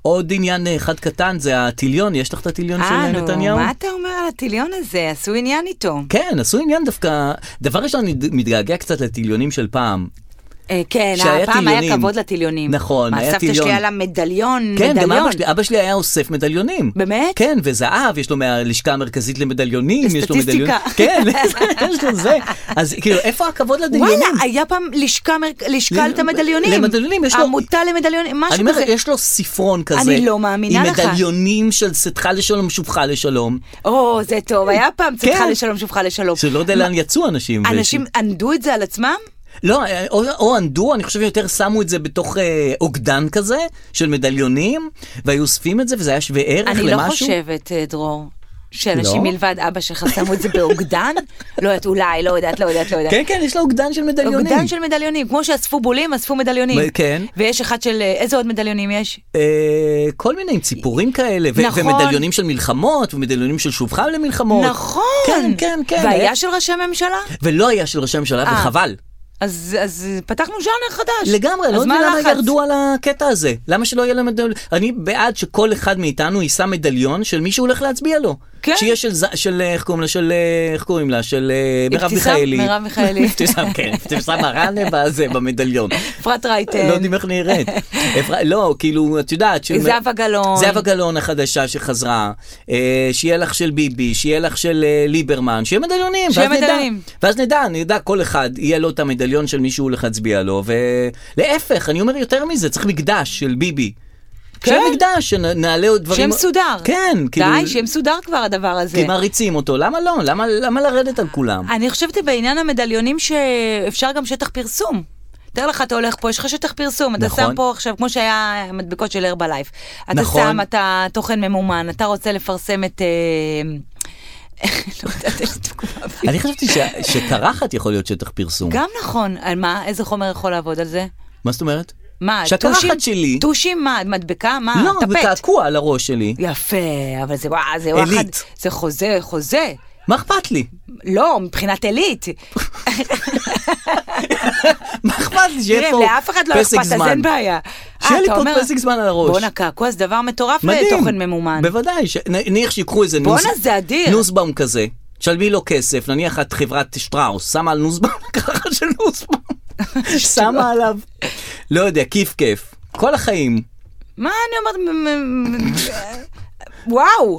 [SPEAKER 1] עוד עניין אה, אחד קטן זה הטיליון, יש לך את הטיליון של
[SPEAKER 2] אה,
[SPEAKER 1] אה,
[SPEAKER 2] נו,
[SPEAKER 1] נתניהו?
[SPEAKER 2] מה אתה אומר על הטיליון הזה? עשו עניין איתו.
[SPEAKER 1] כן, עשו עניין דווקא, דבר ראשון, אני ד- מתגעגע קצת לטיליונים של פעם.
[SPEAKER 2] אה, כן,
[SPEAKER 1] שהיה
[SPEAKER 2] הפעם היה
[SPEAKER 1] טיליונים.
[SPEAKER 2] כבוד לטיליונים.
[SPEAKER 1] נכון, היה
[SPEAKER 2] מה, סבתא
[SPEAKER 1] טיליון.
[SPEAKER 2] שלי היה לה מדליון,
[SPEAKER 1] כן, גם
[SPEAKER 2] מדליון.
[SPEAKER 1] אבא שלי, אבא שלי היה אוסף מדליונים.
[SPEAKER 2] באמת?
[SPEAKER 1] כן, וזהב, יש לו מהלשכה המרכזית למדליונים, יש לו מדליונים.
[SPEAKER 2] לסטטיסטיקה.
[SPEAKER 1] כן, יש לו זה. אז כאילו, איפה הכבוד לדליונים?
[SPEAKER 2] וואלה, היה פעם לשכה, מר- לשכת
[SPEAKER 1] ל-
[SPEAKER 2] המדליונים.
[SPEAKER 1] למדליונים, יש לו-
[SPEAKER 2] עמותה למדליונים, משהו
[SPEAKER 1] אני אומר, אה,
[SPEAKER 2] כזה.
[SPEAKER 1] יש לו ספרון כזה.
[SPEAKER 2] אני לא מאמינה לך.
[SPEAKER 1] עם מדליונים של שדך לשלום, שובך לשלום.
[SPEAKER 2] או, זה טוב, היה פעם צאתך
[SPEAKER 1] כן.
[SPEAKER 2] לשלום, שובך לשלום.
[SPEAKER 1] שלא יודע לאן יצאו אנשים.
[SPEAKER 2] אנשים ענדו את זה על עצמם?
[SPEAKER 1] לא, או, או ענדו, אני חושב יותר שמו את זה בתוך אה, אוגדן כזה, של מדליונים, והיו אוספים את זה, וזה היה שווה ערך
[SPEAKER 2] אני
[SPEAKER 1] למשהו.
[SPEAKER 2] לא חושבת, אה, דרור. שאנשים
[SPEAKER 1] לא?
[SPEAKER 2] מלבד אבא שלך שמו את זה באוגדן? לא יודעת, אולי, לא יודעת, לא יודעת, לא יודעת.
[SPEAKER 1] כן, כן, יש לו אוגדן של מדליונים.
[SPEAKER 2] אוגדן של מדליונים, כמו שאספו בולים, אספו מדליונים.
[SPEAKER 1] מ- כן.
[SPEAKER 2] ויש אחד של, אה, איזה עוד מדליונים יש?
[SPEAKER 1] אה, כל מיני עם ציפורים כאלה, ו-
[SPEAKER 2] נכון.
[SPEAKER 1] ומדליונים של מלחמות, ומדליונים של שובך למלחמות.
[SPEAKER 2] נכון.
[SPEAKER 1] כן, כן, כן.
[SPEAKER 2] והיה
[SPEAKER 1] היה-
[SPEAKER 2] של ראשי ממשלה?
[SPEAKER 1] ולא היה של ראשי ממשלה,
[SPEAKER 2] אה.
[SPEAKER 1] וחבל.
[SPEAKER 2] אז אז, אה, פתחנו ז'אנר חדש.
[SPEAKER 1] לגמרי,
[SPEAKER 2] אז
[SPEAKER 1] לא יודע
[SPEAKER 2] מה
[SPEAKER 1] למה
[SPEAKER 2] הלחץ?
[SPEAKER 1] ירדו על הקטע הזה. למה שלא יהיה להם מדליון? אני בעד שכל אחד מאיתנו יישא מדליון של מי שהוא הולך להצביע לו.
[SPEAKER 2] כן.
[SPEAKER 1] שיהיה של, ז- של אה, איך קוראים לה, של, אה, איך קוראים לה, של אה, מרב
[SPEAKER 2] אבתיסאם,
[SPEAKER 1] מיכאלי.
[SPEAKER 2] מרב מיכאלי.
[SPEAKER 1] אבתיסאם, כן, אבתיסאם מראנה בזה, במדליון.
[SPEAKER 2] אפרת רייטן.
[SPEAKER 1] לא יודעים איך נראית. אפר- לא, כאילו, את יודעת. של-
[SPEAKER 2] זהבה גלאון.
[SPEAKER 1] זהבה גלאון החדשה שחזרה. אה, שיהיה לך של ביבי, שיהיה לך של אה, ליברמן, שיהיה מדליונים.
[SPEAKER 2] שיהיה
[SPEAKER 1] ואז נדע-
[SPEAKER 2] מדליונים.
[SPEAKER 1] ואז נדע, נדע כל אחד, יהיה לו את המדליון של מישהו הולך להצביע לו, ולהפך, אני אומר יותר מזה, צריך מקדש של ביבי.
[SPEAKER 2] כן.
[SPEAKER 1] שיהיה מקדש, שנעלה עוד דברים.
[SPEAKER 2] שיהיה מסודר.
[SPEAKER 1] כן,
[SPEAKER 2] כאילו...
[SPEAKER 1] כאילו,
[SPEAKER 2] די, שיהיה מסודר כבר הדבר הזה.
[SPEAKER 1] כי מעריצים אותו, למה לא? למה, למה לרדת על כולם?
[SPEAKER 2] אני חושבת בעניין המדליונים שאפשר גם שטח פרסום. תאר לך, אתה הולך פה, יש לך שטח פרסום, אתה
[SPEAKER 1] נכון.
[SPEAKER 2] שם פה עכשיו, כמו שהיה מדבקות של הרבלייף. אתה
[SPEAKER 1] נכון.
[SPEAKER 2] שם, אתה תוכן ממומן, אתה רוצה לפרסם את... אה, לא יודעת איזה דוגמה. אפילו.
[SPEAKER 1] אני חשבתי ש- שקרחת יכול להיות שטח פרסום.
[SPEAKER 2] גם נכון, על מה? איזה חומר יכול לעבוד על זה?
[SPEAKER 1] מה זאת אומרת?
[SPEAKER 2] מה,
[SPEAKER 1] שהקרחת
[SPEAKER 2] טושים?
[SPEAKER 1] שלי-
[SPEAKER 2] טושים, מה, מדבקה? מה,
[SPEAKER 1] לא,
[SPEAKER 2] אה, טפט?
[SPEAKER 1] וקעקוע על הראש שלי.
[SPEAKER 2] יפה, אבל זה וואו, זה וואחד,
[SPEAKER 1] עילית.
[SPEAKER 2] זה חוזה, חוזה.
[SPEAKER 1] מה אכפת לי?
[SPEAKER 2] לא, מבחינת עילית.
[SPEAKER 1] מה אכפת לי? שיהיה
[SPEAKER 2] תראה,
[SPEAKER 1] פה
[SPEAKER 2] לאף אחד לא
[SPEAKER 1] פסק
[SPEAKER 2] אכפת, אז
[SPEAKER 1] זמן.
[SPEAKER 2] אין בעיה.
[SPEAKER 1] שיהיה
[SPEAKER 2] אה,
[SPEAKER 1] לי
[SPEAKER 2] אתה
[SPEAKER 1] פה
[SPEAKER 2] אומר,
[SPEAKER 1] פסק זמן על הראש.
[SPEAKER 2] בואנה, קעקוע זה דבר מטורף
[SPEAKER 1] מדהים.
[SPEAKER 2] לתוכן ממומן.
[SPEAKER 1] בוודאי, ש- נ- נניח שיקחו איזה
[SPEAKER 2] בואנה,
[SPEAKER 1] נוס-
[SPEAKER 2] זה אדיר.
[SPEAKER 1] נוסבאום כזה. תשלמי לו כסף, נניח את חברת שטראוס, שמה על נוסבאום, ככה של נוסבאום, שמה עליו. לא יודע, כיף כיף. כל החיים.
[SPEAKER 2] מה אני אומרת? מ- מ- מ- וואו.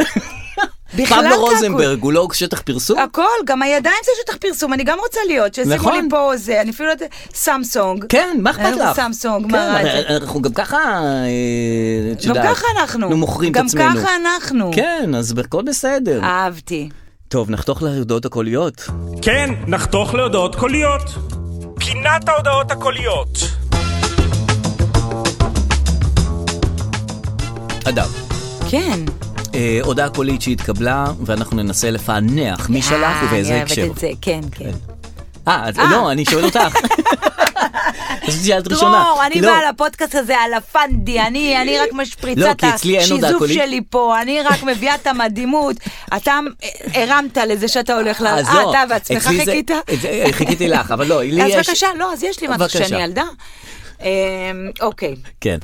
[SPEAKER 2] בכלל
[SPEAKER 1] פבלו
[SPEAKER 2] קעקוע.
[SPEAKER 1] רוזנברג, הוא לא שטח פרסום?
[SPEAKER 2] הכל, גם הידיים זה שטח פרסום, אני גם רוצה להיות, שישימו לי
[SPEAKER 1] נכון.
[SPEAKER 2] פה זה, אני אפילו לא יודעת, סמסונג.
[SPEAKER 1] כן, מה אכפת
[SPEAKER 2] אנחנו
[SPEAKER 1] לך?
[SPEAKER 2] סמסונג,
[SPEAKER 1] כן,
[SPEAKER 2] מה רע
[SPEAKER 1] הרי-
[SPEAKER 2] זה?
[SPEAKER 1] אנחנו גם ככה, אה, את
[SPEAKER 2] גם
[SPEAKER 1] יודעת,
[SPEAKER 2] ככה אנחנו.
[SPEAKER 1] אנחנו מוכרים את
[SPEAKER 2] גם
[SPEAKER 1] עצמנו.
[SPEAKER 2] ככה אנחנו. אה.
[SPEAKER 1] כן, אז הכל בסדר.
[SPEAKER 2] אהבתי.
[SPEAKER 1] טוב, נחתוך להודעות הקוליות.
[SPEAKER 3] כן, נחתוך להודעות קוליות. פינת ההודעות הקוליות.
[SPEAKER 1] אדם.
[SPEAKER 2] כן.
[SPEAKER 1] אה, הודעה קולית שהתקבלה, ואנחנו ננסה לפענח מי שלח
[SPEAKER 2] אה,
[SPEAKER 1] ובאיזה
[SPEAKER 2] אני
[SPEAKER 1] הקשר.
[SPEAKER 2] אוהבת את זה, כן, כן.
[SPEAKER 1] אה, אז-
[SPEAKER 2] אה.
[SPEAKER 1] לא, אני שואל אותך. אז שאלת ראשונה.
[SPEAKER 2] דרור, אני
[SPEAKER 1] לא,
[SPEAKER 2] באה לפודקאסט הזה על הפנדי, אני אני רק משפריצה
[SPEAKER 1] לא,
[SPEAKER 2] את
[SPEAKER 1] כי אצלי אין הודעה
[SPEAKER 2] השיזוף
[SPEAKER 1] קולית.
[SPEAKER 2] שלי פה, אני רק מביאה את המדהימות. אתה הרמת לזה שאתה הולך ל...
[SPEAKER 1] אז
[SPEAKER 2] אה,
[SPEAKER 1] לא,
[SPEAKER 2] אתה בעצמך
[SPEAKER 1] אצלי זה-
[SPEAKER 2] חיכית?
[SPEAKER 1] את זה- אה, חיכיתי לך, אבל לא, לי יש...
[SPEAKER 2] אז בבקשה, לא, אז יש לי משהו
[SPEAKER 1] בבקשה.
[SPEAKER 2] שאני ילדה. אמ, אוקיי,
[SPEAKER 1] כן,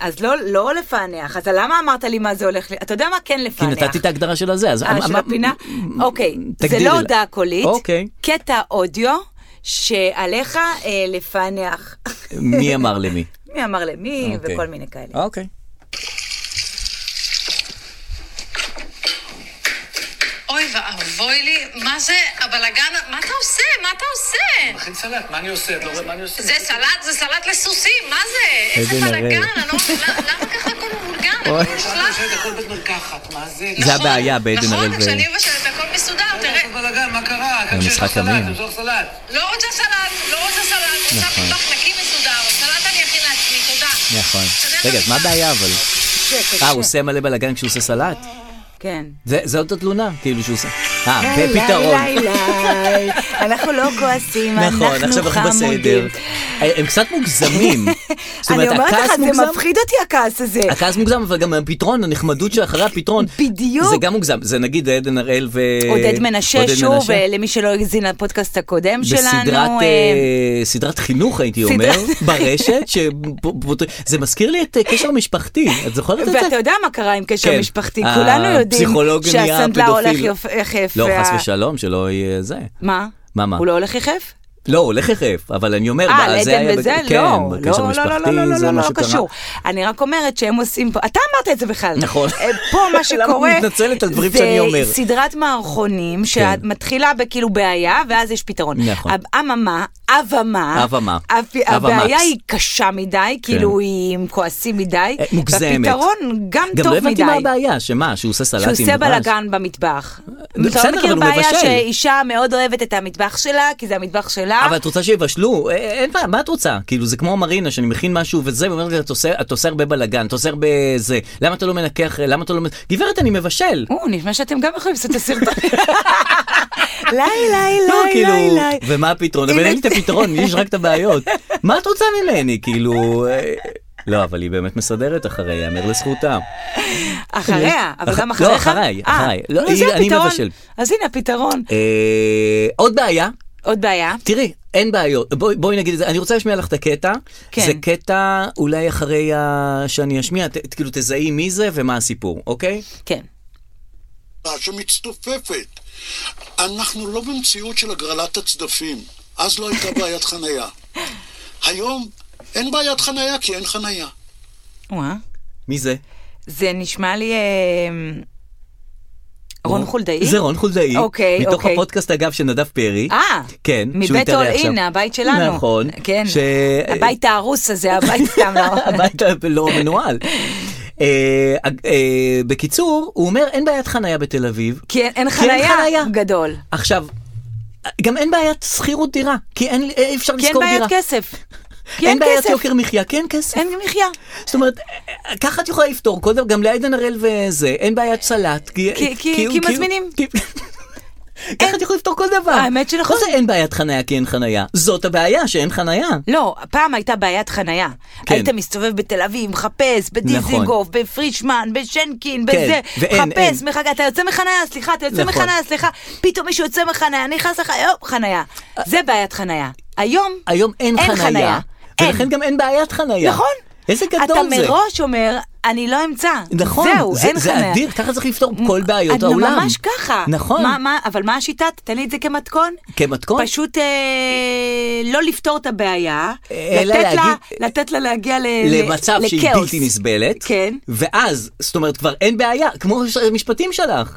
[SPEAKER 2] אז לא- לא לפענח, אז למה אמרת לי מה זה הולך לי? אתה יודע מה? כן
[SPEAKER 1] כי
[SPEAKER 2] לפענח.
[SPEAKER 1] נתתי את ההגדרה של הזה, אז...
[SPEAKER 2] אה,
[SPEAKER 1] מה-
[SPEAKER 2] של
[SPEAKER 1] מה-
[SPEAKER 2] הפינה? אוקיי, זה
[SPEAKER 1] תגדירי
[SPEAKER 2] לא
[SPEAKER 1] לה.
[SPEAKER 2] הודעה קולית,
[SPEAKER 1] אוקיי.
[SPEAKER 2] קטע אודיו שעליך אה, לפענח.
[SPEAKER 1] מי אמר למי?
[SPEAKER 2] מי אמר למי
[SPEAKER 1] אוקיי.
[SPEAKER 2] וכל מיני כאלה.
[SPEAKER 1] אוקיי.
[SPEAKER 5] אוי ואבוי לי, מה זה הבלגן, מה אתה עושה? מה אתה עושה?
[SPEAKER 6] מכין סלט, מה אני עושה? את לא רואה מה אני עושה?
[SPEAKER 5] זה סלט, זה סלט לסוסים, מה זה? איזה
[SPEAKER 1] איזה נראה.
[SPEAKER 5] בלגן, אני לא מבינה, למה ככה הכל מבולגן? הכל
[SPEAKER 1] אוי.
[SPEAKER 5] מושלם.
[SPEAKER 6] שלושה דקות לא בית מרקחת, מה זה?
[SPEAKER 1] זה הבעיה בעדן הראל ו-
[SPEAKER 5] נכון, כשאני מבשלת לא, הכל מסודר,
[SPEAKER 6] תראה,
[SPEAKER 5] תראה.
[SPEAKER 6] איזה בלאגן, מה קרה? כאן
[SPEAKER 1] זה
[SPEAKER 6] שיש לך
[SPEAKER 1] משחק
[SPEAKER 6] סלט,
[SPEAKER 1] ימים.
[SPEAKER 6] תמשוך סלט.
[SPEAKER 5] לא רוצה סלט, לא רוצה סלט, רוצה מטבח נקי מסודר, סלט אני אכין לעצמי, תודה.
[SPEAKER 1] נכון.
[SPEAKER 5] תסדר את
[SPEAKER 1] רגע, אז מה
[SPEAKER 5] הפינה.
[SPEAKER 1] הבעיה אבל?
[SPEAKER 2] שקט,
[SPEAKER 1] אה, הוא
[SPEAKER 2] שקט.
[SPEAKER 1] עושה מלא בלאגן כשהוא עושה סלט?
[SPEAKER 2] כן.
[SPEAKER 1] זה- זאת התלונה, כאילו שהוא עושה... אה,
[SPEAKER 2] היי,
[SPEAKER 1] זה פתרון.
[SPEAKER 2] היי, היי, אנחנו לא כועסים, אנחנו
[SPEAKER 1] נכון,
[SPEAKER 2] חמודים.
[SPEAKER 1] עכשיו אנחנו בסדר. אה, הם קצת מוגזמים. זאת
[SPEAKER 2] אני אומרת
[SPEAKER 1] הכעס
[SPEAKER 2] לך, זה
[SPEAKER 1] מוגזם, אה,
[SPEAKER 2] מפחיד אותי הכעס הזה.
[SPEAKER 1] הכעס מוגזם, אבל גם הפתרון, הנחמדות שאחרי הפתרון,
[SPEAKER 2] בדיוק.
[SPEAKER 1] זה גם מוגזם. זה נגיד עדן הראל ו...
[SPEAKER 2] עודד מנשה,
[SPEAKER 1] עודד
[SPEAKER 2] שוב,
[SPEAKER 1] מנשה.
[SPEAKER 2] אה, למי שלא האזין לפודקאסט הקודם
[SPEAKER 1] בסדרת
[SPEAKER 2] שלנו. אה,
[SPEAKER 1] אה, סדרת חינוך הייתי
[SPEAKER 2] סדרת-
[SPEAKER 1] אומר, ברשת, שפות- זה מזכיר לי את אה, קשר משפחתי, את זוכרת את זה?
[SPEAKER 2] ואתה יודע מה קרה עם
[SPEAKER 1] כן. אה,
[SPEAKER 2] קשר משפחתי, כולנו יודעים
[SPEAKER 1] הפסיכולוג נהיה
[SPEAKER 2] שהסנדלר
[SPEAKER 1] פדופיל.
[SPEAKER 2] הולך יופ- יחף.
[SPEAKER 1] לא,
[SPEAKER 2] וה-
[SPEAKER 1] חס ושלום, שלא יהיה זה.
[SPEAKER 2] מה?
[SPEAKER 1] מה, מה?
[SPEAKER 2] הוא לא הולך יחף?
[SPEAKER 1] לא, הוא הולך יחף, אבל אני אומר,
[SPEAKER 2] אה,
[SPEAKER 1] מה,
[SPEAKER 2] על
[SPEAKER 1] זה
[SPEAKER 2] עדן
[SPEAKER 1] היה בג-
[SPEAKER 2] וזה?
[SPEAKER 1] כן,
[SPEAKER 2] לא, לא,
[SPEAKER 1] בקשר
[SPEAKER 2] לא, לא,
[SPEAKER 1] משפחתי,
[SPEAKER 2] לא, לא,
[SPEAKER 1] זה
[SPEAKER 2] לא,
[SPEAKER 1] מה
[SPEAKER 2] לא
[SPEAKER 1] שקרה.
[SPEAKER 2] קשור. אני רק אומרת שהם עושים פה, אתה אמרת את זה בכלל.
[SPEAKER 1] נכון.
[SPEAKER 2] אה, פה מה
[SPEAKER 1] למה את
[SPEAKER 2] שקורה,
[SPEAKER 1] מתנצלת על דברים שאני אומר? כן.
[SPEAKER 2] זה סדרת מערכונים שמתחילה בכאילו בעיה, ואז יש פתרון.
[SPEAKER 1] נכון.
[SPEAKER 2] אב- אממה, אבמה,
[SPEAKER 1] אבמה.
[SPEAKER 2] הפ-
[SPEAKER 1] אבמקס.
[SPEAKER 2] הבעיה היא קשה מדי, כאילו היא הם כועסים מדי,
[SPEAKER 1] אה, מוגזמת.
[SPEAKER 2] והפתרון גם
[SPEAKER 1] גם
[SPEAKER 2] טוב
[SPEAKER 1] לא
[SPEAKER 2] מדי.
[SPEAKER 1] הבנתי מה הבעיה, שמה, שהוא עושה סלט עם
[SPEAKER 2] שהוא
[SPEAKER 1] דבש?
[SPEAKER 2] עושה בלאגן במטבח. אתה
[SPEAKER 1] בסדר,
[SPEAKER 2] לא מכיר
[SPEAKER 1] אבל הוא
[SPEAKER 2] בעיה
[SPEAKER 1] מבשל.
[SPEAKER 2] שאישה מאוד אוהבת את המטבח שלה, כי זה המטבח שלה.
[SPEAKER 1] אבל את רוצה שיבשלו? אה, אין בעיה, מה את רוצה? כאילו זה כמו מרינה שאני מכין משהו וזה, ואומרת לי, "את עושה- את עושה הרבה בלאגן, את עושה הרבה זה, למה אתה לא מנקח, למה אתה לא... מנ-" גברת, אני מבשל.
[SPEAKER 2] או, נשמע שאתם גם יכולים לעשות את הסרטון. לי, לי,
[SPEAKER 1] לא,
[SPEAKER 2] לי,
[SPEAKER 1] כאילו,
[SPEAKER 2] לי, לי.
[SPEAKER 1] ומה הפתרון? אבל
[SPEAKER 2] הנה-
[SPEAKER 1] אין לי את הפתרון, יש רק את הבעיות. מה את רוצה ממני? כאילו... אה, לא, אבל היא באמת מסדרת אחרי, יאמר לזכותה.
[SPEAKER 2] אחריה, אבל
[SPEAKER 1] אח-
[SPEAKER 2] גם
[SPEAKER 1] לא,
[SPEAKER 2] אחריך.
[SPEAKER 1] אחריי,
[SPEAKER 2] אה,
[SPEAKER 1] אחריי. לא,
[SPEAKER 2] נו,
[SPEAKER 1] היא-
[SPEAKER 2] זה
[SPEAKER 1] אני
[SPEAKER 2] הפתרון.
[SPEAKER 1] מבשל.
[SPEAKER 2] אז הנה הפתרון.
[SPEAKER 1] אה, עוד בעיה,
[SPEAKER 2] עוד בעיה.
[SPEAKER 1] תראי, אין בעיות, בואי, בואי נגיד את זה, אני רוצה להשמיע לך את הקטע,
[SPEAKER 2] כן.
[SPEAKER 1] זה קטע אולי אחרי ה... שאני אשמיע, ת, כאילו תזהי מי זה ומה הסיפור, אוקיי?
[SPEAKER 2] כן.
[SPEAKER 7] שמצטופפת. אנחנו לא במציאות של הגרלת הצדפים. אז לא הייתה בעיית חנייה. היום אין בעיית חנייה כי אין חנייה.
[SPEAKER 2] וואה.
[SPEAKER 1] מי זה?
[SPEAKER 2] זה נשמע לי... אה, רון חולדאי?
[SPEAKER 1] זה רון חולדאי,
[SPEAKER 2] אוקיי,
[SPEAKER 1] מתוך
[SPEAKER 2] אוקיי.
[SPEAKER 1] הפודקאסט אגב של נדב פרי,
[SPEAKER 2] אה,
[SPEAKER 1] כן, שהוא
[SPEAKER 2] מבית
[SPEAKER 1] יתארח
[SPEAKER 2] אול
[SPEAKER 1] שם.
[SPEAKER 2] אין, הבית שלנו.
[SPEAKER 1] נכון,
[SPEAKER 2] כן,
[SPEAKER 1] ש-
[SPEAKER 2] הבית ההרוס הזה, הבית סתם לא.
[SPEAKER 1] הבית לא מנוהל. אה, אה, בקיצור, הוא אומר אין בעיית חנייה בתל אביב,
[SPEAKER 2] כי כן, אין- אין
[SPEAKER 1] כי אין
[SPEAKER 2] חנייה
[SPEAKER 1] כן, חנייה.
[SPEAKER 2] גדול.
[SPEAKER 1] עכשיו, גם אין בעיית שכירות דירה, כי אין, אי אפשר
[SPEAKER 2] כי אין
[SPEAKER 1] לשכור דירה.
[SPEAKER 2] כן, בעיית כסף. כי
[SPEAKER 1] אין
[SPEAKER 2] אין
[SPEAKER 1] בעיית
[SPEAKER 2] כסף.
[SPEAKER 1] יוקר מחיה, כי אין כסף.
[SPEAKER 2] אין מחיה.
[SPEAKER 1] זאת אומרת, ככה את יכולה לפתור, קודם גם לעדן הראל וזה, אין בעיית סלט.
[SPEAKER 2] כי- כי-
[SPEAKER 1] הוא-
[SPEAKER 2] כי
[SPEAKER 1] הוא-
[SPEAKER 2] מזמינים.
[SPEAKER 1] כי- ככה אתה יכול לפתור כל דבר.
[SPEAKER 2] האמת שנכון.
[SPEAKER 1] מה זה אין בעיית חניה כי אין חניה? זאת הבעיה, שאין חניה.
[SPEAKER 2] לא, פעם הייתה בעיית חנייה.
[SPEAKER 1] כן. נכון.
[SPEAKER 2] היית מסתובב בתל אביב, מחפש, בדיזינגוף, בפרישמן, בשנקין,
[SPEAKER 1] כן,
[SPEAKER 2] בזה,
[SPEAKER 1] ואין,
[SPEAKER 2] מחפש,
[SPEAKER 1] אין.
[SPEAKER 2] מחכה, אתה יוצא מחניה, סליחה, אתה יוצא
[SPEAKER 1] נכון.
[SPEAKER 2] מחניה, סליחה, פתאום מישהו יוצא מחניה, נכנס לך, הופ, חניה. זה בעיית חניה. היום,
[SPEAKER 1] היום אין
[SPEAKER 2] אין
[SPEAKER 1] חניה.
[SPEAKER 2] חניה.
[SPEAKER 1] ולכן
[SPEAKER 2] אין.
[SPEAKER 1] גם אין בעיית חניה.
[SPEAKER 2] נכון.
[SPEAKER 1] איזה
[SPEAKER 2] אתה
[SPEAKER 1] גדול זה.
[SPEAKER 2] מראש אומר, אני לא אמצא.
[SPEAKER 1] נכון,
[SPEAKER 2] זהו,
[SPEAKER 1] זה-
[SPEAKER 2] אין
[SPEAKER 1] זה
[SPEAKER 2] חניה.
[SPEAKER 1] אדיר, ככה צריך לפתור כל בעיות
[SPEAKER 2] את
[SPEAKER 1] העולם.
[SPEAKER 2] ממש ככה.
[SPEAKER 1] נכון. כן.
[SPEAKER 2] מה, מה, אבל מה השיטה? תן לי את זה כמתכון.
[SPEAKER 1] כמתכון?
[SPEAKER 2] פשוט אה, לא לפתור את הבעיה,
[SPEAKER 1] אלא
[SPEAKER 2] לתת, לה,
[SPEAKER 1] להגיד-
[SPEAKER 2] לתת לה להגיע ל,
[SPEAKER 1] למצב
[SPEAKER 2] ל-
[SPEAKER 1] שהיא
[SPEAKER 2] לכאוס.
[SPEAKER 1] בלתי נסבלת,
[SPEAKER 2] כן.
[SPEAKER 1] ואז, זאת אומרת, כבר אין בעיה, כמו ש- המשפטים שלך.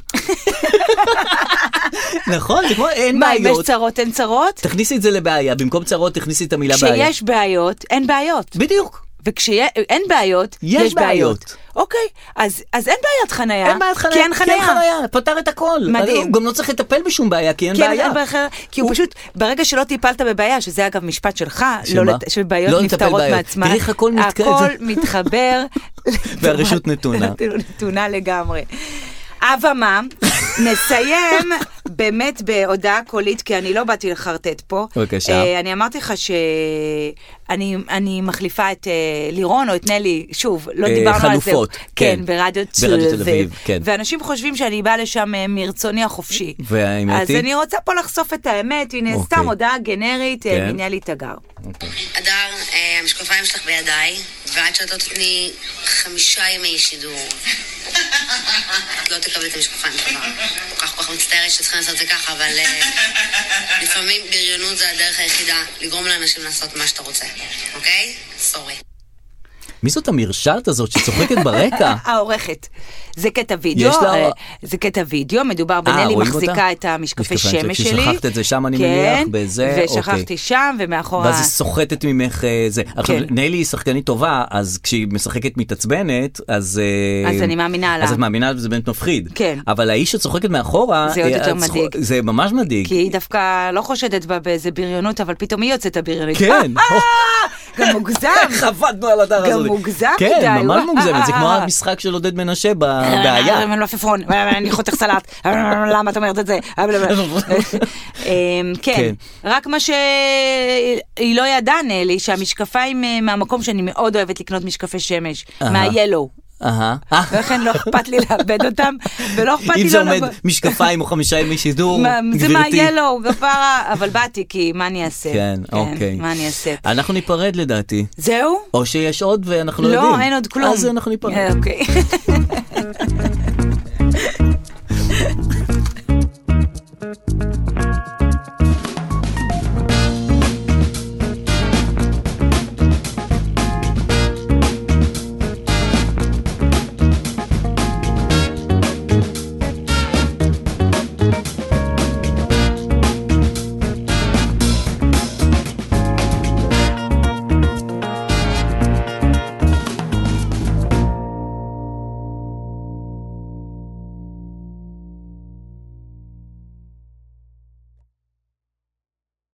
[SPEAKER 1] נכון, זה כמו אין
[SPEAKER 2] מה, אם יש
[SPEAKER 1] בעיות.
[SPEAKER 2] צרות אין צרות?
[SPEAKER 1] תכניסי את זה לבעיה, במקום צרות תכניסי את המילה בעיה.
[SPEAKER 2] כשיש בעיות, אין בעיות.
[SPEAKER 1] בדיוק.
[SPEAKER 2] וכשאין בעיות,
[SPEAKER 1] יש
[SPEAKER 2] יש,
[SPEAKER 1] בעיות.
[SPEAKER 2] אוקיי, אז, אז אין בעיית חניה.
[SPEAKER 1] אין בעיית חניה,
[SPEAKER 2] אה, כי אין חניה.
[SPEAKER 1] פתר את הכל.
[SPEAKER 2] מדהים.
[SPEAKER 1] הוא גם לא צריך לטפל בשום בעיה, כי אין
[SPEAKER 2] כן,
[SPEAKER 1] בעיה.
[SPEAKER 2] אין בעיה אחרת, כי הוא פשוט, ברגע שלא טיפלת בבעיה, שזה אגב משפט שלך,
[SPEAKER 1] שמה?
[SPEAKER 2] לא לת- שבעיות
[SPEAKER 1] לא לטפל
[SPEAKER 2] נפתרות
[SPEAKER 1] בעיות.
[SPEAKER 2] מעצמן,
[SPEAKER 1] תראי איך הכל מתק-
[SPEAKER 2] הכל
[SPEAKER 1] זה-
[SPEAKER 2] מתחבר.
[SPEAKER 1] והרשות נתונה.
[SPEAKER 2] נתונה לגמרי. אבמה, נסיים באמת בהודעה קולית, כי אני לא באתי לחרטט פה.
[SPEAKER 1] בבקשה.
[SPEAKER 2] אה, אני אמרתי לך שאני אני מחליפה את אה, לירון או את נלי, שוב, לא
[SPEAKER 1] אה,
[SPEAKER 2] דיברנו על זה.
[SPEAKER 1] חלופות, כן.
[SPEAKER 2] כן, ברדיו
[SPEAKER 1] ברדיו
[SPEAKER 2] תל אביב.
[SPEAKER 1] כן.
[SPEAKER 2] ואנשים חושבים שאני באה לשם אה, מרצוני החופשי.
[SPEAKER 1] והאמת
[SPEAKER 2] אז
[SPEAKER 1] היא?
[SPEAKER 2] אני רוצה פה לחשוף את האמת, הנה
[SPEAKER 1] אוקיי.
[SPEAKER 2] סתם הודעה גנרית אה,
[SPEAKER 1] כן.
[SPEAKER 2] מנלי תגר.
[SPEAKER 5] אדר, אה, המשקפיים שלך בידיי, ועד שאת לא תתני חמישה ימי שידור, את לא תקבלי את המשקפיים שלך. כל כך כל כך מצטערת שצריכים לעשות את זה ככה, אבל אה, לפעמים בריונות זה הדרך היחידה לגרום לאנשים לעשות מה שאתה רוצה, אוקיי? סורי.
[SPEAKER 1] מי זאת המרשעת הזאת שצוחקת ברקע?
[SPEAKER 2] העורכת. זה קטע וידאו,
[SPEAKER 1] יש לה- אה,
[SPEAKER 2] אה, זה קטע וידאו, מדובר בנלי
[SPEAKER 1] רואים אותה?
[SPEAKER 2] מחזיקה את המשקפי
[SPEAKER 1] משקפיים
[SPEAKER 2] שמש
[SPEAKER 1] שלי,
[SPEAKER 2] שלי.
[SPEAKER 1] ששכחת את זה שם, אני
[SPEAKER 2] כן,
[SPEAKER 1] מניח, בזה, אוקיי.
[SPEAKER 2] ושכחתי שם, ומאחורה...
[SPEAKER 1] ואז היא סוחטת ממך אה, זה. עכשיו,
[SPEAKER 2] כן.
[SPEAKER 1] נלי היא שחקנית טובה, אז כשהיא משחקת מתעצבנת, אז... אה,
[SPEAKER 2] אז אני מאמינה לה.
[SPEAKER 1] אז את מאמינה וזה באמת מפחיד.
[SPEAKER 2] כן.
[SPEAKER 1] אבל האיש שצוחקת מאחורה...
[SPEAKER 2] זה עוד
[SPEAKER 1] אה,
[SPEAKER 2] יותר
[SPEAKER 1] את צוח-
[SPEAKER 2] מדאיג.
[SPEAKER 1] זה ממש מדאיג.
[SPEAKER 2] כי היא דווקא לא חושדת בה באיזה בריונות, אבל פתאום היא יוצאת הבריונית.
[SPEAKER 1] כן.
[SPEAKER 2] גם מוגזם.
[SPEAKER 1] איך עבדנו על הדבר
[SPEAKER 2] גם
[SPEAKER 1] הזה?
[SPEAKER 2] מוגזם מדי, אה.
[SPEAKER 1] כן, ממש
[SPEAKER 2] וואו.
[SPEAKER 1] מוגזם. זה כמו המשחק של עודד מנשה
[SPEAKER 2] אה,
[SPEAKER 1] בבעיה.
[SPEAKER 2] מלפפון, לא אני חותך סלט, אה, למה את אומרת את זה? אה, אמ,
[SPEAKER 1] כן.
[SPEAKER 2] כן, רק מה שהיא לא ידעה, נלי, שהמשקפיים אה, מהמקום שאני מאוד אוהבת לקנות משקפי שמש,
[SPEAKER 1] אהה.
[SPEAKER 2] מהיאלו.
[SPEAKER 1] אהה.
[SPEAKER 2] ולכן לא אכפת לי לאבד אותם, ולא אכפת
[SPEAKER 1] אם
[SPEAKER 2] לי
[SPEAKER 1] זה
[SPEAKER 2] לא...
[SPEAKER 1] עומד
[SPEAKER 2] לבוא-
[SPEAKER 1] משקפיים או חמישה ימי שידור,
[SPEAKER 2] מה-
[SPEAKER 1] גברתי.
[SPEAKER 2] זה מהיאלו, גפרה, אבל באתי, כי מה אני אעשה?
[SPEAKER 1] כן, אוקיי.
[SPEAKER 2] מה אני אעשה?
[SPEAKER 1] אנחנו ניפרד לדעתי.
[SPEAKER 2] זהו?
[SPEAKER 1] או שיש עוד ואנחנו לא יודעים.
[SPEAKER 2] לא, אין עוד כלום.
[SPEAKER 1] אז אנחנו ניפרד.
[SPEAKER 2] אה, אוקיי.